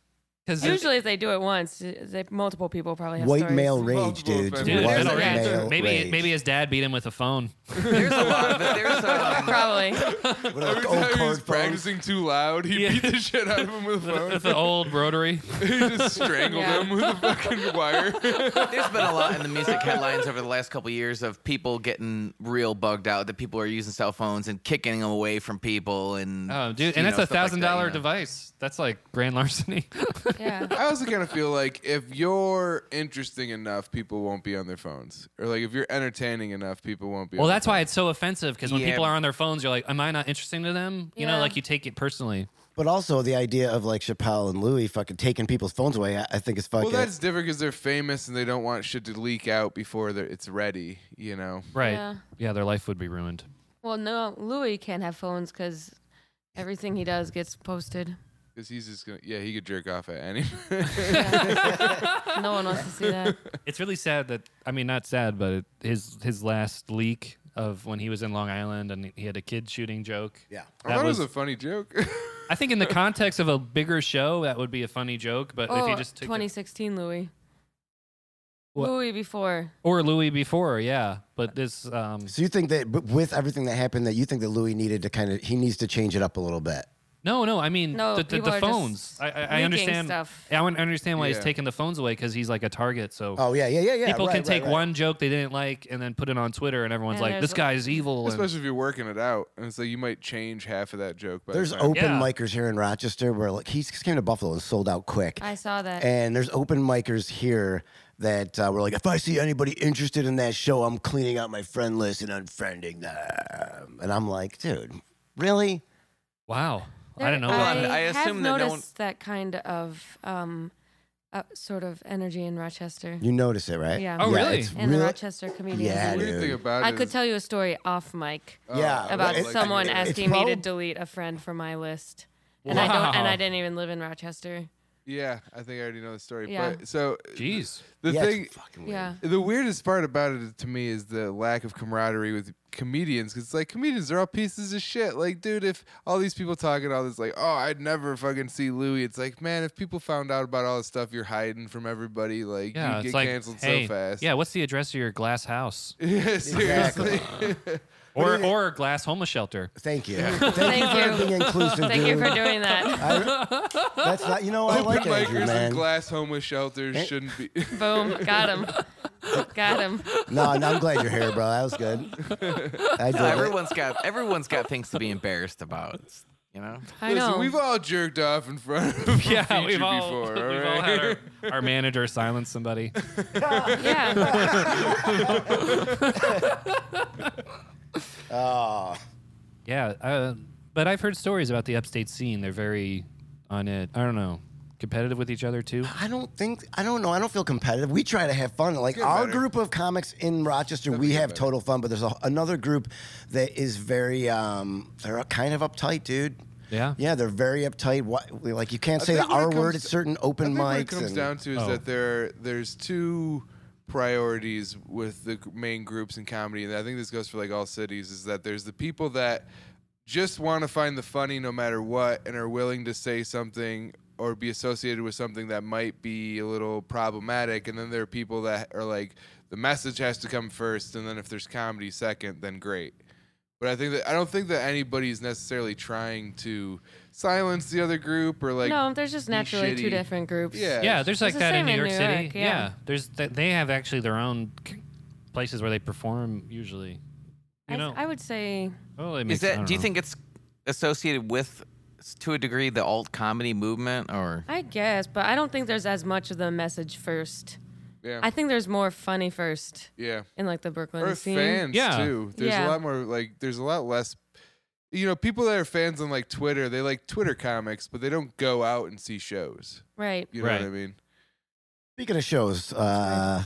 Speaker 2: Cuz
Speaker 5: Usually, if they do it once, they, multiple people probably have
Speaker 1: White
Speaker 5: stories.
Speaker 1: male rage,
Speaker 3: Multiple
Speaker 1: dude.
Speaker 3: offenses.
Speaker 2: Dude,
Speaker 1: White
Speaker 2: middle
Speaker 5: rage.
Speaker 1: male
Speaker 2: maybe
Speaker 1: rage.
Speaker 2: maybe his dad beat him with a phone.
Speaker 4: there's a lot of it. There's
Speaker 2: [laughs]
Speaker 4: um,
Speaker 5: Probably.
Speaker 1: With
Speaker 3: Every
Speaker 1: like old
Speaker 3: time he was
Speaker 1: card phones.
Speaker 3: practicing too loud, he
Speaker 2: Yeah.
Speaker 3: beat the shit out of him with a
Speaker 2: [laughs]
Speaker 3: phone.
Speaker 2: With the old [laughs] rotary.
Speaker 3: he just strangled
Speaker 5: Yeah.
Speaker 3: him with a fucking wire.
Speaker 4: there's been a lot in the music headlines over the last couple of years of people getting real bugged out that people are using cell phones and kicking them away from people and
Speaker 2: Oh, dude,
Speaker 4: you
Speaker 2: and that's
Speaker 4: know,
Speaker 2: a
Speaker 4: stuff like
Speaker 2: thousand
Speaker 4: that,
Speaker 2: dollar
Speaker 4: you know.
Speaker 2: device. That's like grand larceny.
Speaker 5: [laughs] Yeah.
Speaker 3: I also kind of feel like if you're interesting enough, people won't be on their phones, or like if you're entertaining enough, people won't
Speaker 2: [laughs]
Speaker 3: be.
Speaker 2: well,
Speaker 3: on their
Speaker 2: that's why it's so offensive because when
Speaker 4: Yeah.
Speaker 2: people are on their phones, you're like, "Am I not interesting to them?" You
Speaker 5: Yeah.
Speaker 2: know, like you take it personally.
Speaker 1: But also the idea of like Chappelle and Louis fucking taking people's phones away, I, I think is fucking.
Speaker 3: Well, that's different because they're famous and they don't want shit to leak out before they're- it's ready. You know.
Speaker 2: Right.
Speaker 5: Yeah.
Speaker 2: Yeah. their life would be ruined.
Speaker 5: Well, no, Louis can't have phones because everything he does gets posted.
Speaker 3: Because he's just gonna, yeah, he could jerk off at any. [laughs]
Speaker 5: No one wants to
Speaker 2: [laughs]
Speaker 5: see that.
Speaker 2: It's really sad that I mean, not sad, but it, his his last leak of when he was in Long Island and he had a kid shooting joke.
Speaker 1: yeah.
Speaker 3: I thought
Speaker 2: That was,
Speaker 3: it was a funny joke. [laughs]
Speaker 2: I think, in the context of a bigger show, that would be a funny joke. But if
Speaker 5: Oh,
Speaker 2: you just took the-
Speaker 5: 2016 Louis.
Speaker 2: What?
Speaker 5: Louis before.
Speaker 2: or Louis before, yeah. But this, um,
Speaker 1: So you think that but with everything that happened, that you think that Louis needed to kind of he needs to change it up a little bit.
Speaker 2: No, no. I mean,
Speaker 5: No,
Speaker 2: the, the,
Speaker 5: people
Speaker 2: the
Speaker 5: are
Speaker 2: phones.
Speaker 5: just
Speaker 2: I, I, I
Speaker 5: leaking
Speaker 2: understand.
Speaker 5: stuff.
Speaker 2: I wouldn't understand why he's
Speaker 3: Yeah.
Speaker 2: taking the phones away because he's like a target. So
Speaker 1: Oh yeah, yeah, yeah, yeah.
Speaker 2: people
Speaker 1: right,
Speaker 2: can
Speaker 1: right,
Speaker 2: take
Speaker 1: right.
Speaker 2: one joke they didn't like and then put it on Twitter, and everyone's
Speaker 5: And
Speaker 2: like,
Speaker 5: there's
Speaker 2: "This
Speaker 5: a-
Speaker 2: guy's evil." and-
Speaker 3: Especially if you're working it out, and so you might change half of that joke. By the
Speaker 1: There's
Speaker 3: time-
Speaker 1: open
Speaker 2: Yeah.
Speaker 1: micers here in Rochester where like he came to Buffalo and sold out quick.
Speaker 5: I saw that.
Speaker 1: and there's open micers here that uh, were like, if I see anybody interested in that show, I'm cleaning out my friend list and unfriending them. And I'm like, dude, really?
Speaker 2: wow, I don't know.
Speaker 5: I,
Speaker 2: about that.
Speaker 4: I
Speaker 5: have
Speaker 4: assume that no
Speaker 5: noticed
Speaker 4: one-
Speaker 5: that kind of um, uh, sort of energy in Rochester.
Speaker 1: You notice it, right?
Speaker 5: Yeah.
Speaker 2: Oh,
Speaker 1: yeah,
Speaker 2: really?
Speaker 1: It's
Speaker 5: And the
Speaker 1: real-
Speaker 5: Rochester comedians.
Speaker 1: Yeah,
Speaker 5: And
Speaker 3: What do you
Speaker 1: dude.
Speaker 3: think about
Speaker 5: I
Speaker 3: it
Speaker 5: could
Speaker 3: is-
Speaker 5: tell you a story off mic
Speaker 3: Oh,
Speaker 1: Yeah,
Speaker 3: I
Speaker 5: about
Speaker 3: like that
Speaker 5: someone
Speaker 3: idea.
Speaker 1: as-
Speaker 5: asking me to
Speaker 1: prob-
Speaker 5: delete a friend from my list. And I don't and I didn't even live in Rochester.
Speaker 3: Yeah, I think I already know the story.
Speaker 5: Yeah.
Speaker 3: But so
Speaker 2: Jeez.
Speaker 3: the
Speaker 1: yeah, it's
Speaker 3: thing,
Speaker 1: fucking weird. [laughs]
Speaker 5: Yeah.
Speaker 3: The weirdest part about it to me is the lack of camaraderie with comedians because like comedians are all pieces of shit. Like, dude, if all these people talking all this, like, oh, I'd never fucking see Louis. It's like, man, if people found out about all the stuff you're hiding from everybody, like,
Speaker 2: Yeah,
Speaker 3: you
Speaker 2: it's
Speaker 3: get
Speaker 2: like,
Speaker 3: canceled
Speaker 2: hey,
Speaker 3: so fast.
Speaker 2: yeah. What's the address of your glass house
Speaker 3: [laughs] yeah seriously.
Speaker 2: or or glass homeless shelter?
Speaker 3: [laughs]
Speaker 1: Thank you. Thank, you
Speaker 5: Thank
Speaker 1: for
Speaker 5: you.
Speaker 1: being inclusive,
Speaker 5: Thank you
Speaker 1: dude.
Speaker 5: for doing that.
Speaker 1: I- that's not, you know, I
Speaker 3: Open
Speaker 1: like Andrew,
Speaker 3: micers and
Speaker 1: man. Eh.
Speaker 2: [laughs]
Speaker 3: glass homeless shelters shouldn't be.
Speaker 5: Boom, got him. Got him.
Speaker 1: No, no, I'm glad you're here, bro. That was
Speaker 3: [laughs]
Speaker 1: good. I
Speaker 4: No,
Speaker 1: did it.
Speaker 4: everyone's got everyone's got things to be embarrassed about. You know,
Speaker 5: I
Speaker 3: Listen,
Speaker 5: know.
Speaker 3: we've all jerked off in front
Speaker 2: [laughs]
Speaker 3: of a
Speaker 2: yeah,
Speaker 3: feature
Speaker 2: we've all, [laughs]
Speaker 3: before.
Speaker 2: we've
Speaker 3: all
Speaker 2: all
Speaker 3: right?
Speaker 2: had
Speaker 3: [laughs]
Speaker 2: our, our manager silence somebody.
Speaker 5: yeah.
Speaker 1: Oh,
Speaker 2: Yeah, uh, but I've heard stories about the upstate scene. They're very on it. I don't know, competitive with each other
Speaker 3: [sighs]
Speaker 2: too.
Speaker 1: I don't think I don't know. I don't feel competitive. We try to have fun. Like
Speaker 3: Get
Speaker 1: our
Speaker 3: better.
Speaker 1: group of comics in Rochester, we
Speaker 3: get
Speaker 1: have
Speaker 3: better.
Speaker 1: total fun. But there's a, another group that is very um, they're kind of uptight, dude.
Speaker 2: Yeah?
Speaker 1: yeah, they're very uptight. What, like you can't
Speaker 3: I
Speaker 1: say the
Speaker 3: think when it
Speaker 1: R word at
Speaker 3: comes-
Speaker 1: certain
Speaker 3: I
Speaker 1: open
Speaker 3: think what it
Speaker 1: mics.
Speaker 3: comes
Speaker 1: and-
Speaker 3: down to is
Speaker 2: Oh.
Speaker 3: that there there's two priorities with the g- main groups in comedy, and I think this goes for like all cities. Is that there's the people that just want to find the funny no matter what, and are willing to say something or be associated with something that might be a little problematic, and then there are people that are like the message has to come first, and then if there's comedy second, then great. But I think that I don't think that anybody's necessarily trying to silence the other group or [laughs] like
Speaker 5: no, there's just
Speaker 3: be
Speaker 5: naturally two
Speaker 3: shitty.
Speaker 5: different groups.
Speaker 3: Yeah.
Speaker 2: Yeah, there's like
Speaker 5: the
Speaker 2: that in
Speaker 5: same
Speaker 2: New
Speaker 5: in
Speaker 2: York
Speaker 5: New
Speaker 2: City.
Speaker 5: York,
Speaker 2: yeah.
Speaker 5: yeah.
Speaker 2: there's th- they have actually their own c- places where they perform usually. You
Speaker 5: I,
Speaker 2: know,
Speaker 5: I would say
Speaker 2: totally
Speaker 4: is
Speaker 2: makes- I
Speaker 4: that?
Speaker 2: don't
Speaker 4: Do you
Speaker 2: know.
Speaker 4: think it's associated with, to a degree, the alt comedy movement, or
Speaker 5: I guess, but I don't think there's as much of the message first.
Speaker 3: Yeah.
Speaker 5: I think there's more funny first
Speaker 3: yeah.
Speaker 5: in like the Brooklyn
Speaker 3: Or
Speaker 5: scene.
Speaker 3: fans
Speaker 2: Yeah.
Speaker 3: too. There's a
Speaker 5: Yeah.
Speaker 3: lot more like there's a lot less you know, people that are fans on like Twitter, they like Twitter comics, but they don't go out and see shows.
Speaker 5: Right.
Speaker 3: You know
Speaker 2: Right.
Speaker 3: what I mean?
Speaker 1: Speaking of shows, uh,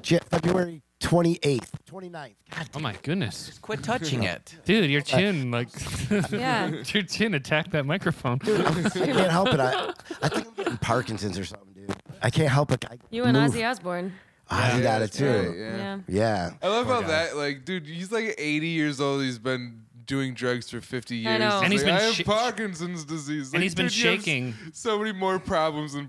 Speaker 1: Je- February 28th, 29th. God,
Speaker 2: Oh my goodness, [laughs]
Speaker 4: quit touching it?
Speaker 2: dude,
Speaker 3: Uh,
Speaker 2: your chin like [laughs]
Speaker 5: Yeah.
Speaker 2: your chin attacked that microphone.
Speaker 1: I can't help it. I, I think I'm getting Parkinson's or something, dude. I can't help it. I
Speaker 5: You and
Speaker 1: move.
Speaker 5: Ozzy Osbourne.
Speaker 1: I
Speaker 3: Yeah,
Speaker 1: got it
Speaker 3: that's
Speaker 1: too.
Speaker 3: right, yeah.
Speaker 5: Yeah.
Speaker 1: Yeah.
Speaker 3: I love
Speaker 2: Poor
Speaker 3: how
Speaker 2: guy.
Speaker 3: that like dude, he's like 80 years old. He's been doing drugs for 50 years.
Speaker 5: I know.
Speaker 3: He's
Speaker 5: And
Speaker 2: he's
Speaker 3: like,
Speaker 2: been
Speaker 3: I have
Speaker 2: sh-
Speaker 3: Parkinson's disease.
Speaker 2: and
Speaker 3: Like,
Speaker 2: he's been
Speaker 3: dude, you have s- [laughs]
Speaker 2: shaking.
Speaker 3: So many more problems than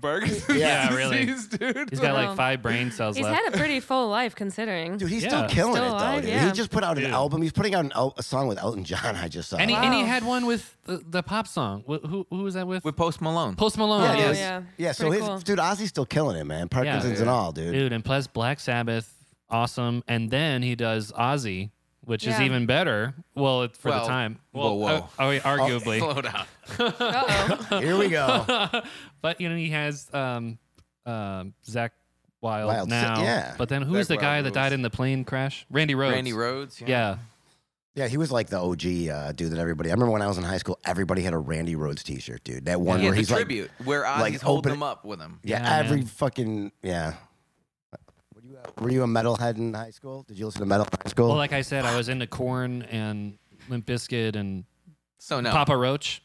Speaker 2: [laughs]
Speaker 3: Parkinson's
Speaker 2: Yeah, really.
Speaker 3: disease, dude.
Speaker 2: He's got like
Speaker 5: Wow.
Speaker 2: five brain cells
Speaker 5: Oh. He's
Speaker 2: left.
Speaker 5: had a pretty full
Speaker 2: [laughs]
Speaker 5: life considering.
Speaker 1: Dude, he's
Speaker 2: Yeah.
Speaker 1: still killing
Speaker 5: Still
Speaker 1: it though.
Speaker 5: alive,
Speaker 1: Dude. He
Speaker 5: yeah.
Speaker 1: just put out an
Speaker 2: Dude.
Speaker 1: album. He's putting out an el- a song with Elton John. I just saw.
Speaker 2: and he and he
Speaker 5: Wow.
Speaker 2: had one with the, the pop song. Wh- who who was that with?
Speaker 4: With Post Malone,
Speaker 2: Post Malone.
Speaker 5: Oh,
Speaker 1: yeah,
Speaker 5: yeah.
Speaker 1: yeah. So
Speaker 5: Pretty
Speaker 1: his
Speaker 5: cool.
Speaker 1: dude Ozzy's still killing it, man. Parkinson's and
Speaker 3: Yeah.
Speaker 1: all, dude.
Speaker 2: dude. And plus Black Sabbath, awesome. And then he does Ozzy, which is
Speaker 5: Yeah.
Speaker 2: even better. Well, it- for
Speaker 4: Well,
Speaker 2: the time.
Speaker 4: whoa,
Speaker 2: Well,
Speaker 4: whoa.
Speaker 2: uh, oh, arguably.
Speaker 4: [laughs] slow down.
Speaker 5: Uh-oh.
Speaker 1: Here we
Speaker 2: [laughs]
Speaker 1: go.
Speaker 2: but you know he has um, um Zach Wild,
Speaker 1: Wild,
Speaker 2: now.
Speaker 1: yeah.
Speaker 2: But then who's
Speaker 3: Zakk
Speaker 2: the guy
Speaker 3: Wylde
Speaker 2: that died
Speaker 3: rules.
Speaker 2: in the plane crash? Randy Rhodes.
Speaker 4: Randy Rhodes.
Speaker 2: Yeah.
Speaker 1: Yeah, he was like the OG uh, dude that everybody. I remember when I was in high school, everybody had a Randy Rhodes T-shirt, dude. That one
Speaker 4: Yeah,
Speaker 1: where
Speaker 4: the
Speaker 1: he's
Speaker 4: tribute where Ozzy's
Speaker 1: like, open-
Speaker 4: holding them up with him.
Speaker 1: like, yeah,
Speaker 2: Yeah,
Speaker 1: every
Speaker 2: man.
Speaker 1: fucking yeah. Were you, a, were you a metalhead in high school? Did you listen to metal in high school?
Speaker 2: Well, like I said, I was into Corn and Limp Bizkit and
Speaker 4: So no,
Speaker 2: Papa Roach.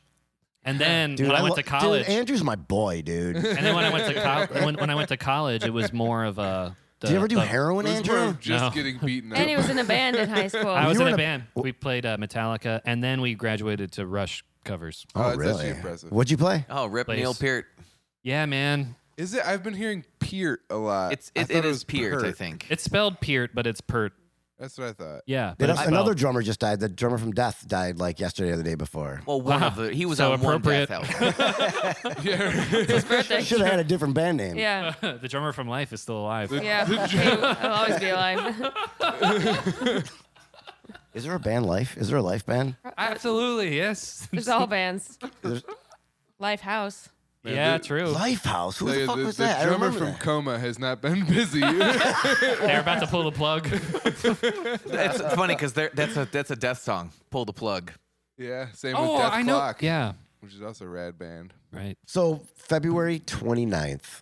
Speaker 2: And then
Speaker 1: dude,
Speaker 2: when I, went
Speaker 1: lo-
Speaker 2: to college,
Speaker 1: Dude, Andrew's my boy,
Speaker 2: [laughs]
Speaker 1: dude.
Speaker 2: and then when I went to college, when, when I went to college, it was more of a. The,
Speaker 1: Did you ever do
Speaker 2: the-
Speaker 1: heroin,
Speaker 3: It was more
Speaker 1: Andrew?
Speaker 3: of just
Speaker 2: No.
Speaker 3: getting beaten up.
Speaker 5: and he was in a band in
Speaker 2: [laughs]
Speaker 5: high school.
Speaker 2: I was
Speaker 1: You
Speaker 2: in
Speaker 1: were
Speaker 2: a
Speaker 1: in
Speaker 2: band. We played uh, Metallica, and then we graduated to Rush covers.
Speaker 1: Oh,
Speaker 3: Oh, that's actually
Speaker 1: really?
Speaker 3: impressive.
Speaker 1: What'd you play?
Speaker 4: oh rip
Speaker 2: Place.
Speaker 4: Neil Peart.
Speaker 2: Yeah, man.
Speaker 3: Is it? I've been hearing Peart a lot.
Speaker 4: It's
Speaker 3: I
Speaker 4: it,
Speaker 3: thought
Speaker 4: it is
Speaker 3: was
Speaker 4: Peart, I
Speaker 3: Pert.
Speaker 4: think.
Speaker 2: It's spelled Peart, but it's Pert.
Speaker 3: That's what I thought.
Speaker 2: Yeah.
Speaker 1: Did
Speaker 2: But it's
Speaker 1: I-
Speaker 2: spelled-
Speaker 1: another drummer just died. The drummer from Death died like yesterday or the day before.
Speaker 4: well, one
Speaker 2: Wow.
Speaker 4: of the he was
Speaker 2: So
Speaker 4: on one
Speaker 2: appropriate.
Speaker 4: death album. [laughs]
Speaker 5: His birthday.
Speaker 1: Should have had a different band name.
Speaker 5: Yeah.
Speaker 2: [laughs] the drummer from Life is still alive.
Speaker 5: Yeah. He'll always be alive.
Speaker 1: Is there a band Life? Is there a Life band?
Speaker 2: Absolutely, yes.
Speaker 5: There's all bands.
Speaker 1: There's-
Speaker 5: Life House.
Speaker 3: Man,
Speaker 2: yeah,
Speaker 3: the-
Speaker 2: true.
Speaker 1: Lifehouse? Who the
Speaker 3: Like,
Speaker 1: fuck
Speaker 3: the,
Speaker 1: was
Speaker 3: the
Speaker 1: that? I
Speaker 3: drummer
Speaker 1: remember
Speaker 3: from
Speaker 1: that.
Speaker 3: Coma has not
Speaker 1: [laughs]
Speaker 3: been [laughs] busy. yeah,
Speaker 2: They're about to pull the [laughs] plug.
Speaker 4: it's funny because that's a that's a death song. Pull the plug.
Speaker 3: same
Speaker 2: Oh,
Speaker 3: with Death Clock,
Speaker 2: Yeah.
Speaker 3: which is also a rad band.
Speaker 2: Right.
Speaker 1: So February 29th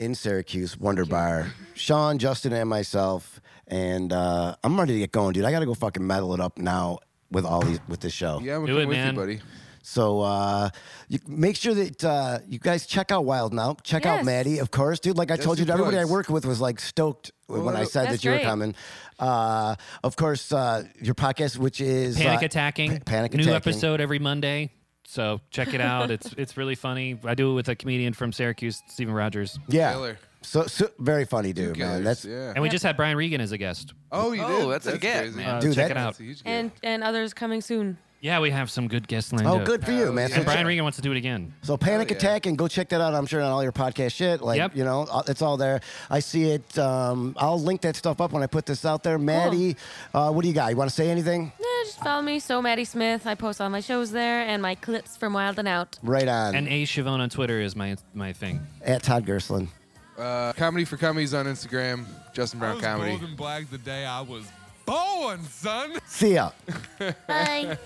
Speaker 1: in Syracuse, Wonder Bar. Sean, Justin, and myself, and uh, I'm ready to get going, dude. I gotta go fucking metal it up now with all these with this show.
Speaker 3: Yeah, I'm
Speaker 2: Do
Speaker 3: come
Speaker 2: it,
Speaker 3: with
Speaker 2: man.
Speaker 3: you, buddy.
Speaker 1: So uh, you, make sure that uh, you guys check out Wild Now. Check out
Speaker 5: Yes.
Speaker 1: Maddie, of course, dude. Like I
Speaker 3: Yes,
Speaker 1: told you,
Speaker 3: of
Speaker 1: everybody I
Speaker 3: course.
Speaker 1: work with was like stoked when
Speaker 3: Well,
Speaker 1: I said
Speaker 5: That's
Speaker 1: that you were
Speaker 5: great.
Speaker 1: coming. Uh, of course, uh, your podcast, which is
Speaker 2: Panic
Speaker 1: uh,
Speaker 2: attacking.
Speaker 1: Pa- Panic
Speaker 2: New
Speaker 1: Attacking.
Speaker 2: episode every Monday. So check it out. it's [laughs] it's really funny. I do it with a comedian from Syracuse, Stephen Rogers.
Speaker 1: Yeah.
Speaker 3: Killer.
Speaker 1: So, so very funny, dude, man.
Speaker 3: Killers,
Speaker 1: That's
Speaker 3: yeah.
Speaker 2: And we just had Brian Regan as a guest.
Speaker 3: oh, you
Speaker 4: Oh,
Speaker 3: did.
Speaker 4: that's a get,
Speaker 3: crazy.
Speaker 4: man.
Speaker 2: Uh,
Speaker 1: Dude,
Speaker 2: check
Speaker 1: that-
Speaker 2: it out.
Speaker 3: That's a huge get.
Speaker 5: And and others coming soon.
Speaker 2: Yeah, we have some good guests lined
Speaker 1: Oh,
Speaker 2: up.
Speaker 1: good for you, man. So, check-
Speaker 2: And Brian Regan wants to do it again.
Speaker 1: so Panic
Speaker 3: Oh, yeah.
Speaker 1: Attack and go check that out. I'm sure on all your podcast shit. Like,
Speaker 2: Yep.
Speaker 1: you know, uh, it's all there. I see it. Um, I'll link that stuff up when I put this out there. Maddie, uh, what do you got? You want to say anything?
Speaker 5: Eh, just follow me, so Maddie Smith. I post all my shows there and my clips from Wild and Out.
Speaker 1: Right on.
Speaker 2: And A Chavone on Twitter is my my thing.
Speaker 1: At Todd Gerslin.
Speaker 3: Uh, comedy for comedies on Instagram.
Speaker 7: I
Speaker 3: Justin Brown
Speaker 7: was
Speaker 3: comedy.
Speaker 7: gold and black the day I was born, son.
Speaker 1: See ya.
Speaker 5: Bye.